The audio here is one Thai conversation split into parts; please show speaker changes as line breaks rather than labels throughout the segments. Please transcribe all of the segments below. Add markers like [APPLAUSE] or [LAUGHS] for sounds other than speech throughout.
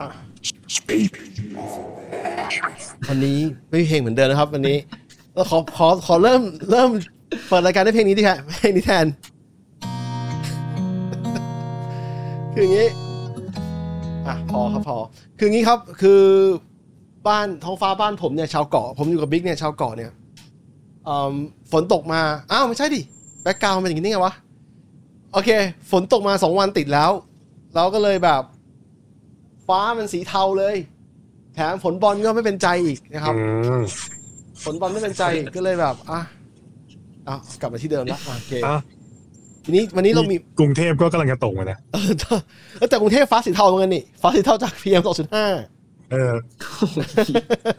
อ่ะวันนี้ไม่มีเพลงเหมือนเดิมนะครับ วันนี้เราขอขอขอเริ่มเริ่มเปิดรายการด้วยเพลงนี้ดีค่ะเพลงนี้แทน คืออย่างนี้อ่ะพอครับพอ คืออย่างนี้ครับ คือบ้านท้องฟ้าบ้านผมเนี่ยชาวเกาะผมอยู่กับบิ๊กเนี่ยชาวเกาะเนี่ยเอิ่มฝนตกมาอ้าวไม่ใช่ดิแบ็กกราวมันเป็นอย่างนี้ไงวะโอเค ฝนตกมาสองวันติดแล้ว เราก็เลยแบบ ฟ้ามันสีเทาเลย แถมฝนบอลก็ไม่เป็นใจอีกนะครับ
อืม
ผลบอลไม่เป็นใจ [LAUGHS] ก็เลยแบบอ่ะอ่ะกลับมาที่เดิมละอ่ะโอเค
อ่ะ
ทีนี้วันนี้เรามี [LAUGHS]
กรุงเทพก็กำลังจะตกเลยนะ
เออแต่แต่กรุงเทพฟ้าสีเทาเหมือนกันนี่ฟ้าสีเทาจากพีเอ็มสองจุดห้า
เออ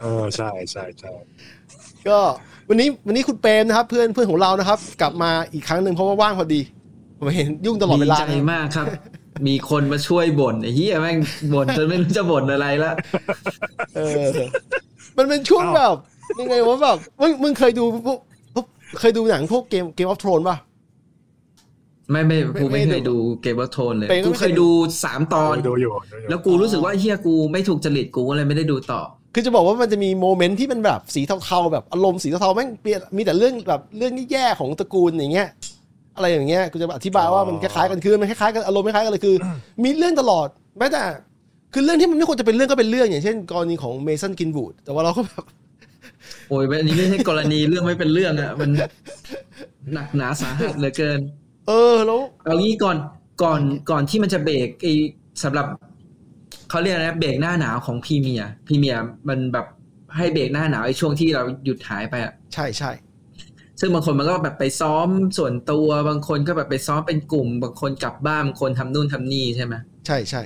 เออใช่ใช่ใช่
ก็วันนี้วันนี้คุณเปรมนะครับ เพื่อนเพื่อนของเรานะครับ กลับมาอีกครั้งหนึ่งเพราะว่าว่างพอดี ผมเห็นยุ่งตลอดเวลา
ดีใจมากครับ มีคนมาช่วยบ่นไอ้เหี้ยแม่งบ่นจนไม่รู้จะบ่นอะไรละ
เออมันเป็นช่วงแบบยังไงวะแบบมึงมึงเคยดูพวกพวกเคยดูหนังพวกเกมเกมออฟทรอนป่ะ
ไม่ไม่กู
ไม่
ไม่
ไม่
เคย
ดู
ดูเกมวัตโทนเลย
เป็นก็
กู
ไม่เคย
เคยดูสามตอน
ดูอยู่ดูอยู่
แล้วกูรู้สึกว่าเฮียกูไม่ถูกจริตกูก็เลยไม่ได้ดูต่อ
คือจะบอกว่ามันจะมีโมเมนต์ที่มันแบบสีเทาๆแบบอารมณ์สีเทาๆแม่งเปลี่ยนมีแต่เรื่องแบบเรื่องแย่ๆของตระกูลอย่างเงี้ย อะไรอย่างเงี้ยกูจะอธิบายว่ามันคล้ายๆกันคือมันคล้ายๆกันอารมณ์คล้ายๆกันเลยคือ มีเรื่องตลอดแม้แต่ คือเรื่องที่มันไม่ควรจะเป็นเรื่องก็เป็นเรื่องอย่างเช่น กรณีของเมสันกินบูดแต่ว่าเราก็แบบ
โอ้ยอันนี้ไม่ใช่กรณีเรื่องไม่เป็นเรื่องอะมันหนักหนาสาหัสเหลือเกิน
เออแล้ว
เอางี้ก่อนก่อนก่อนที่มันจะเบรกไอสำหรับเขาเรียกอะไรนะเบรกหน้าหนาวของพรีเมียร์พรีเมียร์มันแบบให้เบรกหน้าหนาวไอช่วงที่เราหยุดหายไปอะ
ใช่ใช่
ซึ่งบางคนมันก็แบบไปซ้อมส่วนตัว บางคนก็แบบไปซ้อมเป็นกลุ่ม บางคนกลับบ้านบางคนทำนู่นทำนี่ใช่ไหม
ใช่ใช่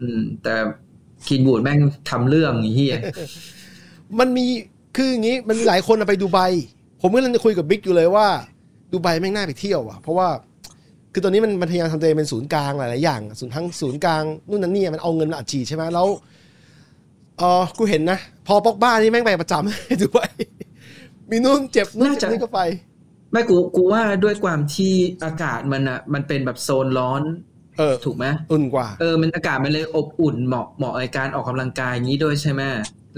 อืม แต่กินบูดแม่งทำเรื่องไอ้เฮีย
มันมีคืออย่างงี้มันมีหลายคนอะไปดูไบผมก็เลยจะคุยกับบิ๊กอยู่เลยว่าดูไบแม่งน่าไปเที่ยวอ่ะ เพราะว่า คือตอนนี้มันมันพยายามทำตัวเองเป็นศูนย์กลางหลาย ๆ อย่างอะศูนย์ทั้งศูนย์กลางนู่นนั่นนี่อะมันเอาเงินมาอัดฉีดใช่ไหมแล้วเออกูเห็นนะ พอปอกบ้านี่แม่งไปประจำ [LAUGHS] ด้วยมีนู่นเจ็บนู่นเจ็บนี่ก็ไป
ไม่กูกูว่าด้วยความที่อากาศมันอ่ะ มันเป็นแบบโซนร้อน
เออ
ถูกไหม
อุ่นกว่า
เออมันอากาศมันเลยอบอุ่นเหมาะเหมาะกับการออกกำลังกายอย่างนี้ด้วยใช่ไหม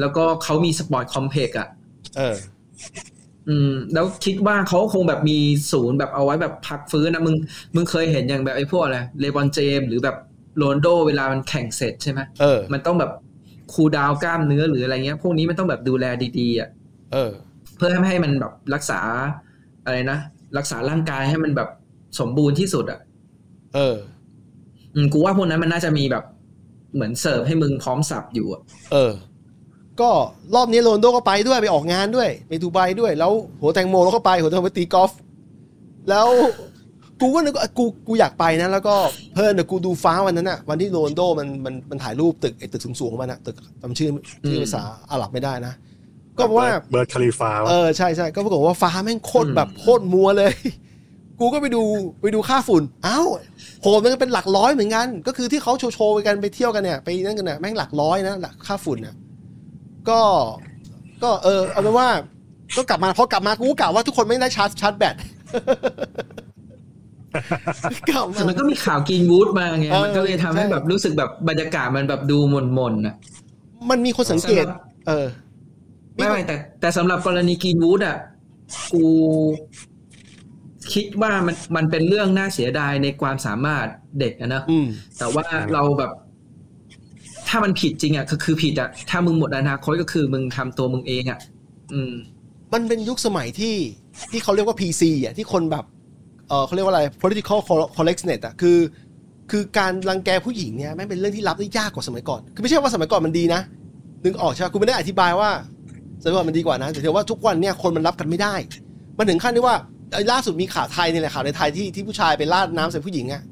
แล้วก็เขามีสปอร์ตคอมเพล็กซ์อ่ะ
เออ
อืมแล้วคิดว่าเขาคงแบบมีศูนย์แบบเอาไว้แบบพักฟื้นนะมึงมึงเคยเห็นอย่างแบบไอ้พวกอะไรเลบอนเจมส์หรือแบบโรนลโดเวลามันแข่งเสร็จใช่ไหม
เออ
มันต้องแบบคูลดาวน์กล้ามเนื้อหรืออะไรเงี้ย พวกนี้มันต้องแบบดูแลดีๆอ่ะ
เออ
เพื่อให้มันแบบรักษาอะไรนะ รักษาร่างกายให้มันแบบสมบูรณ์ที่สุดอ่ะ
เออ
อืมกูว่าพวกนั้นมันน่าจะมีแบบเหมือนเสิร์ฟให้มึงพร้อมสับอยู่อ่ะ
เออ ก็รอบนี้โรนลโดก็ไปด้วยไปออกงานด้วย ไปดูไบด้วย แล้วหัวแตงโมเราก็ไปหัวแตงโมไปตีกอล์ฟแล้วกูก็นึกว่ากูกูอยากไปนะ แล้วก็เพิ่นเดี๋ยวกูดูฟ้าวันนั้นอะวันที่โรนลโดมันมันมันถ่ายรูปตึกไอ้ตึกสูงๆของมันอะตึกจำชื่อชื่อภาษาอาหรับไม่ได้นะ ก็เพราะว่า
เบิร์ดคาลิฟาวะ
เออใช่ใช่ก็ปรากฏว่าฟ้าแม่งโคตรแบบโคตรมัวเลย [LAUGHS] กูก็ไปดูไปดูค่าฝุ่นอ้าวโหมันก็เป็นหลักร้อยเหมือนกัน ก็คือที่เขาโชว์โชว์กันไปเที่ยวกันเนี่ยไปนั่นกันเนี่ยแม่งหลักร้อยนะหลักค่าฝุ่นน่ะก็ ก็เออเอาเป็นว่า ก็กลับมาพอกลับมากูก็กล่าวว่าทุกคนไม่ได้ชาร์จชาร์จแบต [LAUGHS] กลับ
[LAUGHS] แต่
มา
มันก็มีข่าวกินวูดมาไง
เออ
มันก็เลยทำให้
ใช่
แบบรู้สึกแบบบรรยากาศมันแบบดูหม่นๆอ่ะ
มันมีคนสังเกต เออ
ไม่ไม่แต่แต่สำหรับกรณีกรีนวูดอ่ะ กูคิดว่ามันมันเป็นเรื่องน่าเสียดายในความสามารถเด็กนะเนอะ
อืม
แต่ว่าเราแบบ ถ้ามันผิดจริงอ่ะคือคือผิดอ่ะถ้ามึงหมดอนาคตก็คือมึงทำตัวมึงเองอ่ะ อืม
มันเป็นยุคสมัยที่ที่เขาเรียกว่า PC อ่ะที่คนแบบ เออเขาเรียกว่าอะไร political corre- correctness อ่ะคือ คือการรังแกผู้หญิงเนี่ยแม่งเป็นเรื่องที่รับได้ยากกว่าสมัยก่อน คือไม่ใช่ว่าสมัยก่อนมันดีนะนึกออกใช่ไหมคุณไม่ได้อธิบายว่าสมัยก่อนมันดีกว่านะแต่เดี๋ยวว่าทุกวันเนี่ยคนมันรับกันไม่ได้ มันถึงขั้นที่ว่าเอ้ยล่าสุดมีข่าวไทยนี่แหละข่าวในไทยที่ที่ผู้ชายไปราดน้ำใส่ผู้หญิงอ่ะ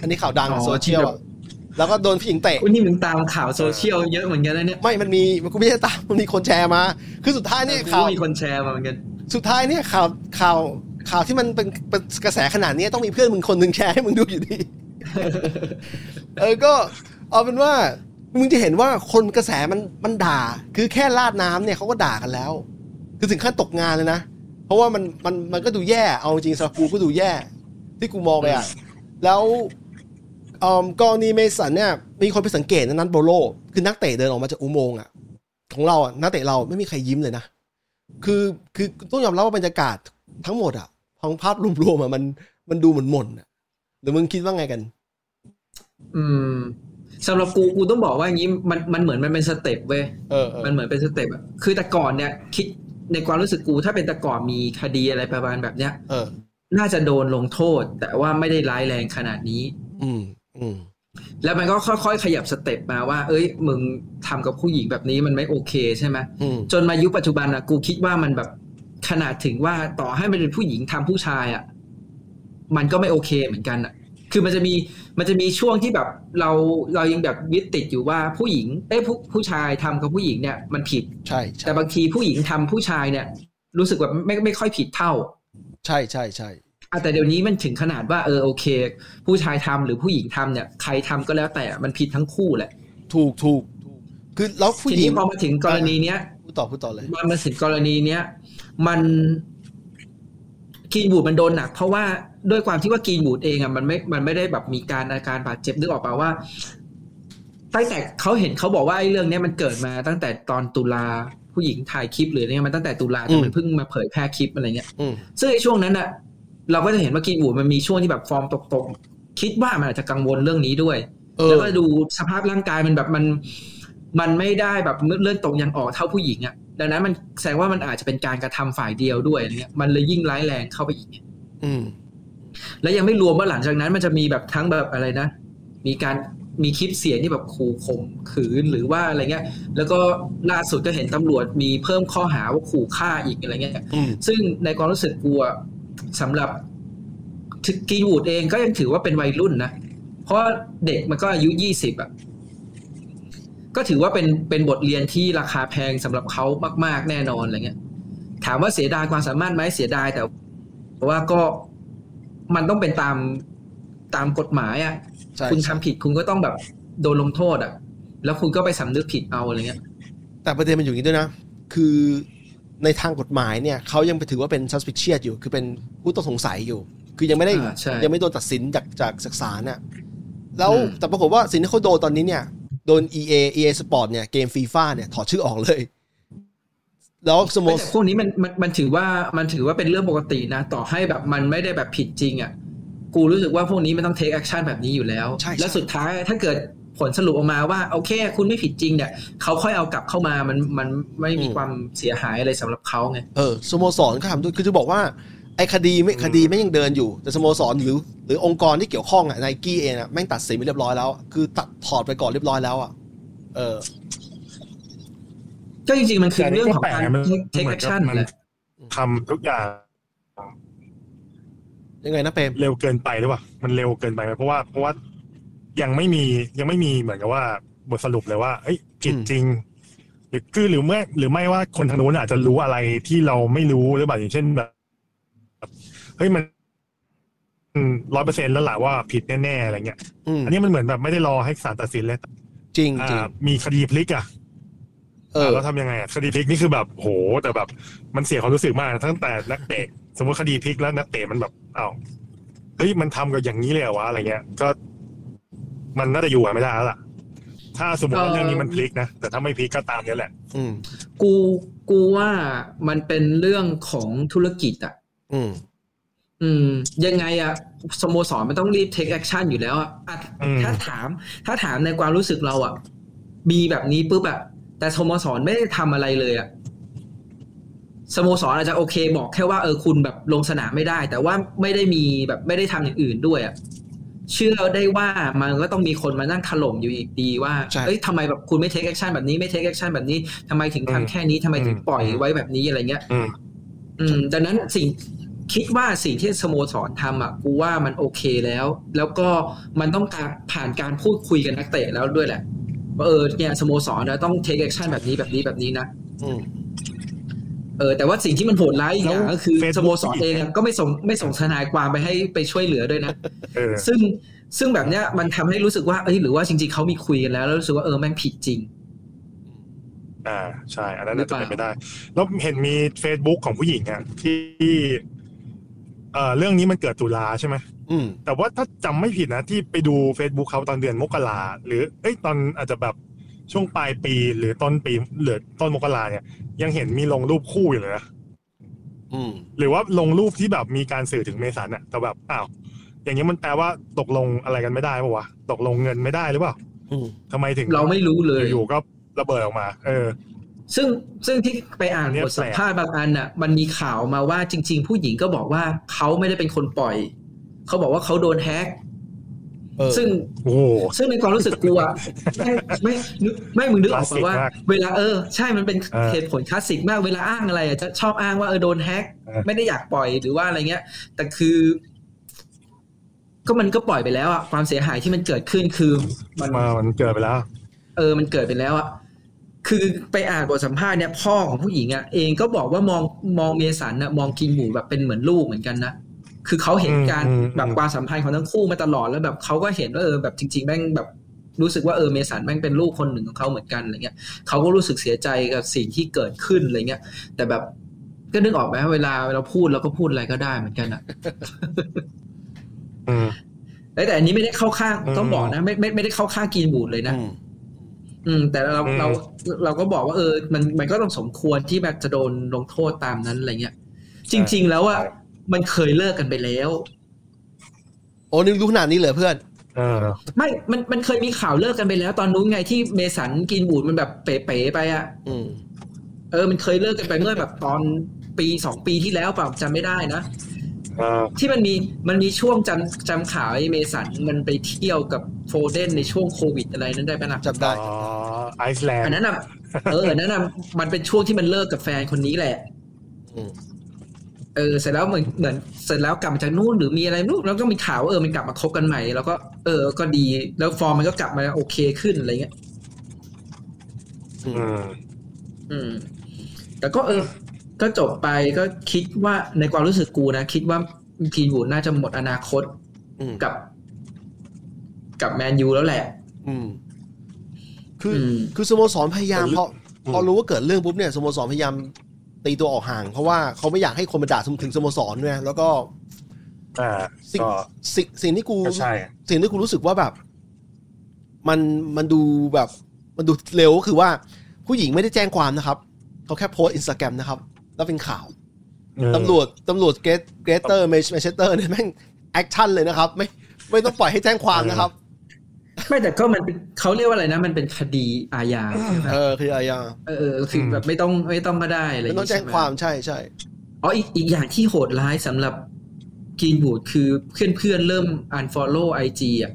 อันนี้ข่าวดัง
อ๋อ
โซเชียล
ที่
อะ
แบบ
แล้วก็โดนผู้หญิงเตะ
คุณนี่มึงตามข่าวโซเชียลเยอะเหมือนกันนะเนี่ย
ไม่มันมี [LAUGHS] มันกูไม่ได้ตามมันมีคนแชร์มา คือสุดท้ายเนี่ย
กู
ข่าว
ก็มีคนแชร์มาเหมือนกัน
สุดท้ายเนี่ยข่าวข่าวข่าวที่มันเป็นเป็นกระแสขนาดเนี้ยต้องมีเพื่อนมึงคนหนึ่งแชร์ให้มึงดูอยู่ดี เออก็เอาเป็นว่ามึงจะเห็นว่าคนกระแสมันมันด่า คือแค่ลาดน้ำเนี่ยเขาก็ด่ากันแล้ว คือถึงขั้นตกงานเลยนะ เพราะว่ามันมันมันก็ดูแย่ เอาจริงๆสำหรับกูก็ดูแย่ ที่กูมองไปอ่ะ แล้ว เออกรณีเมสันเนี่ยมีคนไปสังเกตนะนัทโบโล คือนักเตะเดินออกมาจากอุโมงค์อ่ะของเราอ่ะนักเตะเราไม่มีใครยิ้มเลยนะ คือคือต้องยอมรับว่าบรรยากาศทั้งหมดอ่ะของภาพรวมๆอ่ะมันมันดูเหมือนหม่นอ่ะหรือมึงคิดว่าไงกัน
อืมสำหรับกูกูต้องบอกว่าอย่างนี้มันมันเหมือนมันเป็นสเต็ปเว้ย
เออเออ
มันเหมือนเป็นสเต็ปอะคือแต่ก่อนเนี่ย คิดในความรู้สึกกูถ้าเป็นแต่ก่อนมีคดีอะไรประมาณแบบเนี้ย
เออ
น่าจะโดนลงโทษ แต่ว่าไม่ได้ร้ายแรงขนาดนี้
อืมอืม
แล้วมันก็ค่อยๆ ขยับสเต็ปมาว่า เอ้ย มึงทำกับผู้หญิงแบบนี้มันไม่โอเคใช่ไหม
อืม
จนมายุคปัจจุบันอะกูคิดว่ามันแบบขนาดถึงว่าต่อให้มันเป็นผู้หญิงทำผู้ชายอะมันก็ไม่โอเคเหมือนกันอะคือมันจะมีมันจะมีช่วงที่แบบเราเรายังแบบยึดติดอยู่ว่าผู้หญิงเอ้ยผู้ผู้ชายทำกับผู้หญิงเนี่ยมันผิด
ใช่ใช่
แต่บางทีผู้หญิงทำผู้ชายเนี่ย รู้สึกว่าไม่ไม่ค่อยผิดเท่า
ใช่ใช่ใช่
อ่ะแต่เดี๋ยวนี้มันถึงขนาดว่าเออโอเค ผู้ชายทำหรือผู้หญิงทำเนี่ย ใครทำก็แล้วแต่มันผิดทั้งคู่แหละ
ถูกถูกถูกคือแล้วผู้ห
ที
ญิ
นี้
ง
พอมาถึงกรณีเนี้ย
พูดต่อพูดต่อเลย
มันมาถึงกรณีเนี้ยมันกรีนบูดมันโดนหนัก เพราะว่าด้วยความที่ว่ากรีนบูดเองอ่ะมันไม่มันไม่ได้แบบมีการอาการบาดเจ็บนึกออกป่าว่าตั้งแต่เขาเห็นเขาบอกว่าไอ้เรื่องเนี้ยมันเกิดมาตั้งแต่ตอนตุลาผู้หญิงถ่ายคลิปหรือเนี่ยมันตั้งแต่ตุลาแต่มั
อื
น
ม
เพิ่งมาเผยแพร่คลิปอะไรเงี้ย
อืม
ซึ่งไอ้ช่วงนั้นน่ะ เราก็จะเห็นว่ากีบูมันมีช่วงที่แบบฟอร์มตกๆ คิดว่ามันอาจจะกังวลเรื่องนี้ด้วย
เออ
แล้วก็ดูสภาพร่างกายมันแบบมัน มันไม่ได้แบบเลือดตกยังออกเท่าผู้หญิงอะ่ะดังนั้นมันแสดงว่ามันอาจจะเป็นการกระทำฝ่ายเดียวด้วยอะไรเงี้ยมันเลยยิ่งร้ายแรงเข้าไปอีก
อืม
และยังไม่รวมว่าหลังจากนั้นมันจะมีแบบทั้งแบบอะไรนะ มีการมีคลิปเสียงที่แบบขู่ข่มขืนหรือว่าอะไรเงี้ย แล้วก็ล่าสุดก็เห็นตำรวจมีเพิ่มข้อหาว่าขู่ฆ่าอีกอะไรเงี้ย
อืม
ซึ่งในความรู้สึกกูอะสำหรับถึงกรีนวูดเองก็ยังถือว่าเป็นวัยรุ่นนะ เพราะเด็กมันก็อายุยี่สิบอ่ะ ก็ถือว่าเป็นเป็นบทเรียนที่ราคาแพงสำหรับเขามาก ๆ แน่นอนอะไรเงี้ย ถามว่าเสียดายความสามารถไหมเสียดายแต่ว่าก็มันต้องเป็นตามตามกฎหมายอ่ะ
ใช่
คุณทำผิดคุณก็ต้องแบบโดนลงโทษอ่ะ แล้วคุณก็ไปสำนึกผิดเอาอะไรเงี้ย
แต่ประเด็นมันอยู่อย่างนี้ด้วยนะ คือในทางกฎหมายเนี่ยเขายังไปถือว่าเป็น suspicious อยู่ คือเป็นผู้ต้องสงสัยอยู่ คือยังไม่ได้
อ่าใช่
ยังไม่โดนตัดสินจากจากจากศาลน่ะแล้ว
อืม
แต่ปรากฏว่าสิ่งที่เขาโดนตอนนี้เนี่ย โดน EA EA Sport เนี่ยเกมฟีฟ่าเนี่ยถอดชื่อออกเลย แล้วสโม
ไม่
ส
แต่พวกนี้มันมันมันถือว่ามันถือว่าเป็นเรื่องปกตินะ ต่อให้แบบมันไม่ได้แบบผิดจริงอะ่ะกูรู้สึกว่าพวกนี้มันต้องเทคแอคชั่นแบบนี้อยู่แล้ว
ใช่ใช่
แล้วสุดท้ายถ้าเกิดผลสรุปออกมาว่า โอเค คุณไม่ผิดจริงเนี่ยเขาค่อยเอากลับเข้ามามันมันไม่มีความเสียหายอะไรสำหรับเขาไง
เออสโมสรเขาทำด้วยคือจะบอกว่าไอ้คดีไม่คดีไม่ยังเดินอยู่ แต่สโมสรหรือ หรือองค์กรที่เกี่ยวข้องอ่ะไนกี้เองอ่ะแม่งตัดสินไปเรียบร้อยแล้ว คือตัดถอดไปก่อนเรียบร้อยแล้วอ่ะเออ
ก็จริงๆมันคือ
แต่
เรื่องของ
แปล
การ
นะมัน
เทค
เหมือน
แอค
กับ
ชั่น
มัน
แหละ
ทำทุกอย่าง
ยังไงนะเปรม
เร็วเกินไปหรือเปล่ามันเร็วเกินไปไหมเพราะว่าเพราะว่ายังไม่มียังไม่มีเหมือนกับว่าบทสรุปเลยว่าเอ้ยผิดจริง หรือคือหรือเมื่อหรือไม่ว่าคนทางโน้นอาจจะรู้อะไรที่เราไม่รู้หรือเปล่าอย่างเช่นแบบเฮ้ยมันร้อยเปอร์เซ็นต์แล้วแหละว่าผิดแน่ๆอะไรเงี้ย
อืม
อันนี้มันเหมือนแบบไม่ได้รอให้ศาลตัดสินเลย
จริงจริง
อ่ามีคดีพลิกอ่ะ
เออ
แล้วทำยังไงอะคดีพลิกนี่คือแบบโห แต่แบบ มันเสียความรู้สึกมากนะตั้งแต่นักเตะสมมติคดีพลิกแล้วนักเตะมันแบบอ้าวเฮ้ยมันทำกับอย่างนี้เลยเหรอวะอะไรเงี้ย ก็ มันน่าจะอยู่กันไม่ได้แล้วล่ะ ถ้าสมมติว่าเรื่องนี้มันพลิกนะแต่ถ้าไม่พลิกก็ตามนี้แหละ
อืม
กูกูว่ามันเป็นเรื่องของธุรกิจอ่ะ
อืม
อืมยังไงอะสโมสรมันต้องรีบเทคแอคชั่นอยู่แล้วอะอะ
อืม
ถ้าถาม ถ้าถามในความรู้สึกเราอะมีแบบนี้ปุ๊บอะแต่สโมสรไม่ได้ทำอะไรเลยอะสโมสรอาจจะโอเค บอกแค่ว่าเออคุณแบบลงสนามไม่ได้ แต่ว่าไม่ได้มีแบบไม่ได้ทำอย่างอื่นด้วยอะเชื่อได้ว่ามันก็ต้องมีคนมานั่งถล่มอยู่อีกดีว่า
ใช่
เอ้ยทำไมแบบคุณไม่เทคแอคชั่นแบบนี้ไม่เทคแอคชั่นแบบนี้ทำไมถึงทำแค่นี้ทำไมถึงปล่อยไว้แบบนี้อะไรเงี้ย
อืม
อืมดังนั้นสิ่งคิดว่าสิ่งที่สโมสรทำอ่ะกูว่ามันโอเคแล้ว แล้วก็มันต้องการผ่านการพูดคุยกันนักเตะแล้วด้วยแหละว่าเออเนี่ยสโมสรนะต้องเทคแอคชั่นแบบนี้แบบนี้แบบนี้นะ
อืม
เออแต่ว่าสิ่งที่มันโหดร้ายอีกอย่าง
แล้ว
ก็คือ
Facebook
สโมสรเองอะก็ไม่ส่งไม่ส่งทนายความไปให้ไปช่วยเหลือด้วยนะ
เออ
ซึ่งซึ่งแบบเนี้ยมันทำให้รู้สึกว่าเอ้ยหรือว่าจริงๆเขามีคุยกันแล้วแล้วรู้สึกว่าเออแม่งผิดจริง
อ่าใช่ อันนั้น
หรือ
อาจจะเป็น
เปล่า
ไปได้ แล้วเห็นมี Facebook ของผู้หญิงอ่ะที่ เอ่อเรื่องนี้มันเกิดตุลาใช่ไหม
อืม
แต่ว่าถ้าจำไม่ผิดนะที่ไปดู Facebook เขาตอนเดือนมกราหรือเอ้ยตอนอาจจะแบบช่วงปลายปีหรือต้นปีหรือต้นมกราเนี่ย ยังเห็นมีลงรูปคู่อยู่เลยนะ
อืม
หรือว่าลงรูปที่แบบมีการสื่อถึงเมสันอะแต่แบบอ้าวอย่างนี้มันแปลว่าตกลงอะไรกันไม่ได้ปะวะตกลงเงินไม่ได้หรือเปล่า
อืม
ทำไมถึง
เราไม่รู้เลย
อยู่ๆก็ระเบิดออกมา เออ
ซึ่งซึ่งที่ไปอ่าน
เนี่ย
บทสั
แป
ม
ลก
ภาษณ์บางอันน่ะ มันมีข่าวมาว่าจริง ๆ ผู้หญิงก็บอกว่าเขาไม่ได้เป็นคนปล่อย เขาบอกว่าเขาโดนแฮก
เออ
ซึ่ง
โอ้โห
ซึ่งในความรู้สึกกลัว [LAUGHS] ไม่ไม่นึกไม่มึงนึกออก
คลา
ปะ
สสิก
ว่า
มาก
เวลาเออ ใช่มันเป็น
เออ
เหตุผลคลาสสิกมากเวลาอ้างอะไรอ่ะจะชอบอ้างว่าเออโดนแฮ็ก
เออ
ไม่ได้อยากปล่อยหรือว่าอะไรเงี้ย แต่คือ ก็มันก็ปล่อยไปแล้วอะความเสียหายที่มันเกิดขึ้นคือมัน
มามันเกิดไปแล้ว
เออ มันเกิดไปแล้วอะคือไปอ่านบทสัมภาษณ์เนี่ยพ่อของผู้หญิงอะเองก็บอกว่ามองมองเมสันนะมองกินหมูแบบเป็นเหมือนลูกเหมือนกันนะ คือเขาเห็นการ
อืมอืม
แบบความสัมพันธ์ของทั้งคู่มาตลอดแล้วแบบเขาก็เห็นว่าเออแบบจริงๆแม่งแบบรู้สึกว่าเออเมสันแม่งเป็นลูกคนหนึ่งของเขาเหมือนกันอะไรเงี้ยเขาก็รู้สึกเสียใจกับสิ่งที่เกิดขึ้นอะไรเงี้ย แต่แบบก็นึกออกไหมเวลาเราพูดเราก็พูดอะไรก็ได้เหมือนกันอะ
อืม
เอ้ยแต่อันนี้ไม่ได้เข้าข้าง
อืม
ต้องบอกนะไม่ไม่ไม่ได้เข้าข้างกินบูดเลยนะ
อืม
อืมแต่เรา
อืม
เราเราก็บอกว่าเออ มันมันก็ต้องสมควรที่แบบจะโดนลงโทษตามนั้นอะไรเงี้ย จริง ๆ แล้วอ่ะมันเคยเลิกกันไปแล้ว
โอ้นี่รู้ขนาดนี้เหรอเพื่อน
เออ
ไม่มันมันเคยมีข่าวเลิกกันไปแล้ว ตอนนู้นไงที่เมสันกินบูดมันแบบเป๋ๆไปอ่ะ
อืม
เออมันเคยเลิกกันไปเมื่อแบบตอนปีสองปีที่แล้วเปล่าจำไม่ได้นะ
เออ
ที่มันมีมันมีช่วงจำจำข่าวไอ้เมสันมันไปเที่ยวกับโฟเดนในช่วงโควิดอะไรนั้นได้ปะนะ
จับได้
อ๋อไอซ์แลน
อัน
ด์
นั้นอ่ะ เอออันนั้นอ่ะมันเป็นช่วงที่มันเลิกกับแฟนคนนี้แหละ
อืม
เออ เสร็จแล้วเหมือนเหมือนเสร็จแล้วกลับมาจากนู่นหรือมีอะไรนู่นแล้วก็มีข่าวว่าเออมันกลับมาคบกันใหม่ แล้วก็เออ ก็ดี แล้วฟอร์มมันก็กลับมาโอเคขึ้นอะไรเงี้ย
อื
อื
ม
ม
อืม แต่ก็เออ ก็จบไปก็คิดว่าในความรู้สึกกูนะ คิดว่าทีมบูดน่าจะหมดอนาคต
อืม
กับ กับแมนยูแล้วแหละ
อืม คืออ
ม
คือสโมสรพยายาม
แต่
พ
ลึก
อ
อืม
พอรู้ว่าเกิดเรื่องปุ๊บเนี่ยสโมสรพยายามตีตัวออกห่าง เพราะว่าเขาไม่อยากให้คนมาด่าถึงสโมสรด้วยนะแล้วก็
อ่า
สิ่ง
ก็
สิ่งสิ่งที่กู
ก็ใช่
สิ่งที่กูรู้สึกว่าแบบ มันมันดูแบบมันดูเร็วก็คือว่าผู้หญิงไม่ได้แจ้งความนะครับเขาแค่โพสอินสตาแกรมนะครับ แล้วเป็นข่าว
เออ
ตำรวจตำรวจเกรเกรเตอร์เมชเชสเตอร์เนี่ยแม่งแอคชั่นเลยนะครับ ไม่ไม่ต้องปล่อยให้แจ้งความนะครับ
ไม่แต่ก็มันเป็นเขาเรียกว่าอะไรนะ มันเป็นคดีอาญาใช่ไหม
เออคืออะไรอ่ะ
เออเออคือแบบไม่ต้องไม่ต้องก็ได้อะไร
ไม่
ย่า
ต้อง
เย
แจ้ง
ใช่ไห
ความใช่ใช่
อ๋ออีกอีกอย่างที่โหดร้ายสำหรับกินบูดคือเพื่อนเพื่อนๆเริ่ม unfollow IG อ่ะ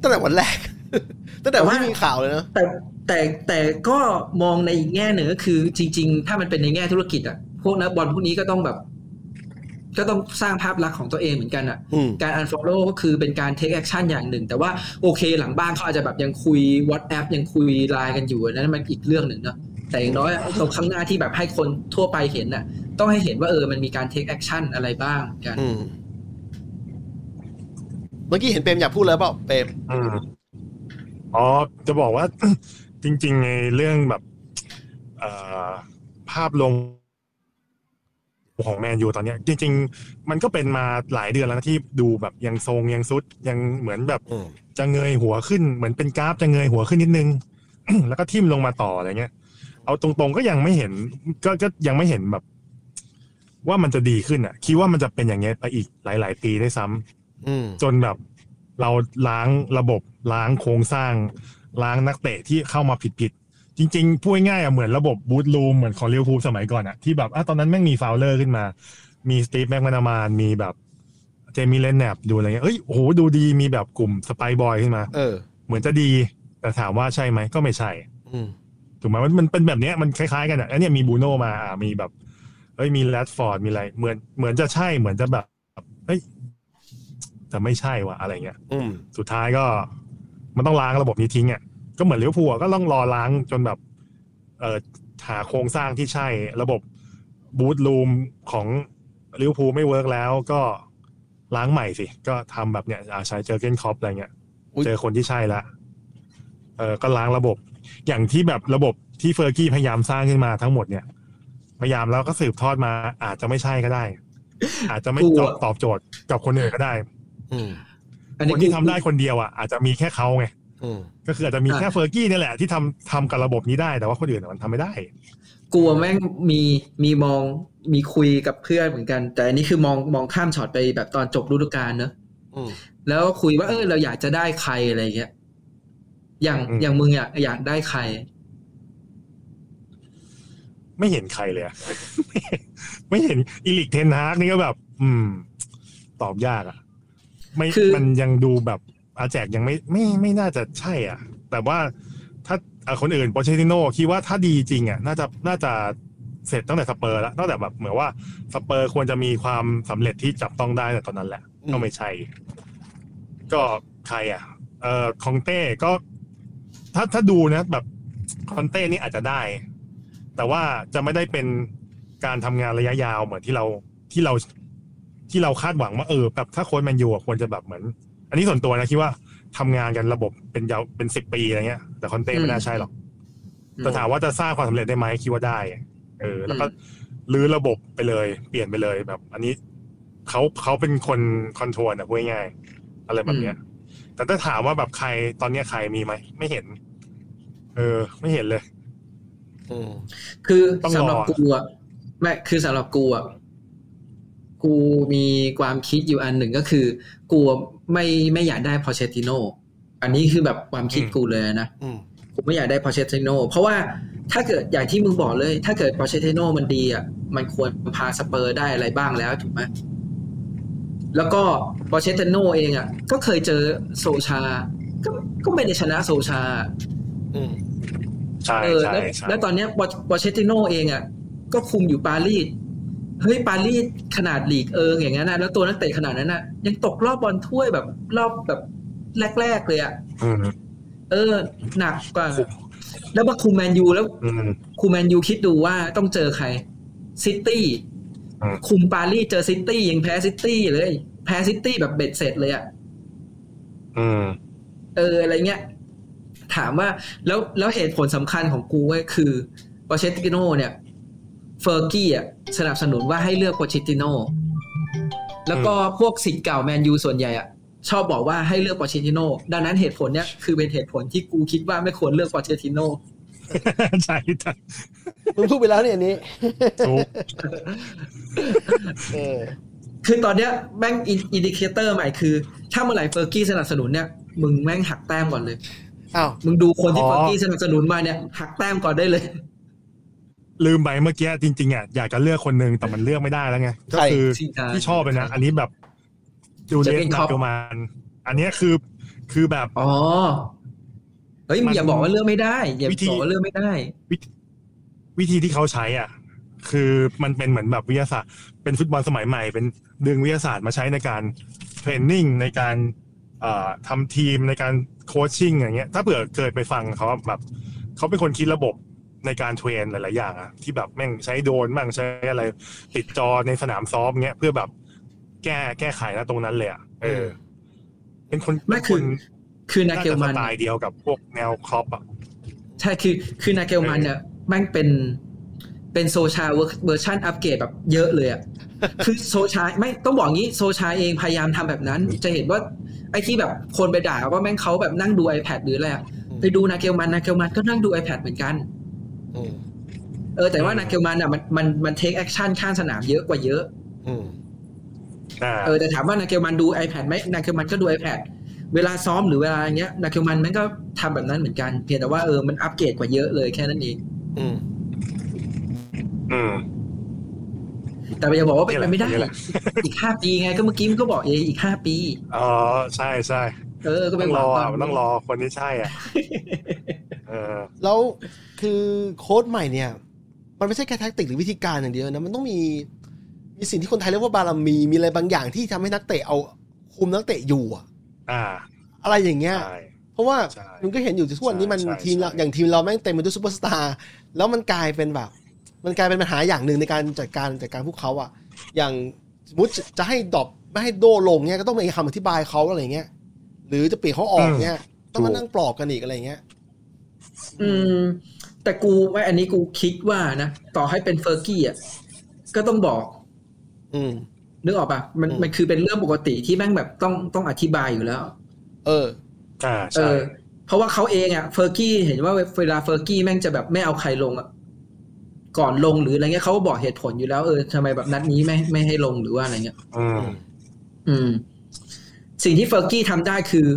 ตั้งแต่วันแรก [LAUGHS] ตั้งแต่วันที่
แต่ว่ามี
มีข่าวเลยนะ
แต่แต่แต่ก็มองในอีกแง่หนึ่งก็คือจริง ๆ ถ้ามันเป็นในแง่ธุรกิจอ่ะ พวกนักบอลพวกนี้ก็ต้องแบบ ก็ต้องสร้างภาพลักษณ์ของตัวเองเหมือนกันอ่ะ
อืม
การ unfollow ก็คือเป็นการ take action อย่างหนึ่ง แต่ว่าโอเคหลังบ้านเขาอาจจะแบบยังคุย WhatsApp ยังคุยไลน์กันอยู่อันนั้นมันอีกเรื่องหนึ่งเนาะแต่อย่างน้อยอะตรงข้างหน้าที่แบบให้คนทั่วไปเห็นน่ะ ต้องให้เห็นว่าเออมันมีการ take action อะไรบ้างเหมือนกัน
อืม เมื่อกี้เห็นเปรมอยากพูดแล้วเปล่าเปรม
อืมอ๋อ จะบอกว่า [COUGHS] จริงๆในเรื่องแบบ เอ่อ ภาพลงของแมนยูตอนเนี้ย จริง ๆ มันก็เป็นมาหลายเดือนแล้วนะที่ดูแบบยังทรงยังซุด ยังเหมือนแบบ
อืม
จะเงยหัวขึ้นเหมือนเป็นกราฟจะเงยหัวขึ้นนิดนึง [COUGHS] แล้วก็ทิ่มลงมาต่ออะไรเงี้ย เอาตรงๆก็ยังไม่เห็น ก็ก็ยังไม่เห็นแบบ ว่ามันจะดีขึ้นอ่ะ คิดว่ามันจะเป็นอย่างเงี้ยไปอีกหลาย ๆ ปีได้วยซ้ำ
อืม
จนแบบ เราล้างระบบล้างโครงสร้าง ล้างนักเตะที่เข้ามาผิดๆจริง ๆ พูดง่ายๆอ่ะเหมือนระบบบูธรูมเหมือนของลิเวอร์พูลสมัยก่อนอ่ะที่แบบอ่ะตอนนั้นแม่งมีฟาวเลอร์ขึ้นมา มีสตีฟแม็กมานามานมีแบบ เจมี่เลนแนบดูอะไรเงี้ยเอ้ยโอ้โหดูดีมีแบบกลุ่มสไปบอยขึ้นมา
เออ
เหมือนจะดี แต่ถามว่าใช่ไหมก็ไม่ใช่
อืม
ถูกไหมมันมันเป็นแบบเนี้ยมันคล้ายๆกันอ่ะอันเนี้ยมีบรูโน่มาอ่ะมีแบบเอ้ยมีแรดฟอร์ดมีอะไร เหมือนเหมือนจะใช่เหมือนจะแบบเอ้ยแต่ไม่ใช่ว่ะอะไรเงี้ย
อืม
สุดท้ายก็ มันต้องล้างระบบนี้ทิ้งอ่ะก็เหมือนลิเวอร์พูลอ่ะก็ต้องรอล้างจนแบบ เออหาโครงสร้างที่ใช่ ระบบบูธรูมของลิเวอร์พูลไม่เวิร์กแล้วก็ล้างใหม่สิ ก็ทำแบบเนี้ยอาใช้เจอร์เกนคล็อปอะไรเงี้ย
อุ๊ย
เจอคนที่ใช่ละเออก็ล้างระบบ อย่างที่แบบระบบที่เฟอร์กี้พยายามสร้างขึ้นมาทั้งหมดเนี่ย พยายามแล้วก็สืบทอดมาอาจจะไม่ใช่ก็ได้ อาจจะไม่ตอบตอบโจทย์กับคนอื่นก็ได้
อืม
อัน
ค
นี้
นที่ทำได้คนเดียวอ่ะอาจจะมีแค่เขาไง
อืม
ก็คืออาจจะมีแค่เฟอร์กี้เนี่ยแหละที่ทำทำกับระบบนี้ได้แต่ว่าคนอื่นอะมันทำไม่ได้
กลัวแม่งมีมีมองมีคุยกับเพื่อนเหมือนกัน แต่อันนี้คือมองมองข้ามช็อตไปแบบตอนจบฤดูกาลเนอะ
อืม
แล้วคุยว่าเออเราอยากจะได้ใครอะไรเงี้ยอย่าง
อืม
อย่างมึงอยากอยากได้ใคร
ไม่เห็นใครเลยอะ [LAUGHS] ไม่เห็นอีลิกเทนฮากนี่ก็แบบ อืม ตอบยากอ่ะ ไม่
คือ
มันยังดูแบบอาแจกยังไม่ไม่ไม่น่าจะใช่อ่ะ แต่ว่าถ้าอ่ะคนอื่นโปเชติโนคิดว่าถ้าดีจริงอ่ะน่าจะน่าจะเสร็จตั้งแต่สเปอร์แล้วตั้งแต่แบบเหมือนว่าสเปอร์ควรจะมีความสำเร็จที่จับต้องได้แต่ตอนนั้นแหละ ก็ไม่ใช่ ก็ใครอ่ะ เอ่อคองเต้ก็ ถ้าถ้าดูนะ แบบคอนเต้นี่อาจจะได้ แต่ว่าจะไม่ได้เป็นการทำงานระยะยาวเหมือนที่เราที่เราที่เราคาดหวังว่าเออแบบถ้าโค้ชแมนยูอ่ะควรจะแบบเหมือน อันนี้ส่วนตัวนะคิดว่าทำงานกันระบบเป็นยาวเป็นสิบปีอะไรเงี้ย แต่คอนเต้ไม่น่าใช่หรอก แต่ถามว่าจะสร้างความสำเร็จได้ไหมคิดว่าได้เออ แล้วก็รื้อระบบไปเลย เปลี่ยนไปเลยแบบ อันนี้เขาเขาเป็นคนคอนโทรลอะพูดง่ายๆอะไรแบบเนี้ย แต่ถ้าถามว่าแบบใครตอนเนี้ยใครมีไหมไม่เห็น เออ ไม่เห็นเลย
อืม
คือ
ต้องรอ
สำหรับกูอ่ะไม่คือสำหรับกูอ่ะกูมีความคิดอยู่อันหนึ่งก็คือ กูไม่ไม่อยากได้พอเชติโนอันนี้คือแบบความคิดกูเลยนะ
อืม
ผมไม่อยากได้พอเชติโนเพราะว่าถ้าเกิดอย่างที่มึงบอกเลย ถ้าเกิดพอเชติโนมันดีอ่ะมันควรพาสเปอร์ได้อะไรบ้างแล้วถูกไหมแล้วก็พอเชติโนเองอ่ะ ก็เคยเจอโซชา ก็ก็ไม่ได้ชนะโซชา
อืม
ใช่
เออ
ใช่
แล้ว
ใช่
แล้วตอนเนี้ยปอปอเชตติโนเองอ่ะก็คุมอยู่ปารีสเฮ้ยปารีสขนาดลีกเอิงอย่างนั้นนะแล้วตัวนักเตะขนาดนั้นน่ะ ยังตกรอบบอลถ้วยแบบรอบแบบแรก ๆ เลยอ่ะ
อืม
เออ หนักกว่า แล้วมาคุมแมนยูแล้ว
อืม
คุมแมนยูคิดดูว่าต้องเจอใครซิตี้
อืม
คุมปารีสเจอซิตี้ยังแพ้ซิตี้เลย แพ้ซิตี้แบบเบ็ดเสร็จเลยอ่ะ
อืม [LAUGHS]
เอออะไรเงี้ยถามว่าแล้วแล้วเหตุผลสำคัญของกูเว้ยคือปอเชตติโนเนี่ยเฟอร์กี้อ่ะสนับสนุนว่าให้เลือกปอเชตติโนแล้วก็พวกสิทธิ์เก่าแมนยูส่วนใหญ่อ่ะชอบบอกว่าให้เลือกปอเชตติโนดังนั้นเหตุผลเนี่ยคือเป็นเหตุผลที่กูคิดว่าไม่ควรเลือกปอเชตติโน
ใช่ใช่
มึงพูดไปแล้วเนี่ยอันนี้
ถูก
เออ
คือตอนเนี้ยแม่งอินดิเคเตอร์ใหม่คือ ถ้าเมื่อไหร่เฟอร์กี้สนับสนุนเนี่ยมึงแม่งหักแต้มก่อนเลย
อ้าว
มึงดูคนที่เฟอร์กี้สนับสนุนมาเนี่ยหักแต้มก่อนได้เลย
ลืมไปเมื่อกี้จริงๆอ่ะอยากจะเลือกคนหนึ่งแต่มันเลือกไม่ได้แล้วไงก็คือ ที่ชอบเลยนะ อันนี้แบบจูเลียน
Jurgen
นา
Klopp
โกมาน อันเนี้ยคือคือแบบ
อ๋อ เฮ้ย
มัน
อย่าบอกว่าเลือกไม่ได้ อย่า
วิธี
บอกว่าเลือกไม่ได้
วิธีที่เขาใช้อ่ะ คือมันเป็นเหมือนแบบวิทยาศาสตร์ เป็นฟุตบอลสมัยใหม่ เป็นดึงวิทยาศาสตร์มาใช้ในการเทรนนิ่งในการเอ่อทำทีมในการโคชชิ่งอย่างเงี้ย ถ้าเผื่อเกิดไปฟังเขาอะแบบเขาเป็นคนคิดระบบในการเทรนหลาย ๆ อย่างอะที่แบบแม่งใช้โดรนบ้างใช้อะไร ติดจอในสนามซ้อมเงี้ยเพื่อแบบแก้แก้ไขนะตรงนั้นเลยอะเออ เป็นคน
ไม่คือ
เป็นน
คือนา
น่า
เกล
จะส
มัน
ไตล์เดียวกับพวกแนวครอปอ่ะ
ใช่คือ คือนาเกลมัน
เออ
เนี่ยแม่งเป็นเป็นโซชาเวอร์ชันอัปเกรดแบบเยอะ [LAUGHS] เลยอะ คือโซชาไม่ต้องบอกงี้โซชาเองพยายามทำแบบนั้น จะเห็นว่าไอ้ที่แบบคนไปด่าว่าแม่งเขาแบบนั่งดู iPad หรืออะไรอะไปดูนาเกลมันนาเกลมันก็นั่งดู iPad เหมือนกัน
อืม
เออแต่ว่า
อืม
นาเกลมันอะมันมันมันเทคแอคชั่นข้างสนามเยอะกว่าเยอะ
อืม
อ่า
เออแต่ถามว่านาเกลมันดู iPad ไหมนาเกลมันก็ดู iPad เวลาซ้อมหรือเวลาอย่างเงี้ยนาเกลมันมันก็ทำแบบนั้นเหมือนกันเพียงแต่ว่าเออมันอัปเกรดกว่าเยอะเลยแค่นั้นเอง
อืม
อืม
แต่อย่าบอกว่าเป็นไปไม่ได้
นี่แหละ
อีก [LAUGHS] ห้าปีไงก็เมื่อกี้มันก็บอกเองอีกห้าปี
อ๋อใช่ใช่
เออก็
ต้
เป็
อน งรอ
หวั
อ่ะ
ต
มันต้องรอคนที่ใช่อ่ะ เออ
แล้วคือโค้ดใหม่เนี่ย มันไม่ใช่แค่แท็กติกหรือวิธีการอย่างเดียวนะ มันต้องมี มีสิ่งที่คนไทยเรียกว่าบารมี มีอะไรบางอย่างที่ทำให้นักเตะเอาคุมนักเตะอยู่อะ
อ่า
อะไรอย่างเงี้ย
ใช่
เพราะว่า
ใช่
มันก็เห็นอยู่ทุกวันนี้มัน
ใช่
ทีมเรา
ใช่
อย่างทีมเราแม่งเต็มไปด้วยซูเปอร์สตาร์แล้วมันกลายเป็นแบบ มันกลายเป็นปัญหาอย่างหนึ่งในการจัดการจัดการพวกเขาอะอย่างสมมติจะจะให้ดรอปไม่ให้โดลงเนี่ยก็ต้องมีคำอธิบายเขาอะไรเงี้ยหรือจะเปลี่ยนเขาออกเนี่ยต้องมานั่งปลอบกันอีกอะไรเงี้ย
อืม แต่กูว่าอันนี้กูคิดว่านะ ต่อให้เป็นเฟอร์กี้อ่ะก็ต้องบอก
อืม
นึกออกปะมัน
อืม
มันคือเป็นเรื่องปกติที่แม่งแบบต้องต้องอธิบายอยู่แล้ว
เออ
อ่า
เอ
ใช่
อ เพราะว่าเขาเองอะเฟอร์กี้เห็นว่าเวลาเฟอร์กี้แม่งจะแบบไม่เอาใครลงอะก่อนลงหรืออะไรเงี้ยเขาก็บอกเหตุผลอยู่แล้วเออทำไมแบบนัดนี้ไม่ไม่ให้ลงหรือว่าอะไรเงี้ย
อืม
อืม สิ่งที่เฟอร์กี้ทำได้คือ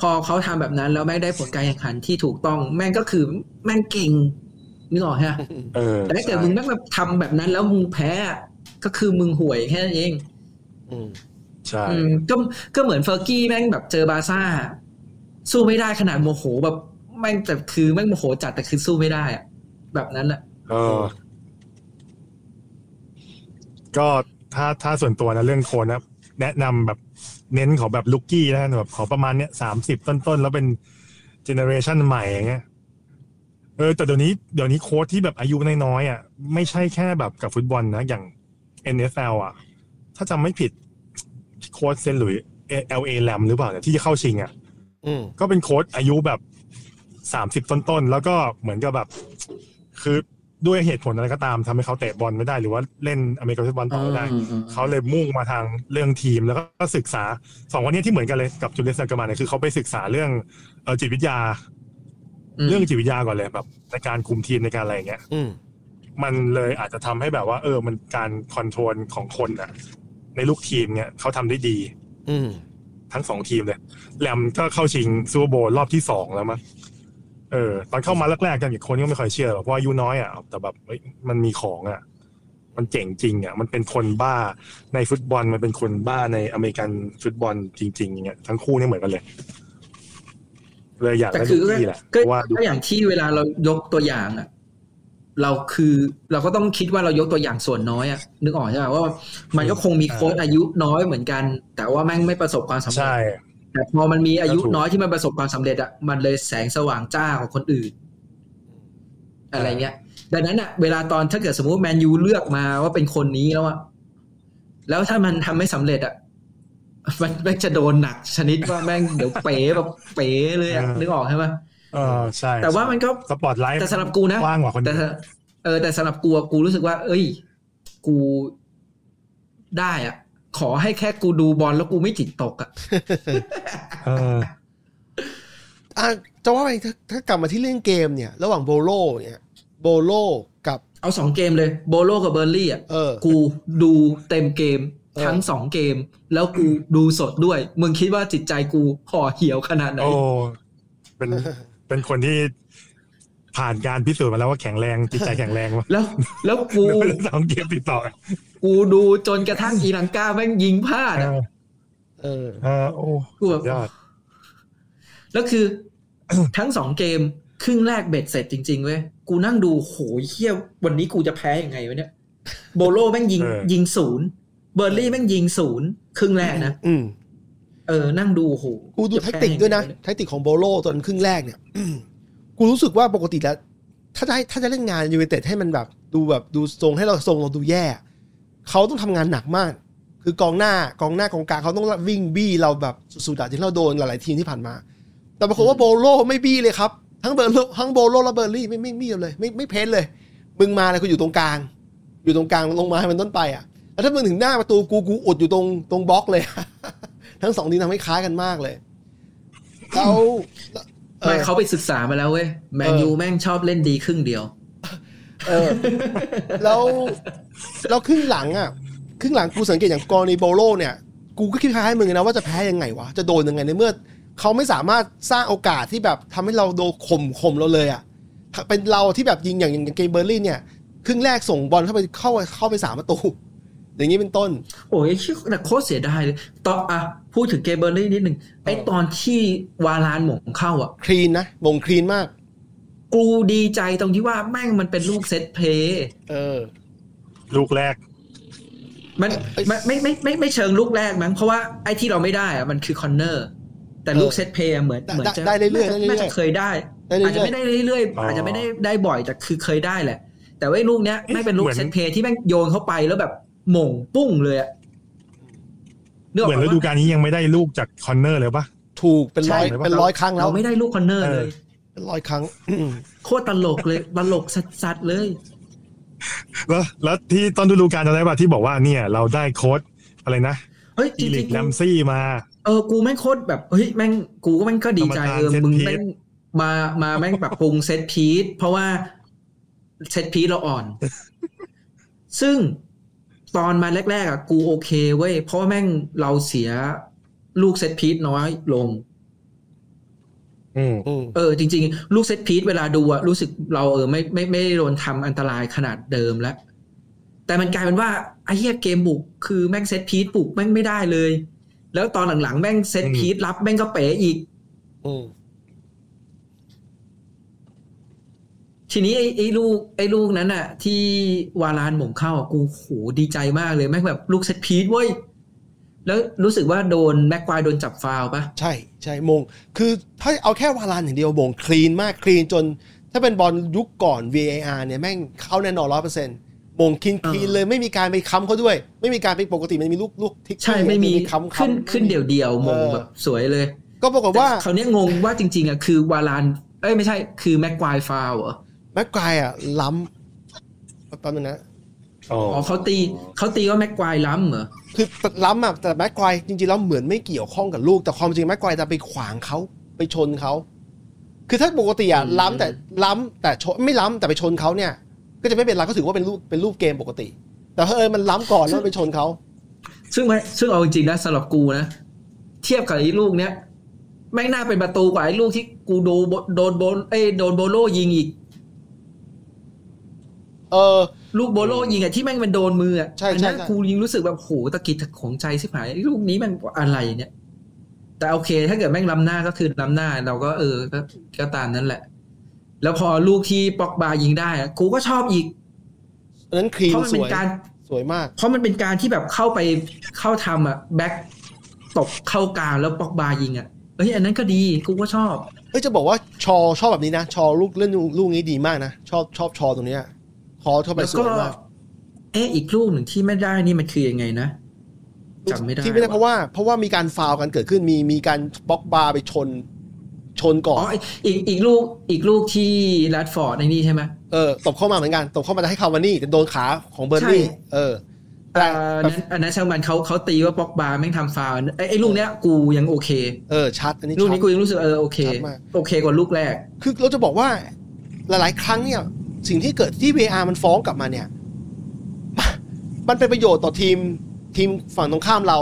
พอเขาทำแบบนั้นแล้วแม่งได้ผลการแข่งขันที่ถูกต้อง แม่งก็คือแม่งเก่งนึกออกฮะ
เออ
แต่ถ้าเกิดมึงแม่งแบบทำแบบนั้นแล้วมึงแพ้อะก็คือมึงห่วยแค่นั้นเอง
อืม
ใช่
อืมก็ก็เหมือนเฟอร์กี้แม่งแบบเจอบาร์ซ่า สู้ไม่ได้ขนาดโมโหแบบแม่งแต่คือแม่งโมโหจัดแต่คือสู้ไม่ได้อะแบบนั้นแหละ
เออ ก็ถ้าถ้าส่วนตัวนะเรื่องโคนนะแนะนำแบบเน้นขอแบบลุกกี้นะแบบขอประมาณเนี้ยสามสิบต้นๆ แล้วเป็นเจเนอเรชันใหม่อย่างเงี้ยเออ แต่เดี๋ยวนี้เดี๋ยวนี้โค้ชที่แบบอายุน้อยๆอ่ะไม่ใช่แค่แบบกับฟุตบอลนะ อย่าง NFL อ่ะ ถ้าจำไม่ผิดโค้ชเซนต์หลุยเอลเอแลมหรือเปล่าเนี่ยที่จะเข้าชิงอ่ะ
อืม
ก็เป็นโค้ดอายุแบบสามสิบต้นๆ แล้วก็เหมือนกับแบบ คือด้วยเหตุผลอะไรก็ตามทำให้เขาเตะบอลไม่ได้ หรือว่าเล่นอเมริกันฟุตบอลต่อไม่ได้ เขาเลยมุ่งมาทางเรื่องทีมแล้วก็ศึกษาสองคนเนี้ยที่เหมือนกันเลยกับจูเลียสซากามาเนี่ยคือเขาไปศึกษาเรื่องเอ่อจิตวิทยา เรื่องจิตวิทยาก่อนเลยแบบ ในการคุมทีมในการอะไรอย่างเงี้ย
อืม
มันเลยอาจจะทำให้แบบว่า เออ มันการคอนโทรลของคนอะในลูกทีมเนี่ยเขาทำได้ดี
อืม
ทั้งสองทีมเลยแรมก็เข้าชิงซูเปอร์โบว์ลรอบที่สองแล้วมั้งเออ ตอนเข้ามาแรกๆกันอีกคนก็ไม่ค่อยเชื่อหรอกเพราะอายุน้อยอ่ะแต่แบบเฮ้ยมันมีของอ่ะ มันเจ๋งจริงอ่ะมันเป็นคนบ้าในฟุตบอลมันเป็นคนบ้าในอเมริกันฟุตบอลจริงๆอย่างเงี้ยทั้งคู่เนี่ยเหมือนกันเลย เลยอยาก
แต่
ได้
คื
ดู
อก็
ที่แหละเพ
ก็
ราะว่าดู
ก็อย่างที่เวลาเรายกตัวอย่างอะเราคือเราก็ต้องคิดว่าเรายกตัวอย่างส่วนน้อยอะนึกออกใช่ไหมว่า มันก็คงมีโค้ดอายุน้อยเหมือนกัน แต่ว่าแม่งไม่ประสบความสำเร็จ
ใช่
แต่พอมันมีอายุ
ก็ถูก
น้อยที่มันประสบความสำเร็จอะมันเลยแสงสว่างจ้าของคนอื่น อะไรเงี้ย ดังนั้นอะเวลาตอนถ้าเกิดสมมติแมนยูเลือกมาว่าเป็นคนนี้แล้วอะแล้วถ้ามันทำไม่สำเร็จอะมันแม่งจะโดนหนักชนิดว่าแม่งเดี๋ยวเป๋แบบเป๋เลยอะนึกออกใช่ไหม
เออใช่
แต่ว่ามันก็
สปอตไลท์
แต่สำหรับกูนะ
กว้างกว่าคน
แต่
อื่น
ถ้าเออแต่สำหรับกูอะกูรู้สึกว่า เอ้ย กูได้อะขอให้แค่กูดูบอลแล้วกูไม่จิตตกอะ
เออ
อ่ะจะว่าไปถ้าถ้ากลับมาที่เรื่องเกมเนี่ย ระหว่างโบโลเนี่ยโบโลกับ
เอาสองเกมเลยโบโลกับเบอร์ลี่อ่ะ
เออ
กูดูเต็มเกม
เออ
ทั้งสองเกม แล้วกูดูสดด้วย มึงคิดว่าจิตใจกูห่อเหี่ยวขนาดไหน
โอ้ เป็น เป็นคนที่ผ่านการพิสูจน์มาแล้วว่าแข็งแรงจิตใจแข็งแรงวะ
แล้วแล้วกู
สองเกมติดต่อกัน
กูดูจนกระทั่งอีลังกาแม่งยิงพลาด
เออ
อะ
เออ
เออโอ้
กูแบบ
ยอด
แล้วคือ [COUGHS] ทั้งสองเกม ครึ่งแรกเบ็ดเสร็จจริงๆเว้ยกูนั่งดูโหเฮี้ยวันนี้กูจะแพ้ยังไงวะเนี่ยโบโลแม่งยิง
เออ
ยิงศูนย์เบอร์ลี่แม่งยิงศูนย์ครึ่งแรกนะ
อืม
เออนั่งดูโห
กูดู
จะ
แท็ก
แพ้
ติกด้วยนะ
งไง
แท็กติกของโบโลตอนครึ่งแรกเนี่ย [CLEARS THROAT] กูรู้สึกว่าปกติแล้ว ถ้าจะให้ถ้าจะเล่นงานยูเวนเต็ดให้มันแบบ ดูแบบดูทรงให้เราทรงเราดูแย่ เขาต้องทำงานหนักมาก คือกองหน้ากองหน้ากองกลางเขาต้องวิ่งบี้เราแบบสุดๆอะที่เราโดนหลายๆทีมที่ผ่านมา แต่ปรากฏว่าโบโลไม่บี้เลยครับ ทั้งเบอร์โลทั้งโบโลและเบอร์ลี่ไม่ไม่ไม่บี้เลย ไม่ไม่เพ้นเลย มึงมาแล้วกูอยู่ตรงกลาง อยู่ตรงกลางลงมาให้มันต้นไปอ่ะแล้วถ้ามึงถึงหน้าประตูกูกูอุดอยู่ตรงตรงบล็อกเลย [LAUGHS] ทั้งสองทีมทำให้คล้ายกันมากเลยแล้วเอ
ไม่
อ
เขาไปศึกษามาแล้วเว้ยแมนยู
เออ
แม่งชอบเล่นดีครึ่งเดียว
เออแล้วแล้วครึ่งหลังอ่ะครึ่งหลังกูสังเกตอย่างกรณีโบโลเนี่ย กูก็คิดคล้ายๆมึงนะว่าจะแพ้ยังไงวะจะโดนยังไงในเมื่อเขาไม่สามารถสร้างโอกาสที่แบบทำให้เราโดนข่มข่มเราเลยอ่ะเป็นเราที่แบบยิงอย่างอย่างอย่างเกมเบอร์ลินเนี่ยครึ่งแรกส่งบอลเข้าไปเข้าเข้าไปสามประตู อย่างนี้เป็นต้น
โอ้ยเชี่ยแต่โคตรเสียดายเลยตอนอ่ะพูดถึงเกมเบอร์ลี่นิดนึงไอ
เออ
ตอนที่วาลานหมงเข้าอ่ะ
คลีนนะมงคลีนมาก
กูดีใจตรงที่ว่าแม่งมันเป็นลูกเซตเพลย์
เออ
ลูกแรก
มัน
เอ้ย
มันไม่ไม่ไม่ไม่ไม่เชิงลูกแรกมั้งเพราะว่าไอที่เราไม่ได้อ่ะมันคือคอนเนอร์ แต่ลูกเซตเพลย์อะเหมือน
ได้
เหมือนจะ
ได้เรื่อยๆได้เรื่อยๆ
น่าจะเคยได้
ได้เรื่
อาจจะ
อย
ไม่ได้เรื่อย
อ๋ออ
ๆอาจจะไม่ได้ได้บ่อยแต่คือเคยได้แหละ แต่ว่าไอ้ลูกเนี้ย
เอ๊ะ
ไม่งเป็นลูก
เหมือน
เซตเพลย์ที่แม่งโยนเข้าไปแล้วแบบหม่งปุ้งเลยอะก
เหมือน
ปะ
ฤดูกาลนี้ยังไม่ได้ลูกจากคอนเนอร์เลยปะ
ๆถูกเป็นร้อย
ใช่
เป็นร้อยครั้งแล้
เรา
ว
ไม่ได้ลูกคอนเนอร์
เออ
เลย
เป็นร้อยครั้ง
โคตรตลกเลยตลกสัดๆเลย
แล้วแล้วที่ตอนฤดูกาลจำได้ปะที่บอกว่าเนี่ย เราได้โค้ด อะไรนะ
เฮ้ยจ
อีลิ
ริ
ก
ง
แลม
ๆ
ซี่มา
เออ กูแม่งโคตรแบบ เฮ้ย แม่ง กูก็แม่งก็ดีใจเออ
กรรมการ
มึง
set piece
แม่ง มา มา แม่งปรับปรุงเซตพีทเพราะว่าเซตพีทเราอ่อน
[LAUGHS]
ซึ่งตอนมาแรกๆอ่ะ กูโอเคเว้ย เพราะว่าแม่งเราเสียลูกเซตพีทน้อยลง
อืม
อืม
เออ จริง ๆ ลูกเซตพีทเวลาดูอ่ะ รู้สึกเราเออไม่ไม่ไม่ได้โดนทำอันตรายขนาดเดิมแล้ว แต่มันกลายเป็นว่าไอ้เหี้ยเกมบุกคือแม่งเซตพีทบุกแม่งไม่ได้เลย แล้วตอนหลังๆ แม่งเซตพีทรับแม่งก็เป๋อีก
อืม
ทีนี้ไอ้ไอ้ลูกไอ้ลูกนั้นอะที่วาลานหม่งเข้าอะกูโหดีใจมากเลยแม่งแบบลูกเซตพีทเว้ย แล้วรู้สึกว่าโดนแม็กควายโดนจับฟาวล์ปะ
ใช่ใช่มง คือถ้าเอาแค่วาลานอย่างเดียวมงคลีนมากคลีนจน ถ้าเป็นบอลยุคก่อน VAR เนี่ยแม่งเข้าแน่นอนร้อยเปอร์เซ็นต์มงคลีนคลีนเลยไม่มีการไปค้ำเขาด้วย ไม่มีการไปปกติมันมีลูกลูกทิก
ใช่ไม่มี
ค้ำ
ขึ้น
ค้ำ
ขึ้นเดี่ยวเดียวๆมง
เออ
แบบสวยเลย
ก็ปรากฏ
แต่
ว่า
คราวเนี้ยงงว่าจริง ๆอะคือวาลานเอ้ยไม่ใช่คือแม็กควายฟาวล์เหรอ
แม็กไกวร์อ่ะ ล้ำแป๊บนึงนะ
อ๋อ
อ๋อเขาตีเขาตีว่าแม็กควายล้ำเหรอ
คือล้ำอ่ะแต่แม็กไกวร์จริงๆแล้วเหมือนไม่เกี่ยวข้องกับลูก แต่ความจริงแม็กไกวร์จะไปขวางเขาไปชนเขา คือถ้าปกติอ่ะล้ำแต่ล้ำแต่ชนไม่ล้ำแต่ไปชนเขาเนี่ย ก็จะไม่เป็นไรก็ถือว่าเป็นรูปเป็นรูปเกมปกติ แต่เพอเอญมันล้ำก่อนแล้วไปชนเขา
ซึ่งไม่ซึ่งเอาจริงๆนะสำหรับกูนะ เทียบกับไอ้ลูกเนี้ยแม่งน่าเป็นประตูกว่าไอ้ลูกที่กูโดนโดนโบนเอ้ยโดนโบโลยิงอีก
เออ
ลูกโบโลยิงอะที่แม่งมันโดนมืออะ
ใช่
อันนั้น
ใช่ใช่
กูยิงรู้สึกแบบโหตะกิดตะของใจสิบหายไอ้ลูกนี้มันอะไรเนี่ย แต่โอเค ถ้าเกิดแม่งล้ำหน้าก็คือล้ำหน้า เราก็เออก็ก็ตามนั้นแหละ แล้วพอลูกที่ปอกบายิงได้อะกูก็ชอบอีก
อันนั้นคลีน
เพราะมัน
ส
เป็น
วย
การ
สวยมาก
เพราะมันเป็นการที่แบบเข้าไปเข้าทำอะแบ็คตกเข้ากลางแล้วปอกบายิงอะเอ้ยอันนั้นก็ดีกูก็ชอบ
เอ้ยจะบอกว่าชอชอบแบบนี้นะ ชอลูกเล่นลูกนี้ดีมากนะชอบชอบชอตรงเนี้ยคอเข้าไป
แล้ว
ส
ก็
วยมาก
เอ๊ะอีกลูกหนึ่งที่ไม่ได้นี่มันคือยังไงนะจำไม่ได้
ที่ไม่ได้เพ
ว่ะ
ราะว่าเพราะว่ามีการฟาวล์กันเกิดขึ้นมีมีการบล็อกบาร์ไปชน ชนก่อน
อ๋ออีกอีกลูกอีกลูกที่แรดฟอร์ดในนี่ใช่ไหม
เออตบเข้ามาเหมือนกันตบเข้ามาจะให้คาวานี่แต่โดนขาของเบอร์นี่
ใช่
เออแต่
เอ่ออัน
แต่
นั้นอันนั้นช่างมันเขาเขาตีว่าป็อกบาแม่งทำฟาวล์ไอ้ไอ้ลูกเนี้ยกูยังโอเค
เออชัดอันนี้
ลูกนี้
ชัด
กูยังรู้สึกเออโอเค
ชัดมาก
โอเคกว่าลูกแรก
คือเราจะบอกว่าหลาย ๆ ครั้งเนี่ย สิ่งที่เกิดที่ VR มันฟ้องกลับมาเนี่ย มันเป็นประโยชน์ต่อทีมทีมฝั่งตรงข้ามเรา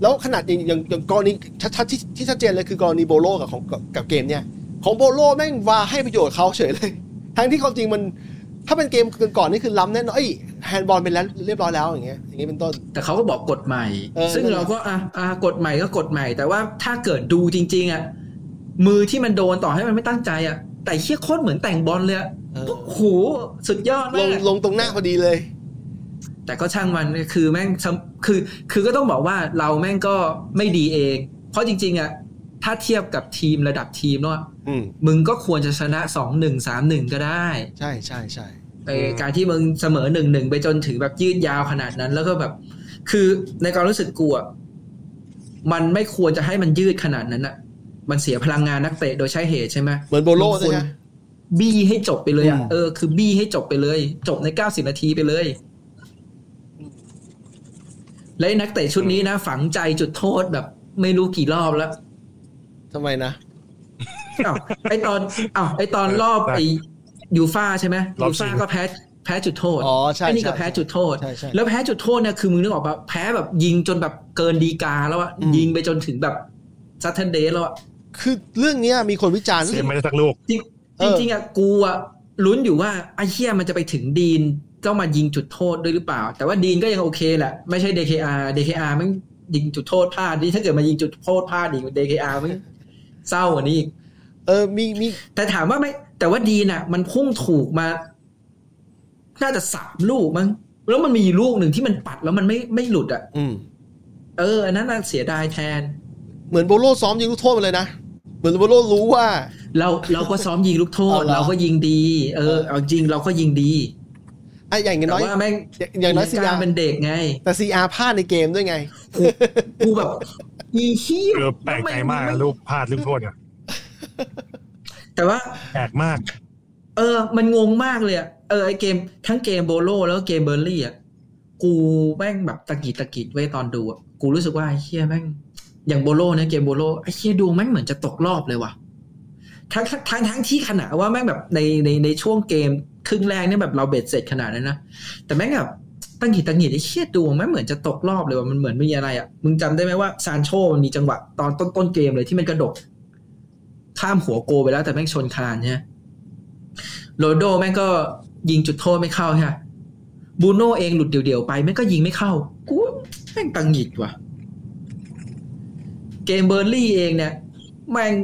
แล้วขนาดอย่างอย่างอย่างกรณีชัดๆที่ที่ชัดเจนเลยคือกรณีโบโลกับของกับกับเกมเนี่ย ของโบโลแม่งวาให้ประโยชน์เขาเฉยเลย [LAUGHS] ทั้งที่ความจริงมัน ถ้าเป็นเกมก่อนๆนี่คือล้ำแน่นอนเอ้ยแฮนด์บอลเป็นแล้วเรียบร้อยแล้วอย่างเงี้ยอย่างเงี้ยเป็นต้น
แต่เขาก็บอกกฎใหม่
เออ
ซึ่ง
นั่นแหละ
เราก็อ่ะอ่ะกฎใหม่ก็กฎใหม่ แต่ว่าถ้าเกิดดูจริง ๆอ่ะมือที่มันโดนต่อให้มันไม่ตั้งใจอ่ะแต่เชี่ยโคตรเหมือนแต่งบอลเลยอะ
เออ
โอ้โหสุดยอด
ล
มางก
ลงตรงหน้าพอดีเลย
แต่ก็ช่างมันคือแม่งซ้ำคือ คือก็ต้องบอกว่าเราแม่งก็ไม่ดีเอง เพราะจริง ๆอะถ้าเทียบกับทีมระดับทีมเนาะ
อืม
มึงก็ควรจะชนะสองหนึ่งสามหนึ่งก็ได้
ใช่ใช่ใช่
เออ
อืม
การที่มึงเสมอหนึ่งหนึ่งไปจนถึงแบบยืดยาวขนาดนั้น แล้วก็แบบ คือในความรู้สึกกูอะมันไม่ควรจะให้มันยืดขนาดนั้นอะมันเสียพลังงานนักเตะโดยใช้เหตุใช่ไหม
เหมือนโบโล
บางค
ใช่
น
ไหม
บี้ให้จบไปเลยอ่ะ
อืม
เออคือบี้ให้จบไปเลย จบในเก้าสิบนาทีไปเลย และไอ้นักเตะชุดนี้นะฝังใจจุดโทษแบบ ไม่รู้กี่รอบแล้ว
ทำไมนะ
อ้าวไอตอนอ้าวไอตอนรอบไอยูฟ่าใช่ไหม
รอบ
ยู
ชิ
ฟ่าง ก็แพ้แพ้จุดโทษ
อ๋อใช่
ไอ้นี่ก็
ใช่
แพ้จุดโทษ
ใช่ใช่
แล้วแพ้จุดโทษเนี่ยคือมึงนึกออกปะแพ้แบบยิงจนแบบเกินดีกาแล้วอะ
อืม
ยิงไปจนถึงแบบซัตเทนเดย์แล้วอะ
คือเรื่องเนี้ยมีคนวิจารณ์
เซฟไม่ได้สักลูก
จริง
เออ
จริงๆอะกูอะลุ้นอยู่ว่าไอ้เฮียมันจะไปถึงดีนต้องมายิงจุดโทษด้วยหรือเปล่า แต่ว่าดีนก็ยังโอเคแหละ ไม่ใช่ DKR DKR มันยิงจุดโทษพลาดนี่ถ้าเกิดมายิงจุดโทษพลาดอีก DKR มันเศร้ากว่านี้อีก
เออมีมี
แต่ถามว่าไม่ แต่ว่าดีนอะมันพุ่งถูกมา น่าจะสามลูกมั้งแล้วมันมีลูกหนึ่งที่มันปัดแล้วมันไม่ไม่หลุดอะ
อืม
เอออันนั้นน่ะเสียดายแทน
เหมือนโบโลซ้อมยิงลูกโทษมาเลยนะ เหมือนโบโลรู้ว่า
เราเราก็ซ้อมยิงลูกโทษ
[LAUGHS] เอาเหรอ
เราก็ยิงดี เออเอาจริงเราก็ยิงดี
ไอ้อย่าง
แต่
น้อย
ว่าแม่ง
อย่างน้อยซี
ก
อา
ล้เป็นเด็กไง
แต่ซีอาพลาดในเกมด้วยไง
กูแบบอีเหี้ย
เออแปลกใจมากนะลูกพลาดลูกโทษเนี่ย
แต่ว่า
แปลกมาก
เออ มันงงมากเลยอะเออไอเกมทั้งเกมโบโลแล้วก็เกมเบอร์ลี่อ่ะ กูแม่งแบบตะกิดตะกิดเว้ยตอนดูอะกูรู้สึกว่าไอ้เฮียแม่ง อย่างโบโลเนี่ยเกมโบโลไอ้เฮียดูแม่งเหมือนจะตกรอบเลยว่ะทั้งทั้งทั้งทั้งที่ขนาดว่าแม่งแบบในในในช่วงเกมครึ่งแรกเนี่ยแบบเราเบ็ดเสร็จขนาดนั้นนะแต่แม่งแบบตังหิดตังหิดไอ้เชี่ยดูแม่งเหมือนจะตกรอบเลยว่ะมันเหมือนมีอะไรอะมึงจำได้ไหมว่าซานโชมันมีจังหวะตอนต้นต้นๆเกมเลยที่มันกระดก ข้ามหัวโกไปแล้วแต่แม่งชนคานใช่ไหมโรนัลโดแม่งก็ยิงจุดโทษไม่เข้าใช่ไหมบูโน่เองหลุดเดี่ยวๆไปแม่งก็ยิงไม่เข้า กูแม่งตังหงิดว่ะ เกมเบอร์นลี่เองเนี่ย แม่ง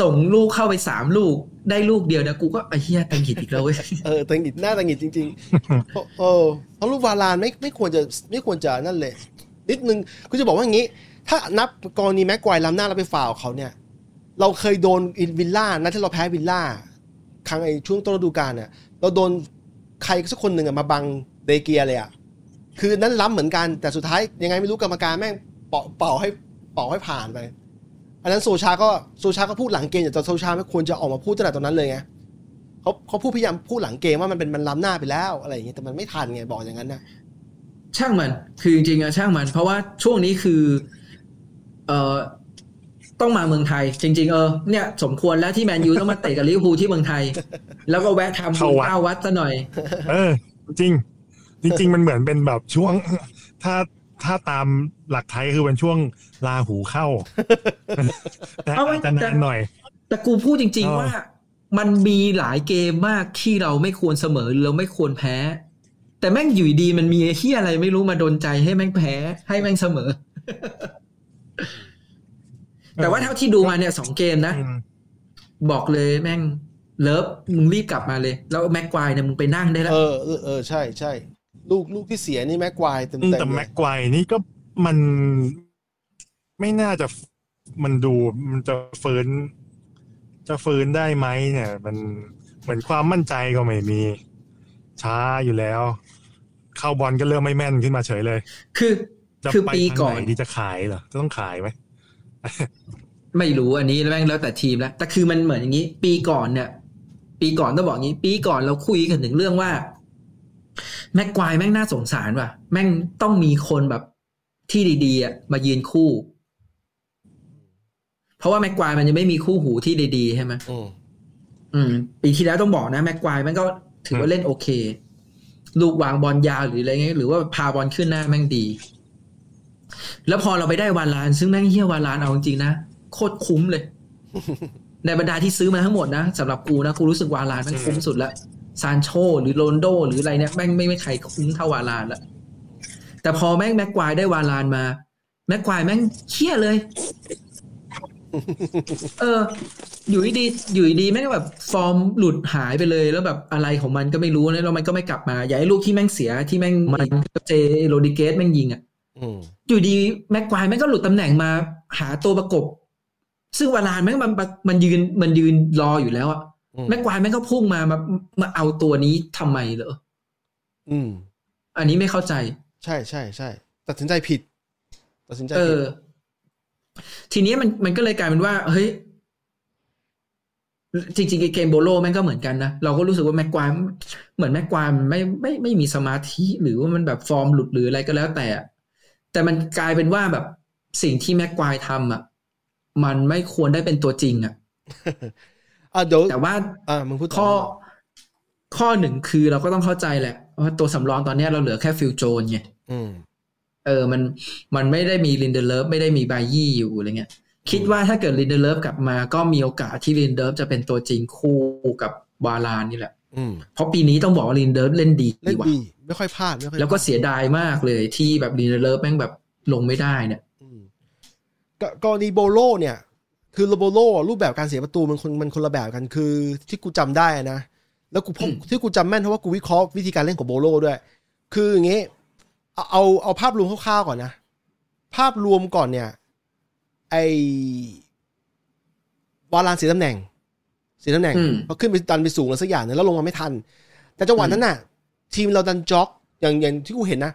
ส่งลูกเข้าไปสามลูก ได้ลูกเดียวเนะกูก็ไอ้เหี้ยตังหงิดอีกแล้วเว้ย
เออตังหงิดหน้าตังหงิดจริงๆ เพราะเออเพราะลูกวาลานไม่ไม่ควรจะไม่ควรจะนั่นเลยนิดนึงกูจะบอกว่าอย่างนี้ ถ้านับกรณีแม็กควายล้ำหน้าเราไปฝ่าวเขาเนี่ย เราเคยโดนอินวิลล่านะที่เราแพ้วิลล่าครั้งไอ้ช่วงต้นฤดูกาลเนี่ยเราโดนใครสักคนหนึ่งอะมาบังเดเกียเลยอะคือนั้นล้ำเหมือนกันแต่สุดท้ายยังไงไม่รู้กรรมการแม่งเป่าเป่าให้เป่าให้ผ่านไป อันนั้นโซชาก็โซชาก็พูดหลังเกมแต่โซชาไม่ควรจะออกมาพูดตั้งแต่ตอนนั้นเลยไง เขาเขาพูดพยายามพูดหลังเกมว่ามันเป็นมันล้ำหน้าไปแล้วอะไรอย่างเงี้ยแต่มันไม่ทันไงบอกอย่างนั้นนะ
[LAUGHS] ช่างมัน คือจริงๆอะช่างมัน เพราะว่าช่วงนี้คือ เอ่อ ต้องมาเมืองไทย จริง ๆ เออ เนี่ย สมควรแล้วที่แมนยูต้องมาเตะกับลิเวอร์พูลที่เมืองไทย แล้วก็แวะทำบุ
เข้าวัด
ญเข้าวัดซะหน่อย
เออ จริง จริง ๆ มันเหมือนเป็นแบบช่วง [LAUGHS] ถ้าถ้าตามหลักไทยคือเป็นช่วงลาหูเข้า [LAUGHS] แต่
เอาไว้
อาจจะนานหน่อย
แต่กูพูดจริง
เออ
ๆ ว่า มันมีหลายเกมมากที่เราไม่ควรเสมอเราไม่ควรแพ้ แต่แม่งอยู่ดีมันมีไอ้เฮียอะไรไม่รู้มาโดนใจให้แม่งแพ้ ให้แม่งเสมอ แต่ว่าเท่าที่ดูมาเนี่ยสองเกมนะ
อืม
บอกเลยแม่งเลิฟมึงรีบกลับมาเลย แล้วแม็กควายเนี่ยมึงไปนั่งได้แล้ว
เออเออเออใช่ใช่ลูกลูกที่เสียนี่แม็กควายเต็ม
อืม
เต็
แต่
ม
แม็กไกวร์นี่ก็มันไม่น่าจะมันดูมันจะฟื้น จะฟื้นได้ไหมเนี่ย มันเหมือนความมั่นใจก็ไม่มี ช้าอยู่แล้ว เข้าบอลก็เริ่มไม่แม่นขึ้นมาเฉยเลย
คือ
จะ
คือ
ไป
ปี
ทาง
ก่อน
ไหนดีจะขายเหรอจะต้องขายไหม
ไม่รู้อันนี้แม่งแล้วแต่ทีมแล้วแต่คือมันเหมือนอย่างนี้ ปีก่อนเนี่ย ปีก่อนต้องบอกงี้ ปีก่อนเราคุยกันถึงเรื่องว่า แม็กควายแม่งน่าสงสารว่ะ แม่งต้องมีคนแบบที่ดีๆอะมายืนคู่ เพราะว่าแม็กควายมันยังไม่มีคู่หูที่ดีๆใช่ไหม
อืม
อืมปีที่แล้วต้องบอกนะ แม็กควายแม่งก็ถือว่าเล่นโอเค ลูกวางบอลยาวหรืออะไรเงี้ยหรือว่าพาบอลขึ้นหน้าแม่งดี แล้วพอเราไปได้วานลาน ซึ่งแม่งเฮี้ยวานลานเอาจริงๆนะ โคตรคุ้มเลย [LAUGHS] ในบรรดาที่ซื้อมาทั้งหมดนะสำหรับกูนะกูรู้สึกวานลานแม่งคุ้มสุดละซานโชหรือโรนโด หรืออะไรเนี่ยแม่งไม่ไม่ใครคุ้มเท่าวานลานละแต่พอแม่งแม็กควายได้วานลานมา แม็กควายแม่งเคี้ย [LAUGHS] เลย เออ อยู่ดีๆอยู่ดีๆแม่งก็แบบฟอร์มหลุดหายไปเลย แล้วแบบอะไรของมันก็ไม่รู้นะแล้วมันก็ไม่กลับมาอย่าให้ลูกที่แม่งเสียที่แม่งเจโรดิเกสแม่งยิงอ่ะ
อืม
อยู่ดีแม็กควายแม่งก็หลุดตำแหน่งมาหาตัวประกบ ซึ่งวาลานแม่งมันมันยืนมันยืนรออยู่แล้วอ่ะ
อืม
แม็กควายแม่งก็พุ่งมามามาเอาตัวนี้ทำไมเหรอ
อืม
อันนี้ไม่เข้าใจ
ใช่ใช่ใช่ตัดสินใจผิด ตัดสินใจ
เอ
ผิด
อ ทีนี้มันมันก็เลยกลายเป็นว่า เฮ้ย จริงๆไอ้เกมโบโลแม่งก็เหมือนกันนะ เราก็รู้สึกว่าแม็กควายเหมือนแม็กควายมันไม่ไม่ไม่มีสมาธิหรือว่ามันแบบฟอร์มหลุดหรืออะไรก็แล้วแต่อะแต่มันกลายเป็นว่าแบบสิ่งที่แม็กควายทำอ่ะ มันไม่ควรได้เป็นตัวจริงอ่ะ
อ่ะเดี๋ยว
แต่ว่า
อ่ามึงพูดต่
ข้อข้อหนึ่งคือเราก็ต้องเข้าใจแหละว่าตัวสำรองตอนเนี้ยเราเหลือแค่ฟิลโจนไง
อืม
เออ มัน มันไม่ได้มีลินเดเล f ไม่ได้มีไบยี่อยู่อะไรเงี้ย คิดว่าถ้าเกิดลินเดเล f กลับมาก็มีโอกาสที่ลินเดเลฟจะเป็นตัวจริงคู่กับบาลานนี่แหละ
อืม
เพราะปีนี้ต้องบอกว่าลินเดเล f เล่นดี
เล่น
ว่ะ
ดีไม่ค่อยพลาดไม่ค่อย
แล้วก็
พาด
เสียดายมากเลยที่แบบลินเดเล f แม่งแบบลงไม่ได้เนี่ย
อืมกกรณีโบโลเนี่ย คือโลโบโลรูปแบบการเสียประตูมันคนมันคนละแบบกันคือที่กูจำได้นะ แล้วกูพบที่กูจำแม่นเพราะว่ากูวิเคราะห์วิธีการเล่นของโบโลด้วย คืออย่างงี้ เอาเอาเอาภาพรวมคร่าวๆก่อนนะ ภาพรวมก่อนเนี่ย ไอวาลานเสียตำแหน่งเสียตำแหน่ง
อืม
เพราะขึ้นไปดันไปสูงแล้วสักอย่างหนึงแล้วลงมาไม่ทัน แต่จังหวะนั้นน่ะ ทีมเราดันจ็อกอย่างอย่างที่กูเห็นนะ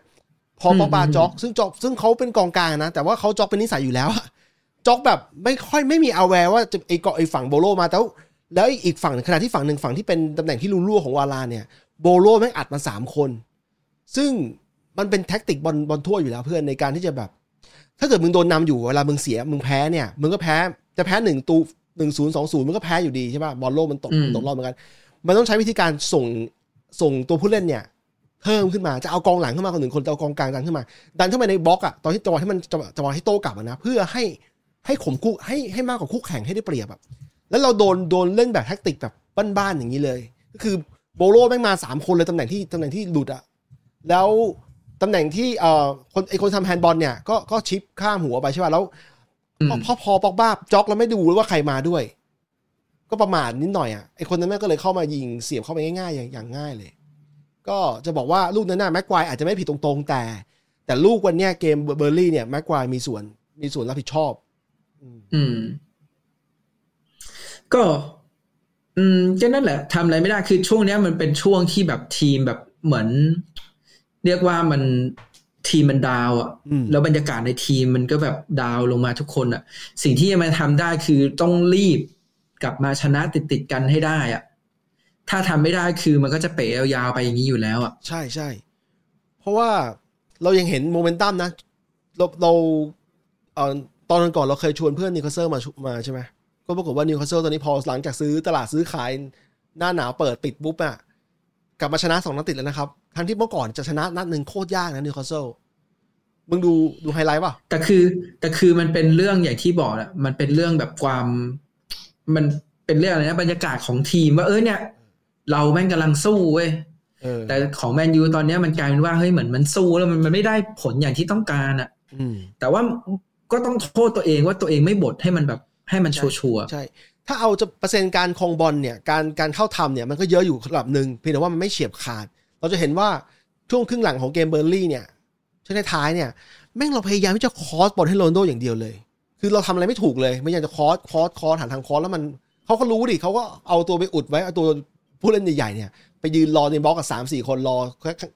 พอ
อืม
ปอกบา
อืม
จ็อก ซึ่งจ็อกซึ่งเขาเป็นกองกลางนะ แต่ว่าเขาจ็อกเป็นนิสัยอยู่แล้ว [LAUGHS] อะจ็อกแบบไม่ค่อยไม่มีอาแวร์ว่าจะไอเกาะไอฝั่งโบโลมาแต่ว่าแล้วอีกฝั่งขณะที่ฝั่งหนึ่งฝั่งที่เป็นตำแหน่งที่รูรั่วของวาลานเนี่ย โบโลแม่งอัดมาสามคน ซึ่ง มันเป็นแท็กติกบอลบอลทั่วอยู่แล้วเพื่อนในการที่จะแบบ ถ้าเกิดมึงโดนนำอยู่เวลามึงเสียมึงแพ้เนี่ยมึงก็แพ้จะแพ้หนึ่งตูหนึ่งศูนย์สองศูนย์มึงก็แพ้อยู่ดีใช่ป่ะบอลโลกมันตก
อืม
ตกรอบเหมือนกัน มันต้องใช้วิธีการส่งส่งตัวผู้เล่นเนี่ย เพิ่มขึ้นมาจะเอากองหลังขึ้นมาคนหนึ่งคนจะเอากองกลางดันขึ้นมา ดันเข้ามาในบล็อกอะตอนที่จังหวะที่มันจังหวะจังหวะให้โต้กลับอะนะเพื่อให้ให้ข่มคู่ให้ให้มากกว่าคู่แข่งให้ได้เปรียบแบบ แล้วเราโดนโดนเล่นแบบแท็กติกแบบบ้านๆอย่างนี้เลย ก็คือโบโลแม่งมาสามคนเลยตำแหน่งที่ตำแหน่งที่หลุดอะแล้วตำแหน่งที่เอ่อคนไอคนทำแฮนด์บอลเนี่ยก็ก็ชิปข้ามหัวไปใช่ป่ะแล้ว
อืม
พอพอปอกบ้าจ็อกแล้วไม่ดูเลยว่าใครมาด้วย ก็ประมาทนิดหน่อยอ่ะไอคนนั้นแม่งก็เลยเข้ามายิงเสียบเข้าไปง่ายๆอย่างอย่างง่ายเลย ก็จะบอกว่าลูกนั้นน่ะแม็กควายอาจจะไม่ผิดตรงๆแต่ แต่ลูกวันเนี้ยเกมเบอร์ลี่เนี่ยแม็กควายมีส่วนมีส่วนรับผิดชอบอืม
อืม ก็ อืมก็นั่นแหละทำอะไรไม่ได้คือช่วงเนี้ยมันเป็นช่วงที่แบบทีมแบบเหมือน เรียกว่ามันทีมมันดาวอะ
อืม
แล้วบรรยากาศในทีมมันก็แบบดาวลงมาทุกคนอะสิ่งที่มันทำได้คือต้องรีบกลับมาชนะติดติดๆกันให้ได้อะถ้าทำไม่ได้คือมันก็จะเป๋ยาวๆไปอย่างนี้อยู่แล้วอะ
ใช่ใช่เพราะว่าเรายังเห็นโมเมนตัมนะ เราเราเอ่อตอนก่อนเราเคยชวนเพื่อนนิวคาสเซิลมาชุมาใช่ไหมก็ปรากฏว่านิวคาสเซิลตอนนี้พอหลังจากซื้อตลาดซื้อขายหน้าหนาวเปิดปิดปุ๊บอะกลับมาชนะสองนัดติดแล้วนะครับ ทั้งที่เมื่อก่อนจะชนะนัดหนึ่งโคตรยากนะนิวคาสเซิลมึงดูดูไฮไลท์ป่ะ
แต่คือ แต่คือมันเป็นเรื่องอย่างที่บอกแหละมันเป็นเรื่องแบบความ มันเป็นเรื่องอะไรนะบรรยากาศของทีมว่าเออเนี่ย เราแม่งกำลังสู้เว้ย
เออ
แต่ของแมนยูตอนเนี้ยมันกลายเป็นว่าเฮ้ยเหมือนมันสู้แล้วมันมันไม่ได้ผลอย่างที่ต้องการอะ
อืม
แต่ว่าก็ต้องโทษตัวเองว่าตัวเองไม่บดให้มันแบบให้มันชัวร์ๆ
ใช่ ถ้าเอาจะเปอร์เซ็นต์การครองบอลเนี่ย การการเข้าทำเนี่ยมันก็เยอะอยู่ระดับหนึ่งเพียงแต่ว่ามันไม่เฉียบขาด เราจะเห็นว่าช่วงครึ่งหลังของเกมเบอร์นลี่เนี่ยช่วงท้ายๆเนี่ย แม่งเราพยายามที่จะคอสบอลให้โรนลโดอย่างเดียวเลย คือเราทำอะไรไม่ถูกเลยไม่อยากจะคอสคอสคอสหันทางคอสแล้วมันเขาก็รู้ดิเขาก็เอาตัวไปอุดไว้เอาตัวผู้เล่นใหญ่ๆเนี่ยไปยืนรอในบล็อกกับสามสี่คนรอ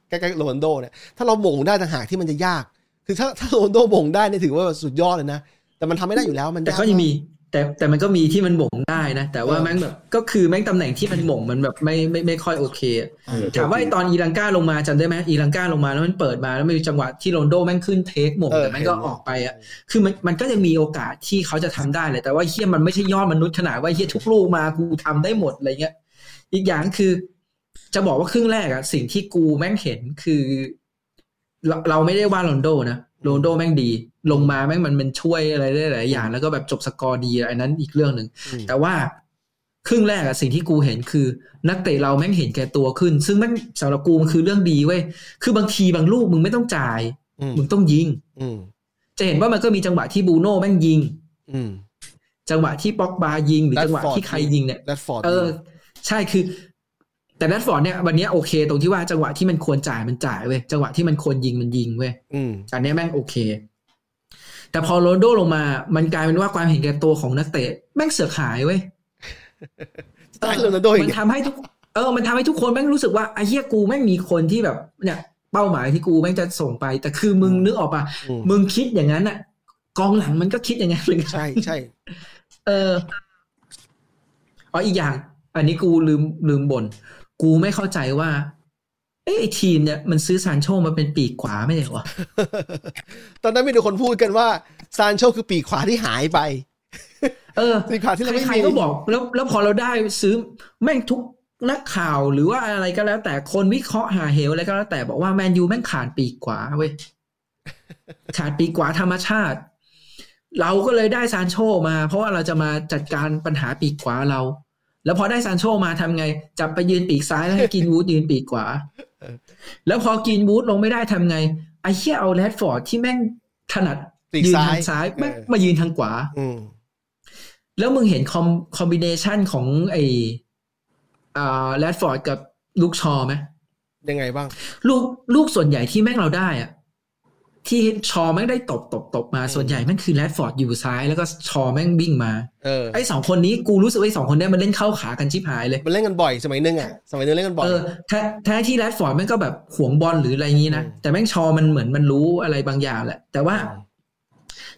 ใกล้ๆโรนลโดเนี่ยถ้าเราโมงได้ต่างหากที่มันจะยาก คือถ้าถ้าโรนลโดโมงได้เนี่ยถือว่าสุดยอดเลยนะแต่มันทำไม่ได้อยู่แล้วมัน
แต่ก็
า
ยัง
มา
มี แต่แต่มันก็มีที่มันบ่งได้นะ แต่ว่า
เออ
แม่งแบบก็คือแม่งตำแหน่งที่มันบ่งมันแบบไม่ไม่ไม่ค่อยโอเคอะ
เออ
ถามว่าไอ้ตอนอีลังกาลงมาจำได้ไหมอีลังกาลงมาแล้วมันเปิดมาแล้วมันมีจังหวะที่โรนโดแม่งขึ้นเทคหมง
เออ
แต่แม่งก็
เห็น
ออกไปอะคือมันมันก็ยังมีโอกาสที่เขาจะทำได้เลยแต่ว่าเฮียมันไม่ใช่ยอดมนุษย์ขนาดว่าเฮียทุกลูกมากูทำได้หมดอะไรเงี้ย อีกอย่างคือ จะบอกว่าครึ่งแรกอะสิ่งที่กูแม่งเห็นคือ เราเราไม่ได้ว่าโรนโดนะโรนโดแม่งดี ลงมาแม่งมันมันช่วยอะไรได้หลายอย่าง แล้วก็แบบจบสกอร์ดีอันนั้นอีกเรื่องหนึ่ง
อืม
แต่ว่าครึ่งแรกอะสิ่งที่กูเห็นคือ นักเตะเราแม่งเห็นแก่ตัวขึ้น ซึ่งแม่งสำหรับกูมันคือเรื่องดีเว้ยคือบางทีบางลูกมึงไม่ต้องจ่าย
อืม
มึงต้องยิง
อืม
จะเห็นว่ามันก็มีจังหวะที่บรูโน่แม่งยิง
อืม
จังหวะที่ป็อกบายิง หรือจังหวะ
Rashford
ที่ใครยิงเนี่ย
แรดฟอร์ด
เออ ใช่คือ แต่แรดฟอร์ดเนี่ยวันเนี้ยโอเค ตรงที่ว่าจังหวะที่มันควรจ่ายมันจ่ายเว้ยจังหวะที่มันควรยิงมันยิงเว้ย
อืม
อันเนี้ยแม่งโอเค แต่พอโรนลโดลงมา มันกลายเป็นว่าความเห็นแก่ตัวของนักเตะ แม่งเสือกหายเว้ย
ตายโรนัลโดอีก
มันทำให้ทุก เออ มันทำให้ทุกคนแม่งรู้สึกว่าไอ้เหี้ยกูแม่งมีคนที่แบบ เนี่ย เป้าหมายที่กูแม่งจะส่งไป แต่คือมึงนึกออกปะ
อืม
มึงคิดอย่างนั้นอะกองหลังมันก็คิดอย่างนั้นเหมือนกัน
ใช่ใช่ [LAUGHS]
เอออ๋ออีกอย่าง อันนี้กูลืมลืมบ่นกูไม่เข้าใจว่า เอ้ยไอ้ทีมเนี่ยมันซื้อซานโชมาเป็นปีกขวาไม่ได้เหรอ
ตอนนั้นมีแต่คนพูดกันว่าซานโชคือปีกขวาที่หายไป
เออ
ปีกขวาที่เราไม่
ใคร
มี
ๆก็บอกแล้วแล้วพอเราได้ซื้อแม่งทุกนักข่าวหรือว่าอะไรก็แล้ว แต่คนวิเคราะห์หาเหวอะไรก็แล้วแต่บอกว่าแมนยูแม่งขาดปีกขวา
[LAUGHS]
เว้ยขาดปีกขวาธรรมชาติ เราก็เลยได้ซานโชมา เพราะว่าเราจะมาจัดการปัญหาปีกขวาเรา แล้วพอได้ซานโชมาทำไง จับไปยืนปีกซ้ายแล้วให้กินวูดยืนปีกขวาแล้วพอกินวูดลงไม่ได้ทำไงไอ้เหี้ยเอาแรดฟอร์ดที่แม่งถนัด
ปีก
ยืน
ซ้า
ทาย งซ้ายแม่ง
เออ
มายืนทางขวา
อืม
แล้วมึงเห็นคอมคอมบิเนชันของไออ่าแรดฟอร์ดกับลูกชอไหม
ยังไงบ้าง
ลูกลูกส่วนใหญ่ที่แม่งเราได้อะที่ชอแม่งได้ตบตบตบมา
อืม
ส่วนใหญ่แม่งคือแรดฟอร์ดอยู่ซ้าย แล้วก็ชอแม่งวิ่งมา
เออ
ไอสองคนนี้กูรู้สึกว่าไอสองคนเนี้ยมันเล่นเข้าขากันชิบหายเลย
มันเล่นกันบ่อยสมัยนึงอ่ะสมัยนึงเล่นกันบ่อย
เออแท้แท้ที่แรดฟอร์ดแม่งก็แบบหวงบอลหรืออะไรอย่างนี้นะ
อืม
แต่แม่งชอมันเหมือนมันรู้อะไรบางอย่างแหละ แต่ว่า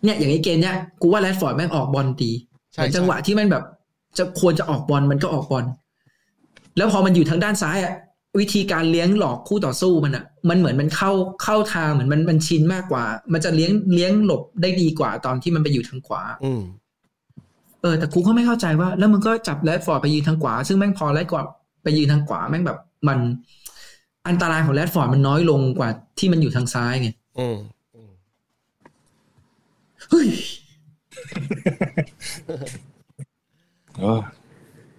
เนี่ยอย่างไอเกมเนี้ยกูว่าแรดฟอร์ดแม่งออกบอลดี
ใช่
เหมือนจังหวะที่มันแบบ จะควรจะออกบอลมันก็ออกบอลแล้วพอมันอยู่ทางด้านซ้ายอ่ะ วิธีการเลี้ยงหลอกคู่ต่อสู้มันอะมันเหมือนมันเข้าเข้าทางเหมือนมันมันชินมากกว่า มันจะเลี้ยงเลี้ยงหลบได้ดีกว่าตอนที่มันไปอยู่ทางขวา
อืม
เออแต่กูก็ไม่เข้าใจว่า แล้วมึงก็จับแรดฟอร์ดไปยืนทางขวา ซึ่งแม่งพอแรดกว่าไปยืนทางขวาแม่งแบบมัน อันตรายของแรดฟอร์ดมันน้อยลงกว่าที่มันอยู่ทางซ้ายไง
อืม
เฮ้ย
เออ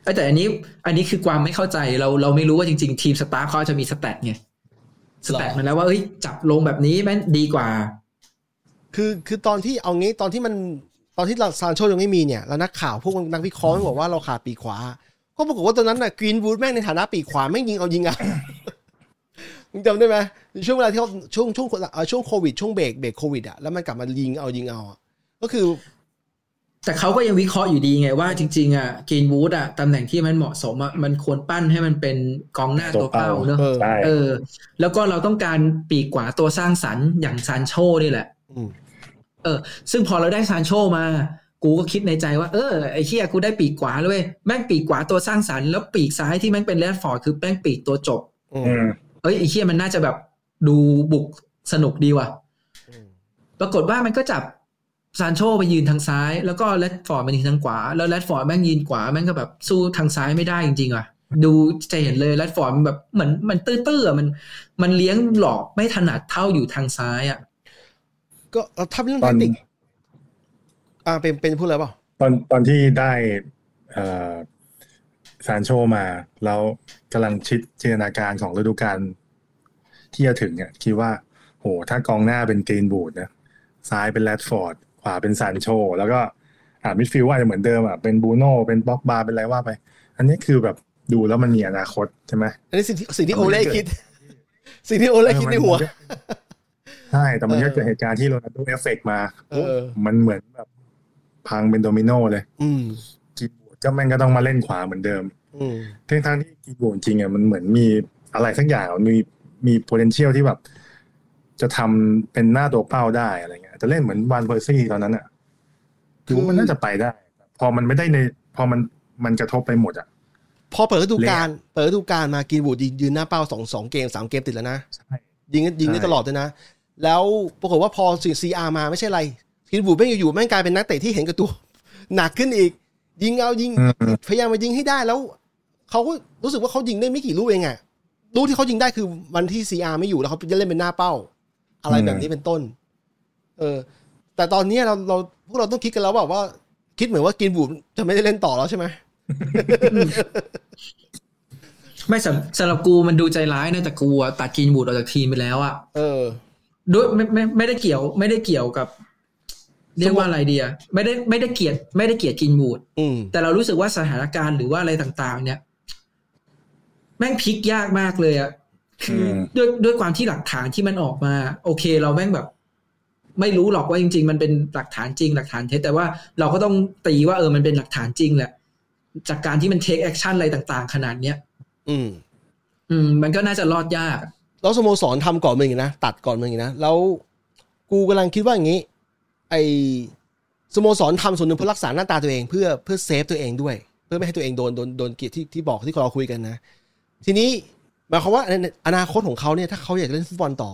เอ้ยแต่อันนี้ อันนี้คือความไม่เข้าใจเราเราไม่รู้ว่าจริง ๆ ทีมสตาร์เขาอาจจะมีสแตทไงสแตทมันแล้วว่าเอ้ยจับลงแบบนี้แม่งดีกว่า
คือคือตอนที่เอางี้ตอนที่มันตอนที่เราซานโชยังไม่มีเนี่ยแล้วนักข่าวพวกนักวิเคราะห์บอกว่าเราขาดปีกขวา ก็ปรากฏว่าตอนนั้นน่ะกรีนวูดแม่งในฐานะปีกขวาแม่งยิงเอายิ [LAUGHS] งอ่ะ มึงจำได้ไหมช่วงเวลาที่เขาช่วงช่วงเอ่อช่วงโควิดช่วงเบรกเบรกโควิดอ่ะแล้วมันกลับมายิงเอายิงเอาอะก็คือ
แต่เขาก็ยังวิเคราะห์อยู่ดีไงว่าจริงๆอ่ะกรีนวูดอ่ะตำแหน่งที่มันเหมาะสมอ่ะมันควรปั้นให้มันเป็นกองหน้าตัวเป้าเนอะ
เออ
ใช่
เออ แล้วก็เราต้องการปีกขวาตัวสร้างสรรค์อย่างซานโชนี่แหละ
อืม
เออ ซึ่งพอเราได้ซานโชมา กูก็คิดในใจว่า เออไอ้เชี่ยกูได้ปีกขวาแล้วเว้ยแม่งปีกขวาตัวสร้างสรรค์แล้วปีกซ้ายที่แม่งเป็นแรดฟอร์ดคือแม่งปีกตัวจบ
อื
อื
ม
ม
เอ้ยไอ้เชี่ยมันน่าจะแบบดูบุกสนุกดีว่ะ
อืม
ปรากฏว่ามันก็จับซานโชไปยืนทางซ้าย แล้วก็แรดฟอร์ดไปยืนทางขวา แล้วแรดฟอร์ดแม่งยืนขวาแม่งก็แบบสู้ทางซ้ายไม่ได้จริงๆอ่ะ ดูจะเห็นเลยแรดฟอร์ดมันแบบเหมือนมันตื้อๆอะมัน มันเลี้ยงหลอกไม่ถนัดเท่าอยู่ทางซ้ายอ่ะ
ก็เอาถ้าเป็นเรื่อง
ต
แท
อน
คติกอ่าเป็นเป็นพูดอะไรเปล่า
ตอนตอนที่ได้เอ่อซานโชมา แล้วกำลังชิดจินตนาการของฤดูกาลที่จะถึงเนี่ยคิดว่า โห ถ้ากองหน้าเป็นกรีนบูดนะซ้ายเป็นแรดฟอร์ด ขวาเป็นซานโช แล้วก็อ่ามิดฟิลด์ว่าจจะเหมือนเดิมอ่ะเป็นบูโน่เป็นบ็อกบาเป็นอะไรว่าไป อันนี้คือแบบดูแล้วมันมีอนาคตใช่ไหม
อันนี้สิ่งที่สิ่งที่
ทำ
โอ
ไม
เล่
เกิด
คิด สิ่งที่โอเล่คิดในหัว
เออมั
[LAUGHS]
ใช่ แต่มันก็
เออ
เกิดเหตุการณ์ที่โรนัลโดเอฟเฟกต์มา
เออ
มันเหมือนแบบพังเป็นโดมิโนเลย
อืม
กีบูดก็แม่งก็ต้องมาเล่นขวาเหมือนเดิม
อืม
ทั้งทที่กีบูดจริงอ่ะมันเหมือนมีอะไรสักอย่างมันมีมี potential ที่แบบ จะทำเป็นหน้าตัวเป้าได้อะไรเงี้ยจะเล่นเหมือนวานเพอร์ซี่ตอนนั้นอ่ะคือว่ามันน่าจะไปได้ พอมันไม่ได้ใน พอมันมันกระทบไปหมดอ่ะ
พอเปิดฤดู
เละ
กาลเปิดฤดูกาลมากินบูดยิงยืนหน้าเป้าสองสองเกมสามเกมติดแล้วนะ
ใช่
ยิงยิงได้
ใช่
ตลอดเลยนะ แล้วปรากฏว่าพอสิ่งซีอามาไม่ใช่ไรกินบูดแม่งอยู่ๆแม่งกลายเป็นนักเตะที่เห็นกับตัว [LAUGHS] หนักขึ้นอีก ยิงเอายิง
อืม
พยายามมายิงให้ได้แล้วเขาก็รู้สึกว่าเขายิงได้ไม่กี่ลูกเองอะลูกที่เขายิงได้คือวันที่ซีอาไม่อยู่แล้วเขาจะเล่นเป็นหน้าเป้า อะไร
อืม
แบบนี้เป็นต้น เออ แต่ตอนเนี้ยเราเราพวกเราต้องคิดกันแล้วแบบว่า คิดเหมือนว่ากินบูดจะไม่ได้เล่นต่อแล้วใช่ไหม
ไม่สำสำหรับกูมันดูใจร้ายนะแต่กูอะตัดกรีนบูดออกจากทีมไปแล้วอ่ะ
เออ
ด้วยไม่ไม่ไม่ได้เกี่ยว ไม่ได้เกี่ยวกับ เรียกว่าอะไรเดียไม่ได้ไม่ได้เกลียดไม่ได้เกลียดกรีนบูด
อืม
แต่เรารู้สึกว่าสถานการณ์หรือว่าอะไรต่างๆ เนี่ย แม่งพลิกยากมากเลยอะคืออ
ม
ด้วยด้วยความที่หลักฐานที่มันออกมา โอเค เราแม่งแบบ ไม่รู้หรอกว่าจริง ๆ มันเป็นหลักฐานจริง หลักฐานเท็จแต่ว่าเราก็ต้องตีว่าเออมันเป็นหลักฐานจริงแหละ จากการที่มันเทคแอคชั่นอะไรต่างๆ ขนาดเนี้ย
อืม
อืม มันก็น่าจะรอดยากอะ
แล้วสโมสรทำก่อนมึงอีกนะ ตัดก่อนมึงอีกนะ แล้วกูกำลังคิดว่าอย่างนี้ ไอสโมสรทำส่วนหนึ่งเพื่อรักษาหน้าตาตัวเองเพื่อเพื่อเซฟตัวเองด้วย เพื่อไม่ให้ตัวเองโดนโดนโดนเกียรติที่ที่บอกที่เราคุยกันนะ ทีนี้หมายความว่าในในอนาคตของเขาเนี่ยถ้าเขาอยากจะเล่นฟุตบอลต่อ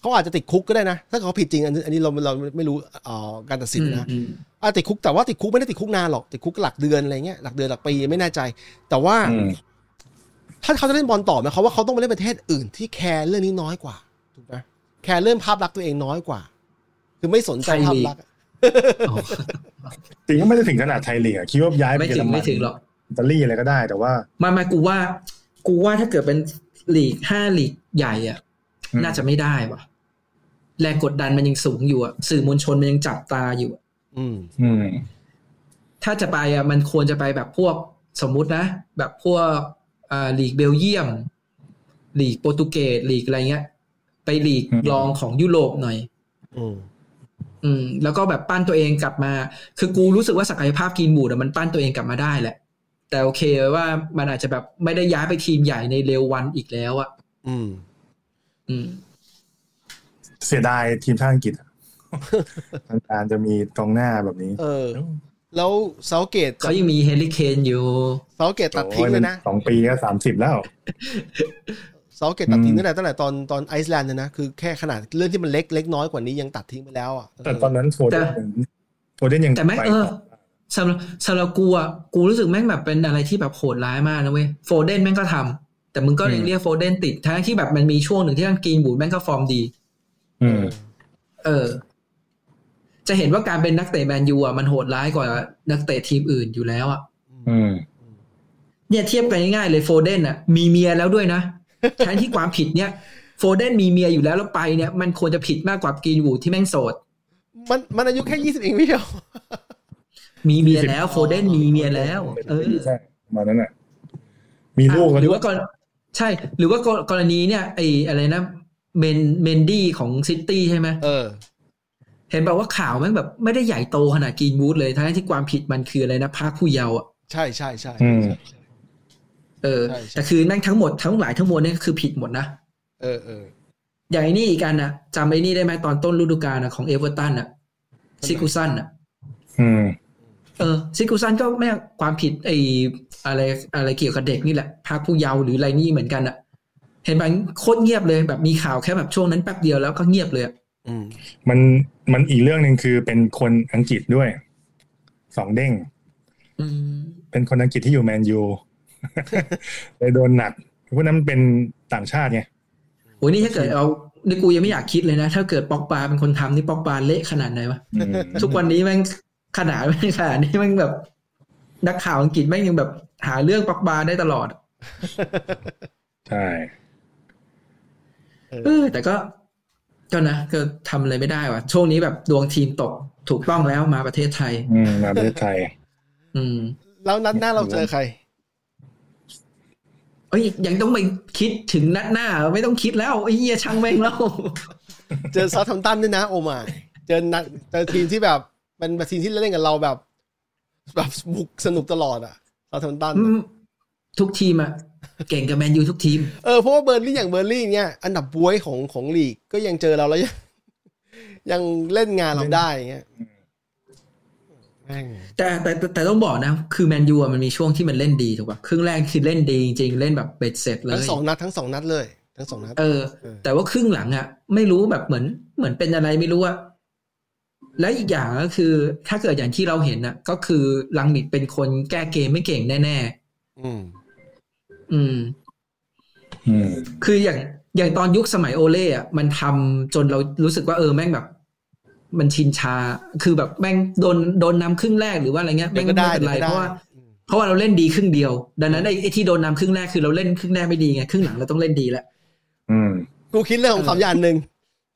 เขาอาจจะติดคุกก็ได้นะ ถ้าเขาผิดจริงอันนี้อันนี้เราเราไม่รู้เอ่อการตัดสินนะ
อืม
อ่ะติดคุกแต่ว่าติดคุกไม่ได้ติดคุกนานหรอกติดคุกหลักเดือนอะไรเงี้ยหลักเดือนหลักปีไม่แน่ใจ แต่ว่า
อืม
ถ้าเขาจะเล่นบอลต่อไหมเขามว่าเขาต้องไปเล่นประเทศอื่นที่แคร์เรื่องนี้น้อยกว่าถูกไหมแคร์เรื่องภาพลักษณ์ตัวเองน้อยกว่า คือไม่สนใจภาพลักษณ์
ๆโอ้
จริงก็ไม่ได้ถึงขนาดไทยลีกอะคิดว่าย้ายไป
ไม่
เยอ
ถึ
รง มั
ไม่
น
ถึงหรอก
อิตาลีอะไรก็ได้ แต่ว่า
ไมามากูว่า กูว่าถ้าเกิดเป็นหลีกห้าหลีกใหญ่อะ
อืม
น่าจะไม่ได้ว่ะ แรงกดดันมันยังสูงอยู่อะสื่อมวลชนมันยังจับตาอยู่อะ
อืม
อืม
ถ้าจะไปอะมันควรจะไปแบบพวกสมมุตินะ แบบพวกเอ่อหลีกเบลเยียมหลีกโปรตุเกสหลีกอะไรเงี้ย ไปหลีก
อืม
รองของยุโรปหน่อย
อืม
อืม แล้วก็แบบปั้นตัวเองกลับมา คือกูรู้สึกว่าศักยภาพกรีนบูดอะมันปั้นตัวเองกลับมาได้แหละ แต่โอเคว่ามันอาจจะแบบไม่ได้ย้ายไปทีมใหญ่ในเร็ววันอีกแล้วอะ
อืม
อืม
เสียดายทีมชาติอังกฤษอะ ทางการจะมีกองหน้าแบบนี้
เออ แล้วเซาเกต
เขายังมีเฮลิเคนอยู่
เซาเกตตัดทิ้งเลยนะ
โอ้ยมัสองปีก็สามสิบแล้ว
เซาเกตตัดทิ้ง
อืม
ตั้งแต่ตั้งแต่ตอนตอนไอซ์แลนด์เลยนะ คือแค่ขนาดเรื่องที่มันเล็กเล็กน้อยกว่านี้ยังตัดทิ้งไปแล้วอ่ะ
แต่ตอนนั้นโฟเดน
แต่
โฟเดนยัง
แต่แม่ง
ไป
เออสำหรับสำหรับกูอ่ะกูรู้สึกแม่งแบบเป็นอะไรที่แบบโหดร้ายมากนะเว้ยโฟเดนแม่งก็ทำแต่มึงก็ยังเรียกโฟเดนติดทั้งที่แบบมันมีช่วงหนึ่งที่ทั้งกรีนบูดแม่งก็ฟอร์มดี
เอ
อืม
อ
เออ จะเห็นว่าการเป็นนักเตะแมนยูอ่ะมันโหดร้ายกว่านักเตะทีมอื่นอยู่แล้วอ่ะ
อื
อืม
ม
เนี่ยเทียบกันง่ายๆเลยโฟเดนอ่ะมีเมียแล้วด้วย
[LAUGHS]
นะทั้งที่ความผิดเนี่ยโฟเดนมีเมียอยู่แล้วแล้วไปเนี่ยมันควรจะผิดมากกว่ากรีนวูดที่แม่งโสด
มันมันอายุแค่ยี่สิบเองพี่เดียว
มีเมีย
20
แล้วโฟเดนมีเมียแล้ว เออ
ใช่ประมาณนั้นน่ะ มีลูกกัน
หรื
ด้
อ
ว
ว่าย กรใช่ หรือว่ากรกรณีเนี่ยไออะไรนะเมนเมนดี้ของซิตี้ใช่ไหม
เออ
เห็นบอกว่าข่าวแม่งแบบไม่ได้ใหญ่โตขนาดกรีนวูดเลยทั้งที่ความผิดมันคืออะไรนะพรากผู้เยาว์อะ
ใช่ใช่ใช่
อืม
เออ
ใช่ใช่
แต่คือนั่งทั้งหมดทั้งหลายทั้งมวลเนี่ยคือผิดหมดนะ
เออเออ
อย่างไอ้นี่อีกอันนะจำไอ้นี่ได้ไหมตอนต้นฤดูกาลนะของเอเวอร์ตันอะ
คนไหน
ซิกูซันอะ
อืม
เออซิกูซันก็แม่งความผิดไออะไรอะไรเกี่ยวกับเด็กนี่แหละพรากผู้เยาว์หรืออะไรนี่เหมือนกันอะเห็นไหมโคตรเงียบเลยแบบมีข่าวแค่แบบช่วงนั้นแป๊บเดียวแล้วก็เงียบเลยอะ
อืม [LAUGHS]
มันมันอีกเรื่องหนึ่งคือเป็นคนอังกฤษด้วย สองเด้ง
อืม
เป็นคนอังกฤษที่อยู่แมน
[LAUGHS]
ยู เลยโดนหนักพวกนั้นมันเป็นต่างชาติไง
โอ้ยนี่ถ้าเกิดเอานี่กูยังไม่อยากคิดเลยนะ ถ้าเกิดปอกปลาเป็นคนทำนี่ปอกปลาเละขนาดไหนวะ
อืม
ทุกวันนี้แม่งขนาดแม่งขนาดนี้แม่งแบบ นักข่าวอังกฤษแม่งยังแบบหาเรื่องปอกปลาได้ตลอด
ใช่
เออ
เออ แต่ก็ก็นะก็ทำอะไรไม่ได้ว่ะ ช่วงนี้แบบดวงทีมตกถูกต้องแล้วมาประเทศไทย
อืมมาประเทศไทย
อืม
แล้วนัดหน้าเราเจอใคร
เอ้ยยังต้องไปคิดถึงนัดหน้า ไม่ต้องคิดแล้วไอ้เหี้ยช่างแม่งแล้ว [LAUGHS]
เจอซา u ท h มตันด้วยนะโอมาเจอนักเจอทีมที่แบบเป็นทีมที่เล่นกับเราแบบ แบบบุกสนุกตลอดอะซา u ท h มตัน
อืมทุกทีมอะเก่งกับแมนยูทุกทีม
เออเพราะว่าเบอร์ลี่อย่างเบอร์ลี่เนี่ย อันดับบวยของของลีกก็ยังเจอเราแล้ว [LAUGHS] ยังยังเล่นงานเราได้อย่างเงี้ยแม่ง
แต่แต่แต่แต่ต้องบอกนะ คือแมนยูอะมันมีช่วงที่มันเล่นดีถูกป่ะครึ่งแรกคือเล่นดีจริงๆ เล่นแบบเบ็ดเสร็จเล
ทั้
ย
งสองนัดทั้งสองนัดเลย ทั้งสองนัด
เออ
เออ
แต่ว่าครึ่งหลังอะไม่รู้แบบเหมือนเหมือนเป็นอะไรไม่รู้อะและอีกอย่างก็คือ ถ้าเกิดอย่างที่เราเห็นนะก็คือลังมิดเป็นคนแก้เกมไม่เก่งแน่
อืม
ๆอืม
อืม
คืออย่างอย่างตอนยุคสมัยโอเล่อะมันทำจนเรารู้สึกว่าเออแม่งแบบ มันชินชา คือแบบแม่งโดนโดนนำครึ่งแรกหรือว่าอะไรเงี้ย
เดี๋ยว
แม่ง
ก็ได้
ไม่เป็น
เดี๋ยวก็ได้
ไรเพราะว่า เพราะว่าเราเล่นดีครึ่งเดียว ดังนั้นไอ้ไอ้ที่โดนนำครึ่งแรกคือเราเล่นครึ่งแรกไม่ดีไงครึ่งหลังเราต้องเล่นดีแล้ว
อืม
กูคิดเรื่องของสามอย่างหนึ่ง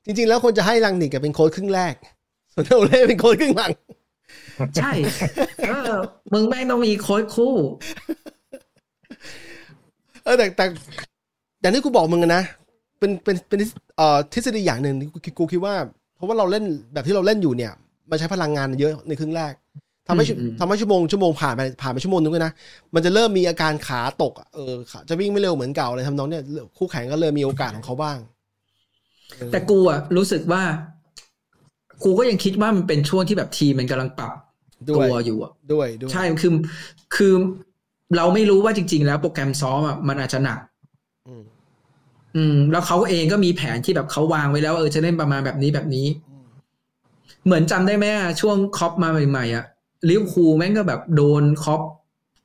จริง ๆ แล้วควรจะให้ลังนิกอะเป็นโค้ชครึ่งแรก [LAUGHS] ส่วนโอเล่เป็นโค้ชครึ่งหลัง
ใช่ เออมึงแม่งต้องมีโค้ชคู่
เออแต่แต่อย่างที่กูบอกมึงอะนะเป็นเป็นเป็นเอ่อทฤษฎีอย่างหนึ่งที่กูกูคิดว่า เพราะว่าเราเล่นแบบที่เราเล่นอยู่เนี่ย มันใช้พลังงานเยอะในครึ่งแรกทำให้ชั่ว
อืมอืม
ทำให้ชั่วโมงชั่วโมงผ่านไปผ่านไปชั่วโมงนึงก็นะมันจะเริ่มมีอาการขาตกอะเออขาจะวิ่งไม่เร็วเหมือนเก่าอะไรทำนองเนี่ยคู่แข่งก็เลยมีโอกาสของเขาบ้างเออ
แต่กูอะรู้สึกว่า กูก็ยังคิดว่ามันเป็นช่วงที่แบบทีมมันกำลังปรับ
ด้
ตัว วย อยู่อะ
ด้วยด้วย
ใช่คือคือเราไม่รู้ว่าจริง ๆ แล้วโปรแกรมซ้อมอะมันอาจจะหนัก
อืม
อืม แล้วเขาเองก็มีแผนที่แบบเขาวางไว้แล้วว่าเออจะเล่นประมาณแบบนี้แบบนี้ เหมือนจำได้ไหมอะช่วงคอปมาใหม่ๆอะลิเวอร์พูลแม่งก็แบบโดนคอป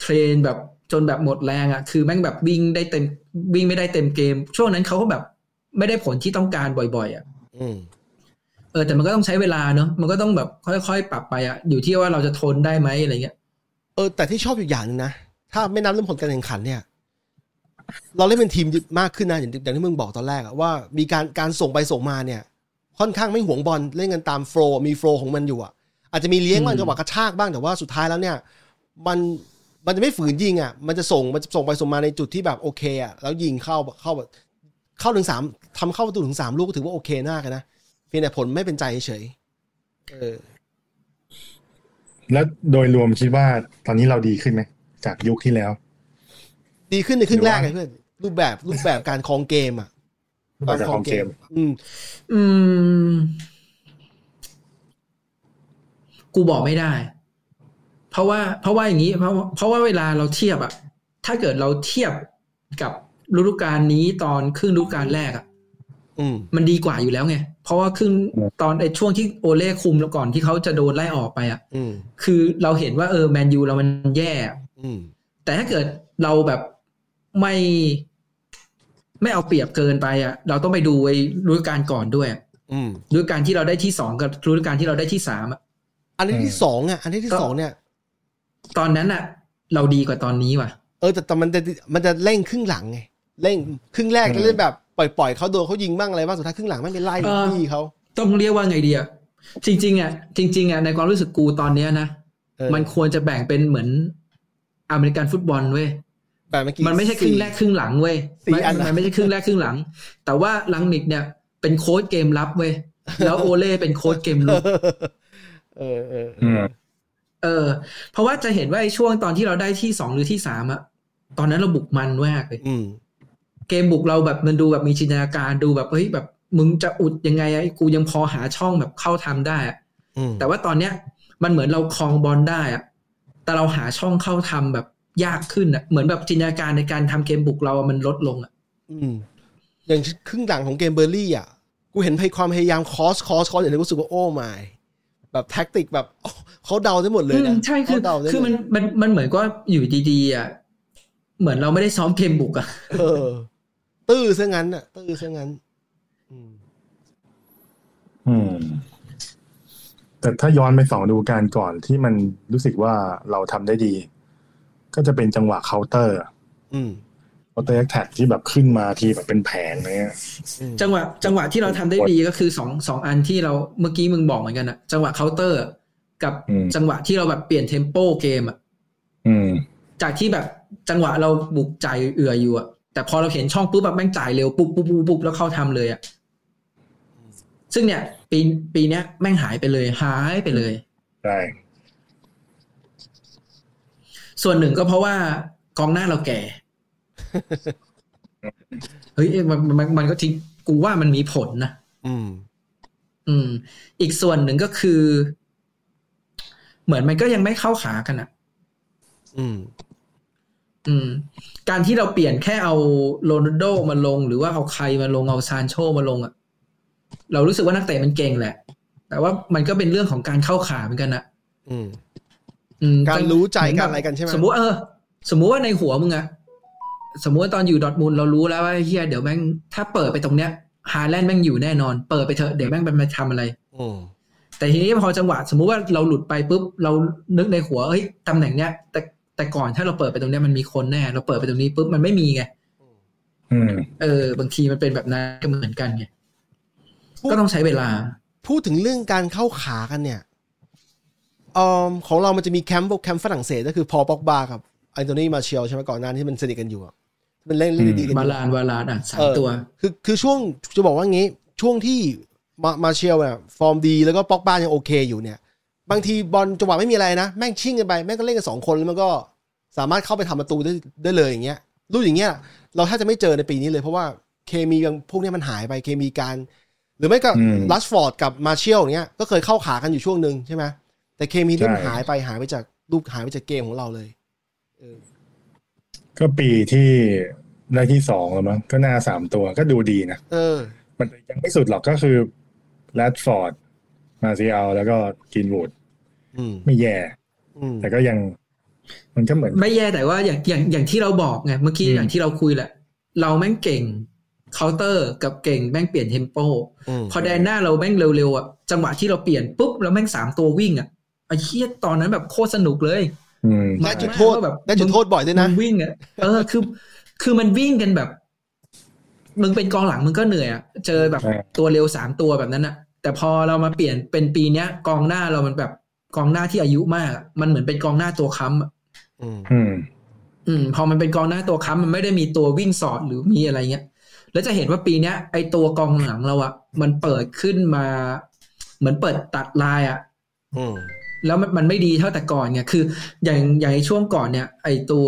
เทรนแบบจนแบบหมดแรงอะคือแม่งแบบวิ่งได้เต็มวิ่งไม่ได้เต็มเกม ช่วงนั้นเขาก็แบบไม่ได้ผลที่ต้องการบ่อยๆอะ
อืม
เออแต่มันก็ต้องใช้เวลาเนอะมันก็ต้องแบบค่อยๆ ปรับไปอะอยู่ที่ว่าเราจะทนได้ไหมอะไรเงี้ย
เออ แต่ที่ชอบอยู่อย่างหนึงนะถ้าไม่นับเรื่องผลการแข่งขันเนี่ย เราเล่นเป็นทีมมากขึ้นนะอย่างที่อย่างที่มึงบอกตอนแรกอะว่ามีการการส่งไปส่งมาเนี่ย ค่อนข้างไม่หวงบอลเล่นกันตามโฟลว์มีโฟลว์ของมันอยู่อะอาจจะมีเลี้ยงบ้าง
อืม
จังหวะกระชากบ้างแต่ว่าสุดท้ายแล้วเนี่ย มันมันจะไม่ฝืนยิงอะมันจะส่งมันจะส่งไปส่งมาในจุดที่แบบโอเคอะแล้วยิงเข้าเข้าเข้าถึงสามทำเข้าประตูถึงสามลูกก็ถือว่าโอเคน่ากันนะเพียงแต่ผลไม่เป็นใจเฉยๆเออ
แล้วโดยรวมคิดว่าตอนนี้เราดีขึ้นไหม จากยุคที่แล้ว
ดีขึ้นในครึ่งแรก
หรือ
ไง
ว่า
เพื่อนรูปแบบรูปแบบการครองเกมอะ
ต่อจากของเกม
อืม
อืม กูบอกไม่ได้ เพราะว่าเพราะว่าอย่างนี้เพราะเพราะว่าเวลาเราเทียบอะถ้าเกิดเราเทียบกับฤดูกาลนี้ตอนครึ่งฤดูกาลแรกอะ
อืม
มันดีกว่าอยู่แล้วไง เพราะว่าครึ่ง
อืม
ตอนไอ้ช่วงที่โอเล่คุมแล้วก่อนที่เขาจะโดนไล่ออกไปอะ
อืม
คือเราเห็นว่าเออแมนยูเรามันแย่
อืม
แต่ถ้าเกิดเราแบบไม่ไม่เอาเปรียบเกินไปอะเราต้องไปดูไอ้ฤดูกาลก่อนด้วยอะ
อืม
ฤดูกาลที่เราได้ที่สองกับฤดูกาลที่เราได้ที่สามอะ
อันนี้ที่สองอ่ะ อันนี้ที่สองเนี่ย
ตอนนั้นอะเราดีกว่าตอนนี้ว่ะ
เออแต่แต่มันจะมันจะเร่งครึ่งหลังไงเร่งครึ่งแรก
อืม
จะเล่นแบบปล่อยปล่อยเขาโดนเขายิงบ้างอะไรบ้างสุดท้ายครึ่งหลังไม่เป็นไล่
เออ
พี่เขา
ต้องเรียกว่าไงดีอะจริง ๆอะจริงๆอะในความรู้สึกกูตอนเนี้ยนะ
เออ
มันควรจะแบ่งเป็นเหมือนอเมริกันฟุตบอลเว้ย
แบบเมื่อกี้
มันไม่ใช่ครึ่งแรกครึ่งหลังเว้ย
สี่อันนะ
มันไม่ใช่ครึ่งแรกครึ่งหลัง แต่ว่าลังนิกเนี่ยเป็นโค้ชเกมรับเว้ยแล้วโอเล่เป็นโค้ชเกมลุก
เออเออเอ
อื
อ
ม
เออ เพราะว่าจะเห็นว่าไอ้ช่วงตอนที่เราได้ที่สองหรือที่สามอะตอนนั้นเราบุกมันมากเลย
อืม
เกมบุกเราแบบมันดูแบบมีจินตนาการดูแบบเฮ้ยแบบมึงจะอุดยังไงอะไอ้กูยังพอหาช่องแบบเข้าทำได้อะ
อืม
แต่ว่าตอนเนี้ย มันเหมือนเราคลองบอลได้อะแต่เราหาช่องเข้าทำแบบยากขึ้นอะเหมือนแบบจินตนาการในการทำเกมบุกเราอะมันลดลงอะ
อืมอย่างครึ่งหลังของเกมเบอร์ลี่อ่ะกูเห็นพยความพยายามคอสคอสคอสอย่างนี้กูรู้สึกว่าโอ้ไม่แบบแท็กติกแบบ [LAUGHS] โอ้เขาเดาได้หมดเลย
อื
นะ
มใช่คือ
เขาเดาได้
คือมัน
เลย
มันมันเหมือนก็อยู่ดีๆอะเหมือนเราไม่ได้ซ้อมเกมบุกอะ
เออ ตื้อซะงั้นอ่ะ ตื้อซะงั้น อืม
อืม แต่ถ้าย้อนไปสองดูการก่อนที่มันรู้สึกว่าเราทำได้ดี ก็จะเป็นจังหวะเคาน์เตอร์
อืม
เคาน์เตอร์แท็กที่แบบขึ้นมาทีแบบเป็นแผงอะไรเงี้ย
อืม
จังหวะจังหวะที่เราทำได้ดีก็คือสองสองอันที่เราเมื่อกี้มึงบอกเหมือนกันอะจังหวะเคาน์เตอร์ กับ
อืม
จังหวะที่เราแบบเปลี่ยนเทมโปเกมอะ
อืม
จากที่แบบจังหวะเราบุกใจายเอืออยู่อะแต่พอเราเห็นช่องปุ๊บแบบแม่งจ่ายเร็วปุ๊บปุ๊บปุ๊บปุ๊บแล้วเข้าทำเลยอะซึ่งเนี่ย ปีปีเนี้ยแม่งหายไปเลย หายไปเลย
ได้
ส่วนหนึ่งก็เพราะว่ากองหน้าเราแก่
[LAUGHS]
เฮ้ยเอ้ยมันมันมันก็จริงกูว่ามันมีผลนะ
อืม
อืม อีกส่วนหนึ่งก็คือ เหมือนมันก็ยังไม่เข้าขากันอะ
อืม
อืมการที่เราเปลี่ยนแค่เอาโรนัลโดมาลง หรือว่าเอาใครมาลงเอาซานโชมาลงอะเรารู้สึกว่านักเตะมันเก่งแหละ แต่ว่ามันก็เป็นเรื่องของการเข้าขาเหมือนกันนะ
อืม
อืม
การรู้ใจ
เหมื
การอะไรกันใช่ไหม
สมมุติเออ สมมุติว่าในหัวมึงอะสมมุติว่าตอนอยู่ดอร์ทมุนด์เรารู้แล้วว่าเฮียเดี๋ยวแม่งถ้าเปิดไปตรงเนี้ยฮาแลนด์แม่งอยู่แน่นอน เปิดไปเถอะเดี๋ยวแม่งมันมาทำอะไร
อืม
แต่ทีนี้พอจังหวะสมมุติว่าเราหลุดไปปุ๊บเรานึกในหัวเฮ้ยตำแหน่งเนี้ย แต่แต่ก่อนถ้าเราเปิดไปตรงเนี้ยมันมีคนแน่ เราเปิดไปตรงนี้ปุ๊บมันไม่มีไง
อืม
เออบางทีมันเป็นแบบนั้นก็เหมือนกันไง
พูด
ก็ต้องใช้เวลา
พูดถึงเรื่องการเข้าขากันเนี่ยเออของเรามันจะมีแคมป์แคมป์ฝรั่งเศสก็คือพอป็อกบากับไอนโทนีมาเชลใช่ไหมก่อนหน้าที่มันสนิทกันอยู่อะที่มันเล่นเล่นดีๆกันอบ
า
ยู่
ลานวาลานอ่ะสา
เอ
ม
อ
ตัว
คือคือช่วงจะบอกว่างี้ ช่วงที่มามาเชลเนี่ยฟอร์มดีแล้วก็ป็อกบายังโอเคอยู่เนี่ย บางทีบอลจังหวะไม่มีอะไรนะ แม่งชิ่งกันไป แม่งก็เล่นกันสองคนแล้วมันก็สามารถเข้าไปทำประตูได้ได้เลยอย่างเงี้ยรูปอย่างเงี้ยเราถ้าจะไม่เจอในปีนี้เลย เพราะว่าเคมีบางพวกเนี้ยมันหายไปเคมีการ หรือไม่ก็
อืม
ลัชฟอร์ดกับมาเชลเนี้ยก็เคยเข้าขากันอยู่ช่วงหนึ่งใช่ไหมแต่เคมีเริ่ม
ใช่
หายไปหายไปจากรูปหายไปจากเกมของเราเลย
ก็ปีที่ได้ที่สองแล้วมั้งก็หน้าสามตัวก็ดูดีนะ
เออ
มันยังไม่สุดหรอกก็คือแรดฟอร์ด มาซีเอาแล้วก็กินวูด
อืม
ไม่แย่
อืม
แต่ก็ยัง มันก็เหมือน
ไม่แย่แต่ว่าอย่างอย่างอย่างที่เราบอกไงเมื่อกี้
อืม
อย่างที่เราคุยแหละ เราแม่งเก่งเคาน์เตอร์กับเก่งแม่งเปลี่ยนเทมโป
อืม
พอแดนหน้าเราแม่งเร็วๆอ่ะจังหวะที่เราเปลี่ยนปุ๊บแล้วแม่งสามตัววิ่งอ่ะไอ้เชี่ยตอนนั้นแบบโคตรสนุกเลย
อืม
ได้จุดโทษ
แบบ
ได้จุดโทษบ่อยด้วยนะ
มัวิ่งอ่ะเออคือ คือมันวิ่งกันแบบ มึงเป็นกองหลังมึงก็เหนื่อยอ่ะเจอแบบ
ใช่
ตัวเร็วสามตัวแบบนั้นอ่ะ แต่พอเรามาเปลี่ยนเป็นปีเนี้ย กองหน้าเรามันแบบกองหน้าที่อายุมากอะมันเหมือนเป็นกองหน้าตัวค้ำอะ
อืม
อืม
อืม พอมันเป็นกองหน้าตัวค้ำมันไม่ได้มีตัววิ่งสอดหรือมีอะไรเงี้ย แล้วจะเห็นว่าปีเนี้ย ไอตัวกองหลังเราอ่ะมันเปิดขึ้นมา เหมือนเปิดตัดลายอ่ะ
อืม
แล้วมันมันไม่ดีเท่าแต่ก่อนไง คืออย่างอย่างในช่วงก่อนเนี่ย ไอตัว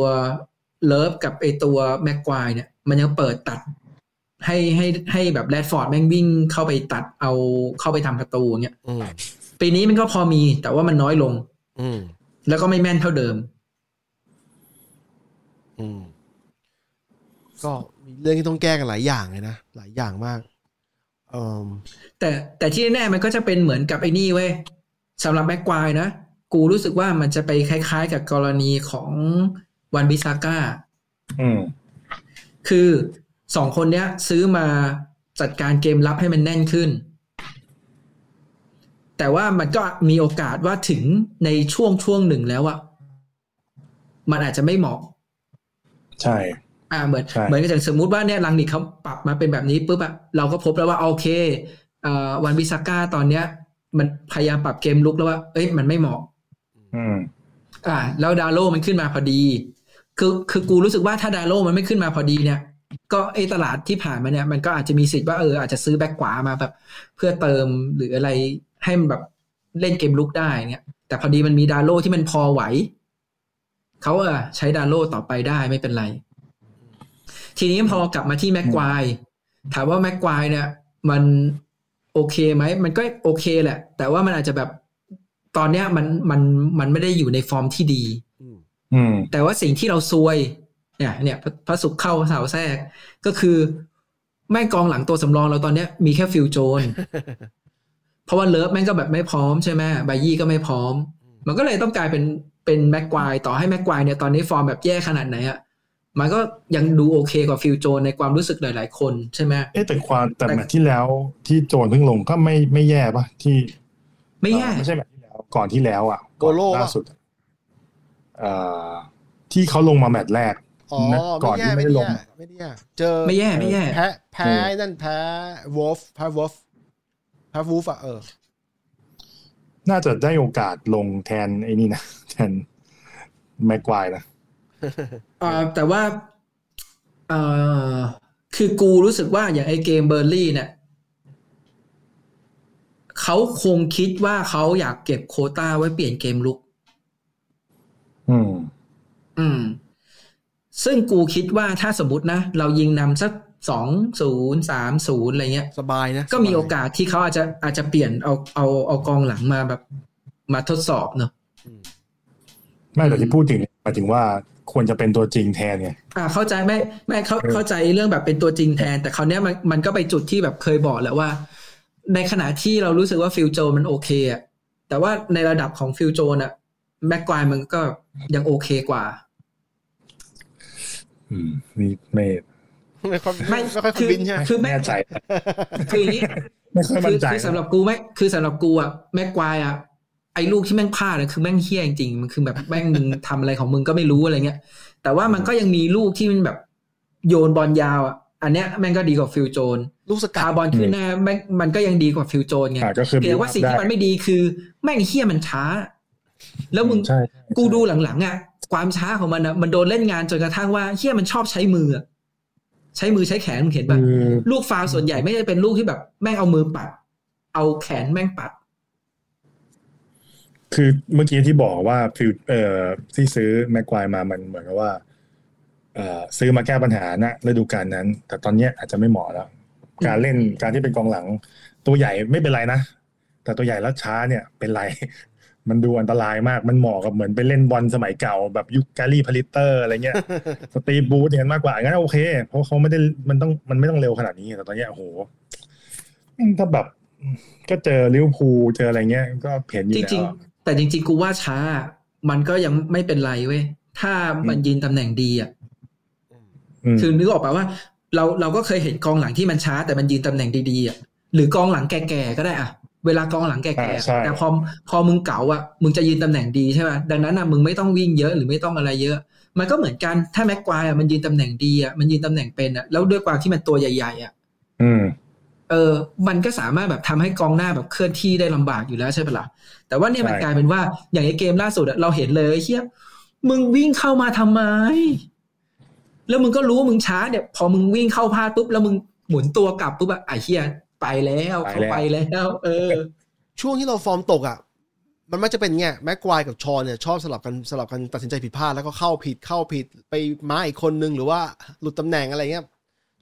เลิฟกับไอตัวแม็กควายเนี่ย มันยังเปิดตัด ให้ให้ให้แบบแรดฟอร์ดแม่งวิ่งเข้าไปตัดเอาเข้าไปทำประตูอย่างเงี้ย
อืม
ปีนี้มันก็พอมีแต่ว่ามันน้อยลง
อืม
แล้วก็ไม่แม่นเท่าเดิม
อืม ก็มีเรื่องที่ต้องแก้กันหลายอย่างเลยนะ หลายอย่างมาก เอม
แต่แต่ที่แน่ๆมันก็จะเป็นเหมือนกับไอ้นี่เว้ยสำหรับแม็กควายนะ กูรู้สึกว่ามันจะไปคล้ายๆ กับกรณีของวันบิซาก้า
อืม
คือสองคนเนี้ย ซื้อมาจัดการเกมรับให้มันแน่นขึ้น แต่ว่ามันก็มีโอกาสว่าถึงในช่วงช่วงหนึ่งแล้วอะมันอาจจะไม่เหมาะ
ใช่
อ่าเหมือน
ใช่
เหมือนกับอย่างสมมุติว่าเนี่ยลังนิกเขาปรับมาเป็นแบบนี้ปุ๊บอะเราก็พบแล้วว่าโอเคเอ่อวันบิซาก้าตอนเนี้ย มันพยายามปรับเกมลุกแล้วว่า เอ้ยมันไม่เหมาะ
อืม
อ่า แล้วดาโลมันขึ้นมาพอดี คือคือกูรู้สึกว่าถ้าดาโลมันไม่ขึ้นมาพอดีเนี่ย ก็ไอตลาดที่ผ่านมาเนี่ย มันก็อาจจะมีสิทธิ์ว่าเอออาจจะซื้อแบ็กขวามาแบบ เพื่อเติมหรืออะไรให้มันแบบเล่นเกมลุกได้เนี่ยแต่พอดีมันมีดาโลที่มันพอไหวเขาเออใช้ดาโลต่อไปได้ไม่เป็นไร ทีนี้พอกลับมาที่แม็กควายถามว่าแม็กควายเนี่ย มันโอเคไหมมันก็โอเคแหละ แต่ว่ามันอาจจะแบบตอนเนี้ยมันมันมันไม่ได้อยู่ในฟอร์มที่ดี
อืม
อืม
แต่ว่าสิ่งที่เราซวย เนี่ยเนี่ยพระพระสุขเข้าเสาแทรก ก็คือแม่งกองหลังตัวสำรองเราตอนเนี้ยมีแค่ฟิลโจน เพราะว่าเลิฟแม่งก็แบบไม่พร้อมใช่ไหมบายี่ก็ไม่พร้อม มันก็เลยต้องกลายเป็นเป็นแม็กควายต่อให้แม็กควายเนี่ยตอนนี้ฟอร์มแบบแย่ขนาดไหนอะมันก็ยังดูโอเคกว่าฟิลโจนในความรู้สึกหลาย ๆ คนใช่ไหม
เอ๊ะแต่ความแต่
แต่
แมตช์ที่แล้วที่โจนเพิ่งลงก็ไม่ไม่แย่ปะที่
ไม่แย่
เอ่อไม่ใช่แมตช์ที่แล้วก่อนที่แล้วอ่ะ
โกโล่ปะ
ล่าสุดอะเอ่อที่เขาลงมาแมตช์แรก
อ๋อ
ก่
ไม่
อนที่
แย่ไม่
ไม่ได้ลง
แย่ไม่แย่เจอ
ไม่แย่ไม่แย่
แพ้แพ้ไอ้นั่นแพ้วอลฟแพ้วอลฟแพ้วูฟอะ [LAUGHS] เออ
น่าจะได้โอกาสลงแทนไอ้นี่นะ [LAUGHS] แทนแม็กควายนะ
เอ่อแต่ว่าเอ่อคือกูรู้สึกว่าอย่างไอเกมเบอร์ลี่เนี่ยเขาคงคิดว่าเขาอยากเก็บโควต้าไว้เปลี่ยนเกมลุก
อืม
อืม ซึ่งกูคิดว่าถ้าสมมตินะ เรายิงนำสักสองศูนย์สามศูนย์อะไรเงี้ย
สบายนะ
ก็มีโอกาสที่เขาอาจจะอาจจะเปลี่ยนเอาเอาเอากองหลังมาแบบ มาทดสอบเนอะ
อืม
ไม่แต่
อื
ที่
ม
พูดถึงหมายถึงว่าควรจะเป็นตัวจริงแทนไง
อ่าเข้าใจไม่ไม่เข้าเข้าใจเรื่องแบบเป็นตัวจริงแทน แต่คราวเนี้ยมันมันก็ไปจุดที่แบบเคยบอกแหล้วว่า ในขณะที่เรารู้สึกว่าฟิลโจนมันโอเคอะแต่ว่าในระดับของฟิลโจนอะแม็กควายมันก็ยังโอเคกว่า
อืม นี่ไม่
ไม่ค่อย
ไม่
ไม่ค่อยคุ
คื
ณ
อ
บินใช่ไหม
คือไม่
แน่ใจ
คืออย่าง [LAUGHS] นี้
ไม่ค่อย
คื
มั่
อน
ใจ
คือสำหรับกูไม่คือสำหรับกูอะแม็กควายอะไอ้ลูกที่แม่งพลาดอะคือแม่งเฮี้ยจริงๆมันคือแบบแม่งมึงทำอะไรของมึงก็ไม่รู้อะไรเงี้ย แต่ว่ามันก็ยังมีลูกที่มันแบบโยนบอลยาวอะอันเนี้ยแม่งก็ดีกว่าฟิลโจน
ลูกสกั
คา
ด
ร์บอนขึ้นหน้าแม่งมันก็ยังดีกว่าฟิวโจนไง
อ่ะก็คือ
เพียงว่าสิ่งที่มันไม่ดีคือ แม่งเฮี้ยมันช้า แล้วมึง
ใช่ใช่
กูดูหลังๆอ่ะความช้าของมันอ่ะมันโดนเล่นงานจนกระทั่งว่าเฮี้ยมันชอบใช้มืออะใช้มือใช้แขนมึงเห็นป่ะ
คือ
ลูกฟาวล์ส่วนใหญ่ไม่ได้เป็นลูกที่แบบ แม่งเอามือปัด เอาแขนแม่งปัด
คือเมื่อกี้ที่บอกว่าฟิลเอ่อที่ซื้อแม็กควายมามันเหมือนกับว่า เอ่อซื้อมาแก้ปัญหาณฤดูกาลนั้น แต่ตอนเนี้ยอาจจะไม่เหมาะแล้ว การเล่นการที่เป็นกองหลัง ตัวใหญ่ไม่เป็นไรนะ แต่ตัวใหญ่แล้วช้าเนี่ยเป็นไร [LAUGHS] มันดูอันตรายมากมันเหมาะกับเหมือนไปเล่นบอลสมัยเก่าแบบยุคกาลี่พลิตเตอร์อะไรเงี้ย สตีฟบูธอย่างนั้นมากกว่างั้นโอเค เพราะเขาไม่ได้มันต้องมันไม่ต้องเร็วขนาดนี้แต่ตอนเนี้ยโอ้โหแม่งถ้าแบบก็เจอลิเวอร์พูลเจออะไรเงี้ย ก็เห็นอยู่
จ
แล้ว
ริง
อะ
ๆ แต่จริง ๆ กูว่าช้า มันก็ยังไม่เป็นไรเว้ยถ้ามันยืนตำแหน่งดีอ่ะ
อืม
คือนึกออกปะว่าเราเราก็เคยเห็นกองหลังที่มันช้า แต่มันยืนตำแหน่งดีๆอ่ะหรือกองหลังแก่ๆก็ได้อ่ะ เวลากองหลังแก่ๆอะแต่พอพอมึงเก๋าอ่ะมึงจะยืนตำแหน่งดีใช่ไหมดังนั้นอ่ะมึงไม่ต้องวิ่งเยอะหรือไม่ต้องอะไรเยอะ มันก็เหมือนกันถ้าแม็กควายอ่ะมันยืนตำแหน่งดีอ่ะมันยืนตำแหน่งเป็นอ่ะแล้วด้วยความที่มันตัวใหญ่ๆอ่ะ
อืม
เออมันก็สามารถแบบทำให้กองหน้าแบบเคลื่อนที่ได้ลำบากอยู่แล้วใช่ปะล่ะแต่ว่าเนี่ยมัน
ใช่
กลายเป็นว่าอย่างไอเกมล่าสุดอะเราเห็นเลยเฮียมึงวิ่งเข้ามาทำไม แล้วมึงก็รู้ว่ามึงช้าเนี่ยพอมึงวิ่งเข้าพลาดปุ๊บแล้วมึงหมุนตัวกลับปุ๊บอะไอ้เฮียไปแล้วเขาไปแล้ว เออ
ช่วงที่เราฟอร์มตกอ่ะ มันมักจะเป็นเงี้ยแม็กควายกับชอนเนี่ยชอบสลับกันสลับกันตัดสินใจผิดพลาดแล้วก็เข้าผิดเข้าผิดไปม้าอีกคนนึงหรือว่าหลุดตำแหน่งอะไรเงี้ย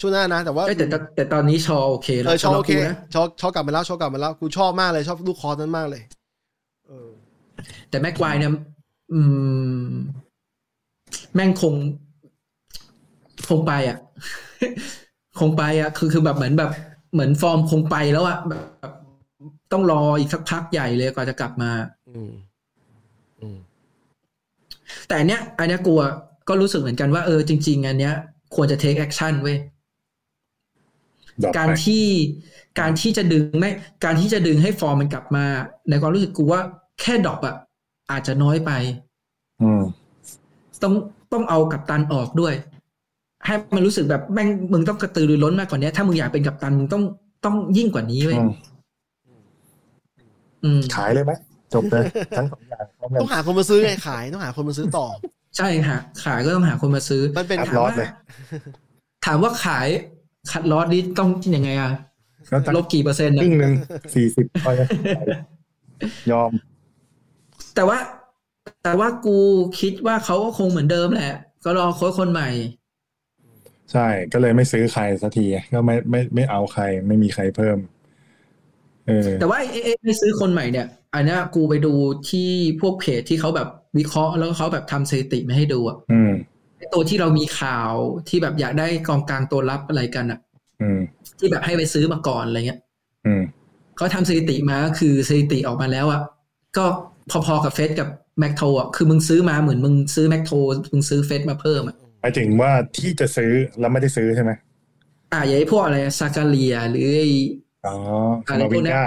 ช่วงหน้านะ แต่ว่า
เอ้ยแต่แต่แต่ตอนนี้ชอโอเคแล้
เอ
ว
อชอบโอเค
สำหรับกูนะ
ชอบชอบกลับมาแล้วชอบกลับมาแล้ว กูชอบมากเลยชอบลูกคอร์สนั้นมากเลย เออ
แต่แม็กควายเนี่ย อืม แม่งคง คงไปอ่ะ [LAUGHS] คงไปอ่ะ คือคือแบบเหมือนแบบ เหมือนฟอร์มคงไปแล้วอ่ะแบบแบบต้องรออีกสักพักใหญ่เลยกว่อนจะกลับมา
อืมอืม
แต่อันเนี้ยอันเนี้ยกลัวก็รู้สึกเหมือนกันว่าเออจริง ๆ อันเนี้ย ควรจะ take action เว้ย
ดรอป
การ
ไป
ที่การที่จะดึงไม่การที่จะดึงให้ฟอร์มมันกลับมา ในความรู้สึกกูว่าแค่ดรอปอะอาจจะน้อยไป
อืม
ต้องต้องเอากัปตันออกด้วย ให้มันรู้สึกแบบแม่งมึงต้องกระตือรือร้นมากกว่านี้ ถ้ามึงอยากเป็นกัปตันมึงต้องต้องยิ่งกว่านี้เว้ย
อืม
อืม
ขายเลยไหมจบ
[LAUGHS]
เลยทั้งสองอย่างพร้อมกัน
ต้องหาคนมาซื้อไงขายต้องหาคนมาซื้อต่อ
ใช่ค่ะขายก็ต้องหาคนมาซื้อ
มันเป็น
ครับ
ถาม
ลอส
ว่า
เลย
ถามว่าขายขัดลอสนี้ต้องยังไงอะ
แล้วตั้ง
ลบกี่เปอร์เซ็นต์
ค
อะ
รึ่งหนึ่งสี่สิบไปยอม
แต่ว่าแต่ว่ากูคิดว่าเขาก็คงเหมือนเดิมแหละ ก็รอโค้ชคนใหม่
ใช่ก็เลยไม่ซื้อใครสักทีก็ไม่ไม่ไม่เอาใคร ไม่มีใครเพิ่ม เออ
แต่ว่าไอ้ไอ้ไอ้ซื้อคนใหม่เนี่ย อันเนี้ยกูไปดูที่พวกเพจที่เขาแบบวิเคราะห์ แล้วก็เขาแบบทำสถิติมาให้ดูอะ
อืม
ไอ้ตัวที่เรามีข่าวที่แบบอยากได้กองกลางตัวรับอะไรกันอะ
อืม
ที่แบบให้ไปซื้อมาก่อนอะไรเงี้ย
อืม
เขาทำสถิติมาก็คือสถิติออกมาแล้วอะก็พอๆกับเฟสกับแม็กโทอะคือมึงซื้อมาเหมือนมึงซื้อแม็กโทมึงซื้อเฟสมาเพิ่มอะ
หมายถึงว่าที่จะซื้อแล้วไม่ได้ซื้อใช่ไหม
อ่าอย่างไอ้พวกอะไรซากาเลียหรือไอ้
อ๋อ
อะ
คา
ไร
รา
พ
วิ
วก
น
เนี้ย
ก้า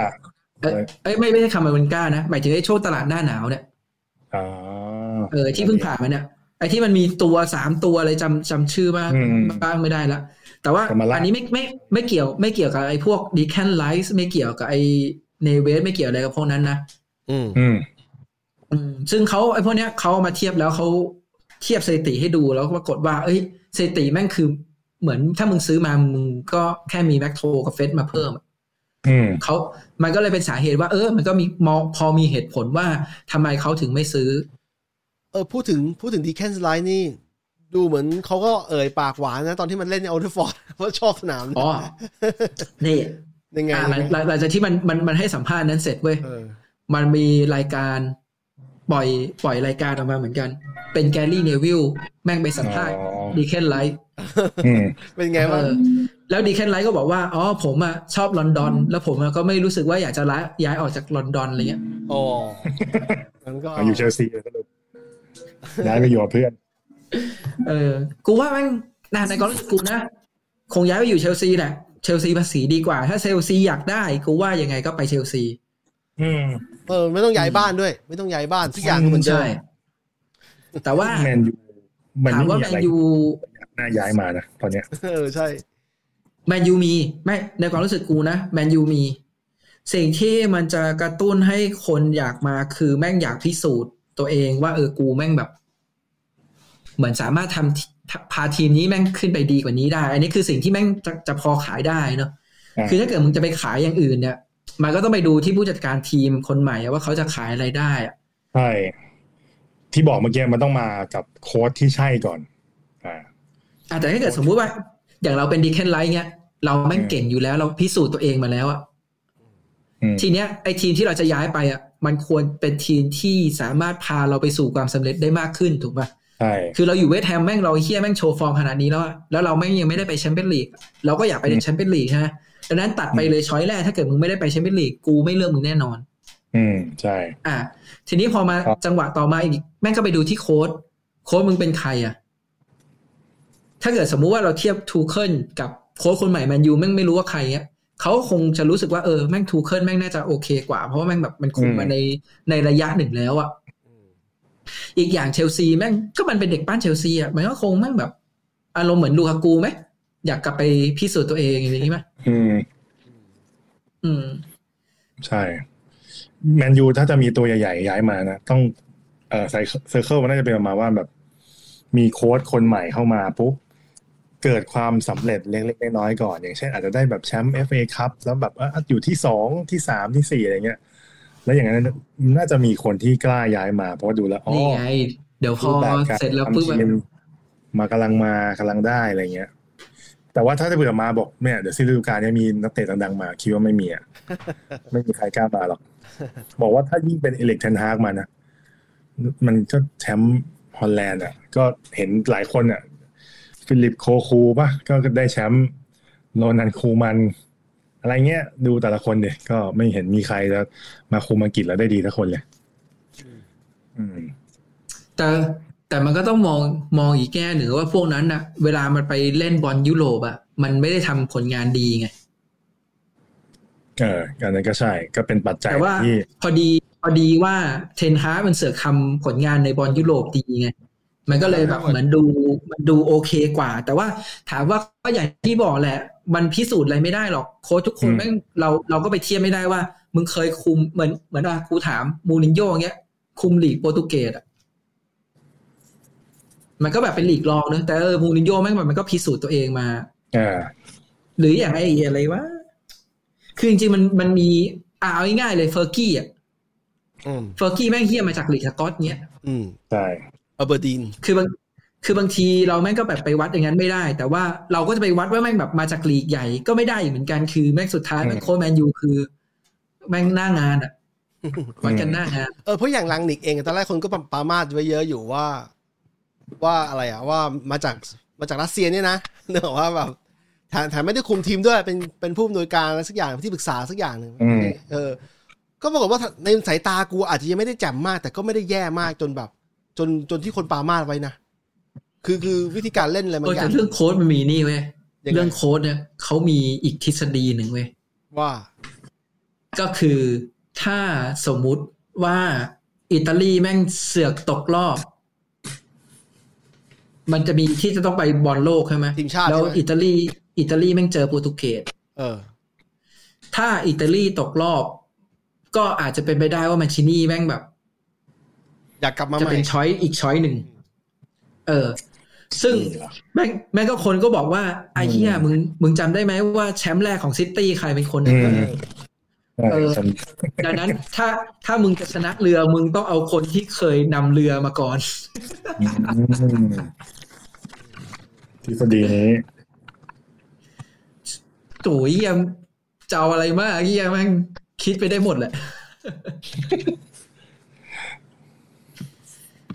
เอ้ยเอ้ยไม่ไม่ใช่คามาเวนก้านะ หมายถึงไอ้โชว์ตลาดหน้าหนาวเนี่ย
อ๋อ
เออที่เพิ่งผ่านมาเนี่ยไอ้ที่มันมีตัวสามตัวอะไรจำจำชื่อบ้าง
อืม
บ้างไม่ได้ละแต่ว่า
จะมาลาก
อันนี้ไม่ไม่ไม่เกี่ยวไม่เกี่ยวกับไอ้พวกดีแคนไลท์ไม่เกี่ยวกับไอ้เนเวสไม่เกี่ยวอะไรกับพวกนั้นนะ
อืม
อืม
อืมซึ่งเขาไอ้พวกเนี้ยเขาเอามาเทียบแล้วเขาเทียบสถิติให้ดูแล้วปรากฏว่าเอ้ยสถิติแม่งคือเหมือนถ้ามึงซื้อมามึงก็แค่มีแม็กโทกับเฟสมาเพิ่ม
อืม
เขามันก็เลยเป็นสาเหตุว่า เออ มันก็มีมองพอมีเหตุผลว่าทำไมเขาถึงไม่ซื้อ
เออพูดถึงพูดถึงดีแคนสไลน์นี่ ดูเหมือนเขาก็เอ่ยปากหวานนะ ตอนที่มันเล่นในออลเทอร์ฟอร์ดว่าชอบสนาม
อ๋อ นี่
ยังไง
อ่ะ
ยัง
ห
ไง
ลังหลังจากที่มันมันมันให้สัมภาษณ์นั้นเสร็จเว้ย
เออ
มันมีรายการปล่อยปล่อยรายการออกมาเหมือนกัน เป็นแกลลี่เนวิลแม่งไปสัมภาษณ์
อ๋อ
ดีแคนไลท์
อืม
เป็นไงบ้าง
เออแล้วดีแคนไลท์ก็บอกว่า อ๋อ ผมอะชอบลอนดอน แล้วผมอะก็ไม่รู้สึกว่าอยากจะละย้ายออกจากลอนดอนอะไรเงี้ย
อ๋อมันก็
อยู่เชลซีเลยสรุปย้ายไปอยู่กับเพื่อน
เออ กูว่าแม่งนะในความรู้สึกกูนะ คงย้ายไปอยู่เชลซีแหละ เชลซีภาษีดีกว่า ถ้าเชลซีอยากได้ กูว่ายังไงก็ไปเชลซี
อืม
เออไม่ต้องย้ายบ้านด้วย ไม่ต้องย้ายบ้านทุกอย่างก็เหมือนเดิม
ใช่ แต่ว่า
แมนยูมัน
ถาม
ไม่
ว่า
มี
แม
อะ
น
ไร
ยู
น่าย้ายมานะตอนเนี้ย
เออใช่
แมนยูมี ไม่ในความรู้สึกกูนะแมนยูมี สิ่งที่มันจะกระตุ้นให้คนอยากมาคือแม่งอยากพิสูจน์ตัวเองว่าเออกูแม่งแบบ เหมือนสามารถทำพาทีมนี้แม่งขึ้นไปดีกว่านี้ได้ อันนี้คือสิ่งที่แม่งจะจะพอขายได้เนาะ
อ่า
คือถ้าเกิดมึงจะไปขายอย่างอื่นเนี่ย มันก็ต้องไปดูที่ผู้จัดการทีมคนใหม่อะว่าเขาจะขายอะไรได้อะ
ใช่ ที่บอกเมื่อกี้มันต้องมากับโค้ดที่ใช่ก่อน อ่า
อ่ะแต่ถ้าเกิดสมมุติว่า อย่างเราเป็นดีแคนไลท์เนี่ยเราแม่งเก่งอยู่แล้ว เราพิสูจน์ตัวเองมาแล้วอะ
อืม
ทีเนี้ยไอ้ทีมที่เราจะย้ายไปอะมันควรเป็นทีมที่สามารถพาเราไปสู่ความสำเร็จได้มากขึ้นถูกปะ
ใช่
คือเราอยู่เวสต์แฮมแม่งเราเฮี้ยแม่งโชว์ฟอร์มขนาดนี้แล้วอะแล้วเราแม่งยังไม่ได้ไปแชมเปี้ยนลีกเราก็อยากไปในแชมเปี้ยนลีกใช่ไหมดังนั้นตัดไปเลยช้อยแรกถ้าเกิดมึงไม่ได้ไปแชมเปี้ยนลีกกูไม่เลือกมึงแน่นอน
อืม ใช่
อ่ะทีนี้พอมา
ครับ
จังหวะต่อมาอีก แม่งก็ไปดูที่โค้ดโค้ดมึงเป็นใครอ่ะ ถ้าเกิดสมมุติว่าเราเทียบทูเคิลกับโค้ดคนใหม่แมนยูแม่งไม่รู้ว่าใครเนี้ยเขาคงจะรู้สึกว่าเออแม่งทูเคิลแม่งน่าจะโอเคกว่า เพราะว่าแม่งแบบมันคุมมาในในระยะหนึ่งแล้วอ่ะอีกอย่างเชลซีแม่งก็มันเป็นเด็กปั้นเชลซีอ่ะมันก็คงแม่งแบบ อารมณ์เหมือนลูกากูไหมอยากกลับไปพิสูจน์ตัวเองอย่างนี้ไหม
อืม
อืม
ใช่แมนยูถ้าจะมีตัวใหญ่ๆย้ายมานะ ต้องเออไซเซอร์เคิลมันน่าจะเป็นประมาณว่าแบบ มีโค้ชคนใหม่เข้ามาปุ๊บเกิดความสำเร็จเล็กๆน้อยๆก่อน อย่างเช่นอาจจะได้แบบแชมป์เอฟเอคัพแล้วแบบเอ้ออยู่ที่สองที่สามที่สี่อะไรเงี้ย แล้วอย่างนั้นน่าจะมีคนที่กล้าย้ายมาเพราะว่าดูแล้วอ๋อ
นี่ไง เดี๋ยวพอ
รูปแบบการ
เสร็จแล้วปุ๊บ
ทำ
อะ
ทีมมากำลังมากำลังได้อะไรเงี้ย แต่ว่าถ้าจะเผื่อมาบอกเนี่ยเดี๋ยวซีรีส์ฤดูกาลเนี่ยมีนักเตะดังๆมาคิดว่าไม่
[LAUGHS]
มีอ่ะ ไม่มีใครกล้ามาหรอก บอกว่าถ้ายิ่งเป็นเอเล็กเทนฮากมานะ
มันก็แชมป์ฮอลแลนด์อ่ะ ก็เห็นหลายคนอ่ะ ฟิลิปโคคูป่ะ ก็ได้แชมป์โรนันคูมัน อะไรเงี้ย ดูแต่ละคนเด็ก็ไม่เห็นมีใครจะมาคุมอังกฤษแล้วได้ดีทุกคนเลย อืม
แต่แต่มันก็ต้องมองมองอีกแง่หนึ่งว่าพวกนั้นนะเวลามันไปเล่นบอลยุโรปอะมันไม่ได้ทำผลงานดีไง
เอออันนั้นก็ใช่ ก็เป็นปัจจัย
แต่ว่า
ที่
พอดีพอดีว่าเทนฮาร์กมันเสือกทำผลงานในบอลยุโรปดีไง มันก็เลยแบบเหมือนดูมันดูโอเคกว่า แต่ว่าถามว่าก็อย่างที่บอกแหละ มันพิสูจน์อะไรไม่ได้หรอกโค้ชทุกคน
อืม
แม่งเราเราก็ไปเทียบไม่ได้ว่า มึงเคยคุมเหมือนเหมือนว่าครูถามมูรินโญ่เงี้ย คุมลีกโปรตุเกสอะมันก็แบบเป็นลีกรองเนอะแต่เออมูรินโญ่แม่งแบบมันก็พิสูจน์ตัวเองมา
เอ่า
หรืออย่างไอ้อะไรวะคือจริงๆมันมันมีอ่ะเอาง่ายๆเลยเฟอร์กี้อ่ะ
อืม
เฟอร์กี้แม่งเฮี้ยมาจากลีกสกอตเนี่ย
อืม
ใช่
อเบอร์ดีน
คือบาง คือบางทีเราแม่งก็แบบไปวัดอย่างนั้นไม่ได้ แต่ว่าเราก็จะไปวัดว่าแม่งแบบมาจากลีกใหญ่ก็ไม่ได้อีกเหมือนกัน คือแม่งสุดท้าย
อืม
แม่งโคชแมนยูคือ แม่งหน้างานอ่ะ วัดกันหน้างาน
เออเพราะอย่างลังนิกเองตอนแรกคนก็ปรามาดไว้เยอะอยู่ว่า ว่าอะไรอ่ะว่ามาจากมาจากรัสเซียเนี่ยนะ [LAUGHS] เนื่องจากว่าแบบแถมแถมไม่ได้คุมทีมด้วยเป็นเป็นผู้อำนวยการอะไรสักอย่างที่ปรึกษาสักอย่างหนึ่ง
อืม
เออ ก็ปรากฏว่าในสายตากูอาจจะยังไม่ได้แจ่มมาก แต่ก็ไม่ได้แย่มากจนแบบ จนจนที่คนปรามาดไว้นะคือคือวิธีการเล่นอะไรบา
เออง
อย่า
แต่
ง
เรื่องโค้ดมันมีนี่เว้ย
ยังไง
เรื่องโค้ดเนี่ยเขามีอีกทฤษฎีหนึ่งเว้ย
ว่า
ก็คือถ้าสมมุติว่าอิตาลีแม่งเสือกตกรอบ มันจะมีที่จะต้องไปบอลโลกใช่ไหม
ทีมชาติ
แล้ว
ใช่ไหม
อิตาลีอิตาลีแม่งเจอโปรตุเกส
เออ
ถ้าอิตาลีตกรอบ ก็อาจจะเป็นไปได้ว่าแมนชินี่แม่งแบบ
อยากกลับมา
จะ
ใหม่
เป็นช้อยอีกช้อยหนึ่งเออ ซึ่ง
เหรอ
แม่งแม่งก็คนก็บอกว่าไอ้เหี้ยมึงมึงจำได้ไหมว่าแชมป์แรกของซิตี้ใครเป็นคน
อืม
เออ
ใช่
เออ
ฉัน
ดังนั้นถ้าถ้ามึงจะชนะเรือมึงต้องเอาคนที่เคยนำเรือมาก่อน [LAUGHS]
อืมทฤษฎีนี้
ตุ๋ยเหี้ยังจะเอาอะไรมากเหี้ยังแม่งคิดไปได้หมดแหละ [LAUGHS]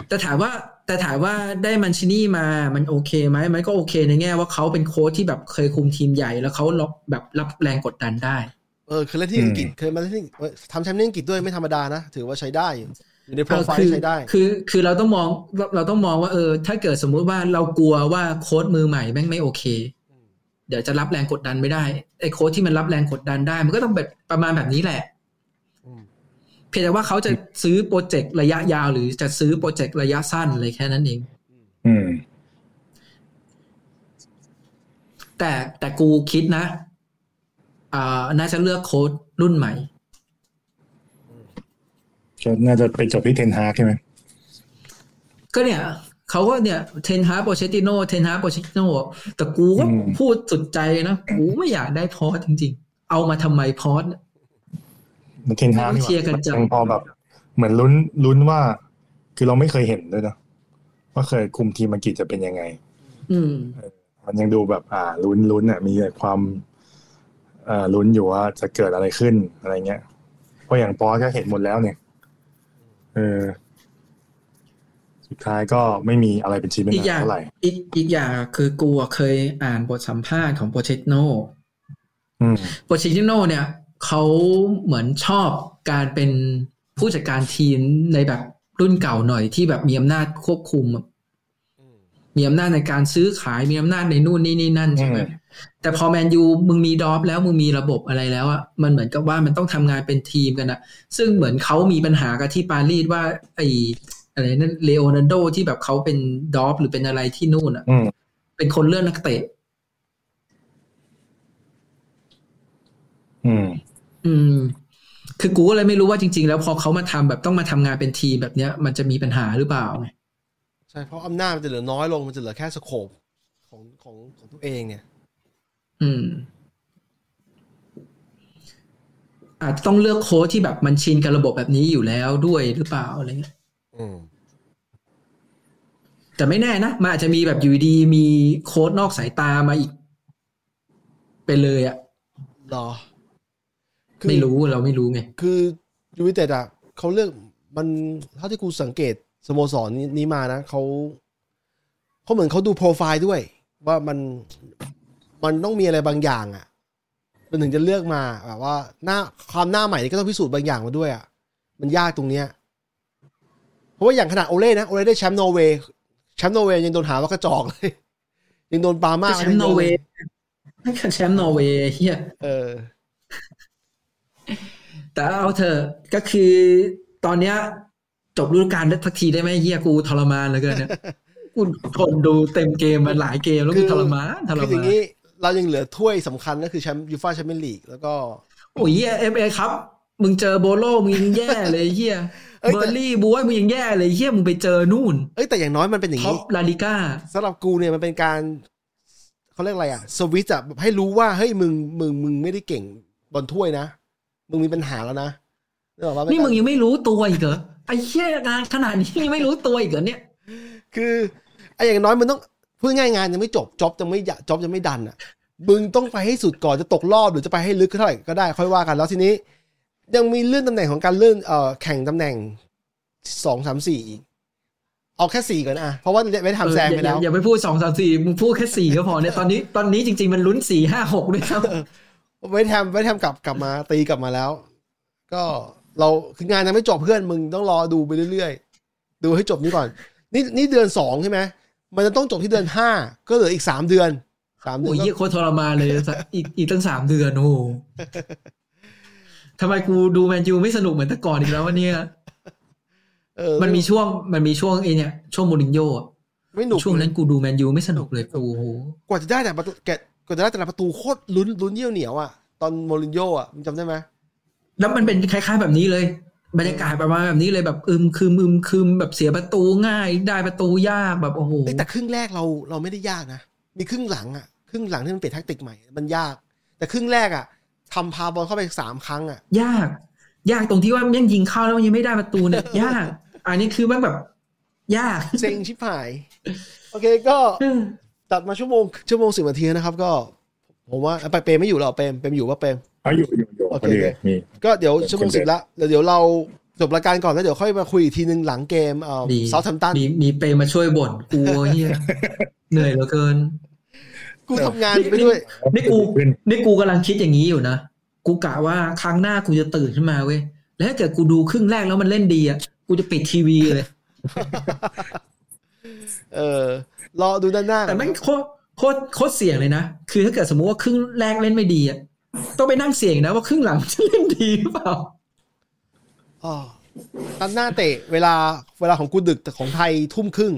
แต่ถามว่า แต่ถามว่าได้มันชินี่มามันโอเคไหมมันก็โอเคในแง่ว่าเขาเป็นโค้ชที่แบบเคยคุมทีมใหญ่แล้วเขารับแบบรับแรงกดดันได้
เออเคยเล่นที่อังกฤษเคยมาเล่นที่เออทำแชมป์ที่อังกฤษด้วยไม่ธรรมดานะถือว่าใช้ได้อยู่อยู่ในโปรไฟล์
เออ
ใช้ได้
คือคือคือเราต้องมองเราเราต้องมองว่าเออ ถ้าเกิดสมมุติว่าเรากลัวว่าโค้ดมือใหม่แม่งไม่โอเค เดี๋ยวจะรับแรงกดดันไม่ได้ไอ้โค้ดที่มันรับแรงกดดันได้ มันก็ต้องแบบประมาณแบบนี้แหละ
อืม
เพียงแต่ว่าเขาจะซื้อโปรเจกต์ระยะยาว หรือจะซื้อโปรเจกต์ระยะสั้นเลยแค่นั้นเอง
อืม
แต่แต่กูคิดนะอ่าน่าจะเลือกโค้ดรุ่นใหม่
ก็น่าจะไปจบที่เทนฮากใช่ไหม
ก็เนี่ยเขาก็เนี่ยเทนฮาร์โปเชติโนเทนฮาร์โปเชติโนแต่กูก็พูดสุดใจนะ กูไม่อยากได้พอสจริง ๆ เอามาทำไมพอส
มันเทนฮาก
เชียร์กันจัง
พอแบบ เหมือนลุ้นลุ้นว่า คือเราไม่เคยเห็นด้วยนะว่าเคยคุมทีมอังกฤษจะเป็นยังไง
อืม
มันยังดูแบบอ่าลุ้นลุ้นอ่ะมีความเอ่อลุ้นอยู่ว่าจะเกิดอะไรขึ้นอะไรเงี้ยเพราะอย่างปอสก็เห็นหมดแล้วเนี่ยเออสุดท้ายก็ไม่มีอะไรเป็นชิ้นเป็น
อีกอ
อั
ย่าน ง
เท่าไหร่
อีกอีกอย่างอะคือกูอะเคยอ่านบทสัมภาษณ์ของโปเชติโน
อืม
โปเชติโนเนี่ยเขาเหมือนชอบการเป็นผู้จัดการทีมในแบบรุ่นเก่าหน่อยที่แบบมีอำนาจควบคุมอะมีอำนาจในการซื้อขายมีอำนาจในนู่นนี่นี่นั่นใช่ไหม
อืม
แต่พอแมนยูมึงมีดอฟแล้วมึงมีระบบอะไรแล้วอะมันเหมือนกับว่ามันต้องทำงานเป็นทีมกันอะซึ่งเหมือนเขามีปัญหากับที่ปารีสว่า ไออะไรนั่นเลโอนันโดที่แบบเขาเป็นดอฟหรือเป็นอะไรที่นู่นอะ
อืม
เป็นคนเลื่อนนักเตะ
อืม
อืม คือกูก็เลยไม่รู้ว่าจริง ๆ แล้วพอเขามาทำแบบต้องมาทำงานเป็นทีมแบบเนี้ย มันจะมีปัญหาหรือเปล่าไง
ใช่เพราะอำนาจมันจะเหลือน้อยลงมันจะเหลือแค่สโคปของของของตัวเองเนี่ย
อืม อาจจะต้องเลือกโค้ชที่แบบมันชินกับระบบแบบนี้อยู่แล้วด้วยหรือเปล่าอะไรเงี้ย
อืม
แต่ไม่แน่นะมันอาจจะมีแบบอยู่ดีๆมีโค้ดนอกสายตามาอีก ไปเลยอะ
หรอ
ไม่รู้เราไม่รู้ไง
คือยูวิเต็ดอ่ะเขาเลือกมันเท่าที่กูสังเกต สโมสรนี้นี้มานะเขาเขาเหมือนเขาดูโปรไฟล์ด้วย ว่ามันมันต้องมีอะไรบางอย่างอะ่ะมันถึงจะเลือกมาแบบว่า หน้าความหน้าใหม่นี่ก็ต้องพิสูจน์บางอย่างมาด้วยอะ่ะ มันยากตรงเนี้ย เพราะว่าอย่างขนาดโอเล่นะโอเล่ได้แชมป์นอร์เวย์แชมป์นอร์เวย์ยังโดนหาว่ากระจอก [LAUGHS] เลย ยังโดนปามา
แชมป์นอร์เวย์นั่น [LAUGHS] คือแชมป์นอร์เวย์ไอ้เฮีย
เออ
แต่เอาเถอะก็คือตอนเนี้ยจบฤดูกาลได้สักทีได้ไหมเฮียกูทรมานเหลือเกิน
[LAUGHS]
เนี่ยกูทนดูเต็มเกมมาหลายเกมแล้ว
คื
กู
อ
ทรมานทร
คืออย่านง
มา
นี้เรายังเหลือถ้วยสำคัญก็คือแชมป์ยูฟ่าแชมเปี้ยนลีกแล้วก็
โอ้ยเฮียเอฟเอครับ มึงเจอโบโลมึงยังแย่เลยเฮีย
เอ้ยแต่
เบอร์ลี่บัวยมึงยังแย่เลยเฮียมึงไปเจอนู่น
เอ้ยแต่อย่างน้อยมันเป็นอย่าง
ท็อป
นี้
ลาลิก้า
สำหรับกูเนี่ยมันเป็นการเขาเรียกอะไรอะสวิตช์อะแบบให้รู้ว่าเฮ้ยมึงมึงมึงไม่ได้เก่งบอลถ้วยนะ มึงมีปัญหาแล้วนะนึกออกปะเป็
นี่
การ
มึงยังไม่รู้ตัวอีกเหรอไอ้เฮียงานขนาดนี้ยังไม่รู้ตัวอีกเหรอเนี่ย
คือไอ้อย่างน้อยมึงต้องพูดง่ายๆงานยังไม่จบจ็อบจะไม่อยะจ็อบจะไม่ดันอะมึงต้องไปให้สุดก่อนจะตกรอบหรือจะไปให้ลึกเท่าไหร่ก็ได้ค่อยว่ากันแล้วทีนี้ ยังมีเลื่อนตำแหน่งของการเลื่อนเอ่อแข่งตำแหน่งสองสามสี่อีกเอาแค่สี่ก่อนอะเพราะว่าเวทแฮมแซงไปแล้ว
เอออย่าอย่าอย่าไปพูดสองสามสี่มึงพูดแค่สี่ก็พอเนี่ยตอนนี้ตอนนี้จริง ๆมันลุ้นสี่ห้าหกด้วยครับ
เวทแฮมเวทแฮมกลับกลับมาตีกลับมาแล้ว ก็เราคืองานยังไม่จบเพื่อนมึงต้องรอดูไปเรื่อยๆ ดูให้จบนี้ก่อน นี่นี่เดือนสองใช่ไหมมันจะต้องจบที่เดือนห้าก็เหลืออีกสามเดือนสามเดือน
โอ้ย
ก็
เยี่ยโคตรทรมานเลยสักอีกอีกตั้งสามเดือนโอ้โหทำไมกูดูแมนยูไม่สนุกเหมือนแต่ก่อนอีกแล้ววะเนี่ย
เออ
มันมีช่วงมันมีช่วงไอเนี่ยช่วงมูรินโญ่อะ
ไม่หนุก
ช่วงนั้นกูดูแมนยูไม่สนุกเลยกูโอ้โห
กว่าจะได้แต่ประตูแกะกว่าจะได้แต่ละประตูโคตรลุ้นลุ้นเยี่ยวเหนียวอ่ะตอนโมรินโญ่อ่ะมึงจำได้ไหม
แล้วมันเป็นคล้าย ๆแบบนี้เลย บรรยากาศประมาณแบบนี้เลยแบบอึมครึมอึมครึมแบบเสียประตูง่าย ได้ประตูยากแบบโอ้โห
เอ้ยแต่ครึ่งแรกเราเราไม่ได้ยากนะมีครึ่งหลังอ่ะครึ่งหลังที่มันเปลี่ยนแท็กติกใหม่มันยาก แต่ครึ่งแรกอ่ะทำพาบอลเข้าไปสามครั้งอ่ะ
ยาก ยากตรงที่ว่ามันยังยิงเข้าแล้วมันยังไม่ได้ประตู
[LAUGHS]
เนี่ย ยาก อันนี้คือมันแบบ ยาก
เซ็งชิบหาย โอเคก็ตัดมาชั่วโมงชั่วโมงสิบนาทีนะครับ ก็ ผมว่าไปเปรมไม่อยู่หรอกเปรมเปรมอยู่ว่าเปรม
เอาอยู่อยู่อยู่
โอ
พ
เค
อดี
โอเค
มี
ก็เดี๋ยวชั่วโมงสิบละแล้วเดี๋ยวเราจบรายการก่อนแล้วเดี๋ยวค่อยมาคุยอีกทีหนึ่งหลังเกมเอ่อ
ดี
เซาท์แฮมตัน
มีมีเปมาช่วยบ่นกูเฮียเหนื่อยเหลือเกิน
กูทำงานไปด้วย
นี่กู นี่กูกำลังคิดอย่างนี้อยู่นะ กูกะว่าครั้งหน้ากูจะตื่นขึ้นมาเว้ย แล้วถ้าเกิดกูดูครึ่งแรกแล้วมันเล่นดีอ่ะ กูจะปิดทีวีเลย
เออ รอดูด้านหน้า
แต่แม่งโคตรโคตรโคตรเสี่ยงเลยนะ คือถ้าเกิดสมมุติว่าครึ่งแรกเล่นไม่ดีอ่ะ ต้องไปนั่งเสี่ยงนะว่าครึ่งหลังจะเล่นดีหรือเปล่า
อ๋อด้านหน้าเตะ เวลาเวลาของกูดึกแต่ของไทยทุ่มครึ่ง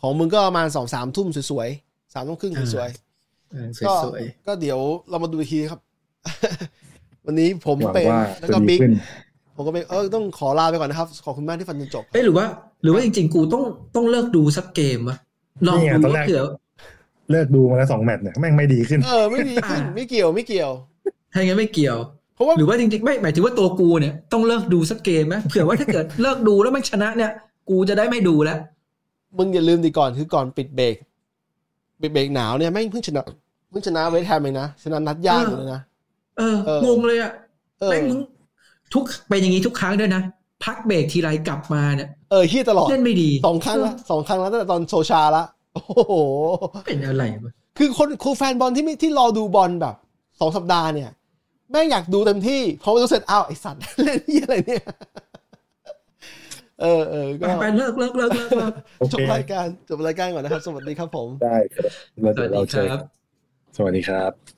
ของมึงก็ประมาณสองสามทุ่มสวยๆสามทุ่มครึ่งสวยๆ
เออ
ก็
สวย
ก็เดี๋ยวเรามาดูอีกทีครับ [LAUGHS] วันนี้ผม
หวัง
เป็น
ว่า
แล้ว
จะ
ก็
ดี
บิ๊ก
ขึ้น
ผมก็เป็นเออต้องขอลาไปก่อนนะครับ ขอบคุณมากที่ฟังจนจบ
ๆเอ้ยหรือว่า หรือว่าจริง ๆ กูต้องต้องเลิกดูสักเกมวะลอง
นี่ไง
ดู
ตอนแร
ว่าก เผื่อ
เลิกดูมาแล้วสองแมตช์เนี่ยแม่งไม่ดีขึ้น
เออไม่ดีขึ้น
อ่า
ไม่เกี่ยวไม่เกี่ยว
ถ้าอย่างนั้นไม่เกี่ยว
เพราะว่า
หรือว่าจริงๆไม่หมายถึงว่าตัวกูเนี่ยต้องเลิกดูสักเกมไหมเผื่อว่าถ้าเกิดเลิกดูแล้วมันชนะเนี่ย กูจะได้ไม่ดูแล้ว
มึงอย่าลืมดีก่อนคือก่อนปิดเบรกปิดเบรกหนาวเนี่ยแม่งเพิ่งชนะเพิ่งชนะเวสต์แฮมเองนะชนะนัดยากอยู่เลยนะ
เออ
เออ
งงเลยอ่ะ
เออ
แม่งมึงทุกเป็นอย่างนี้ทุกครั้งด้วยนะ พักเบรกทีไรกลับมาเนี่ย
เออเฮี้ยตลอด
เล่นไม่ดี
สองครั้งละสองครั้งแล้วตั้งแต่ตอนโซชาละโอ้โห
เออเป็นอะไรวะ
คือคนครูแฟนบอลที่ไม่ที่รอดูบอลแบบสองสัปดาห์เนี่ยแม่งอยากดูเต็มที่พอมาดูเสร็จอ้าวไอสัตว์ เล่นที่อะไรเนี่ย เออเออ
ไป
ก็
ไปเลิกเลิกเลิกเลิกเลิก
โอ
จ
เค
บรายการจบรายการก่อนนะครับ สวัสดีครับผม
ได้ครับแล้ว
ส
เดี๋
วั
ยว
ส
เรา
ดีค
เจอ
รั
กับ นสวัสดีครับ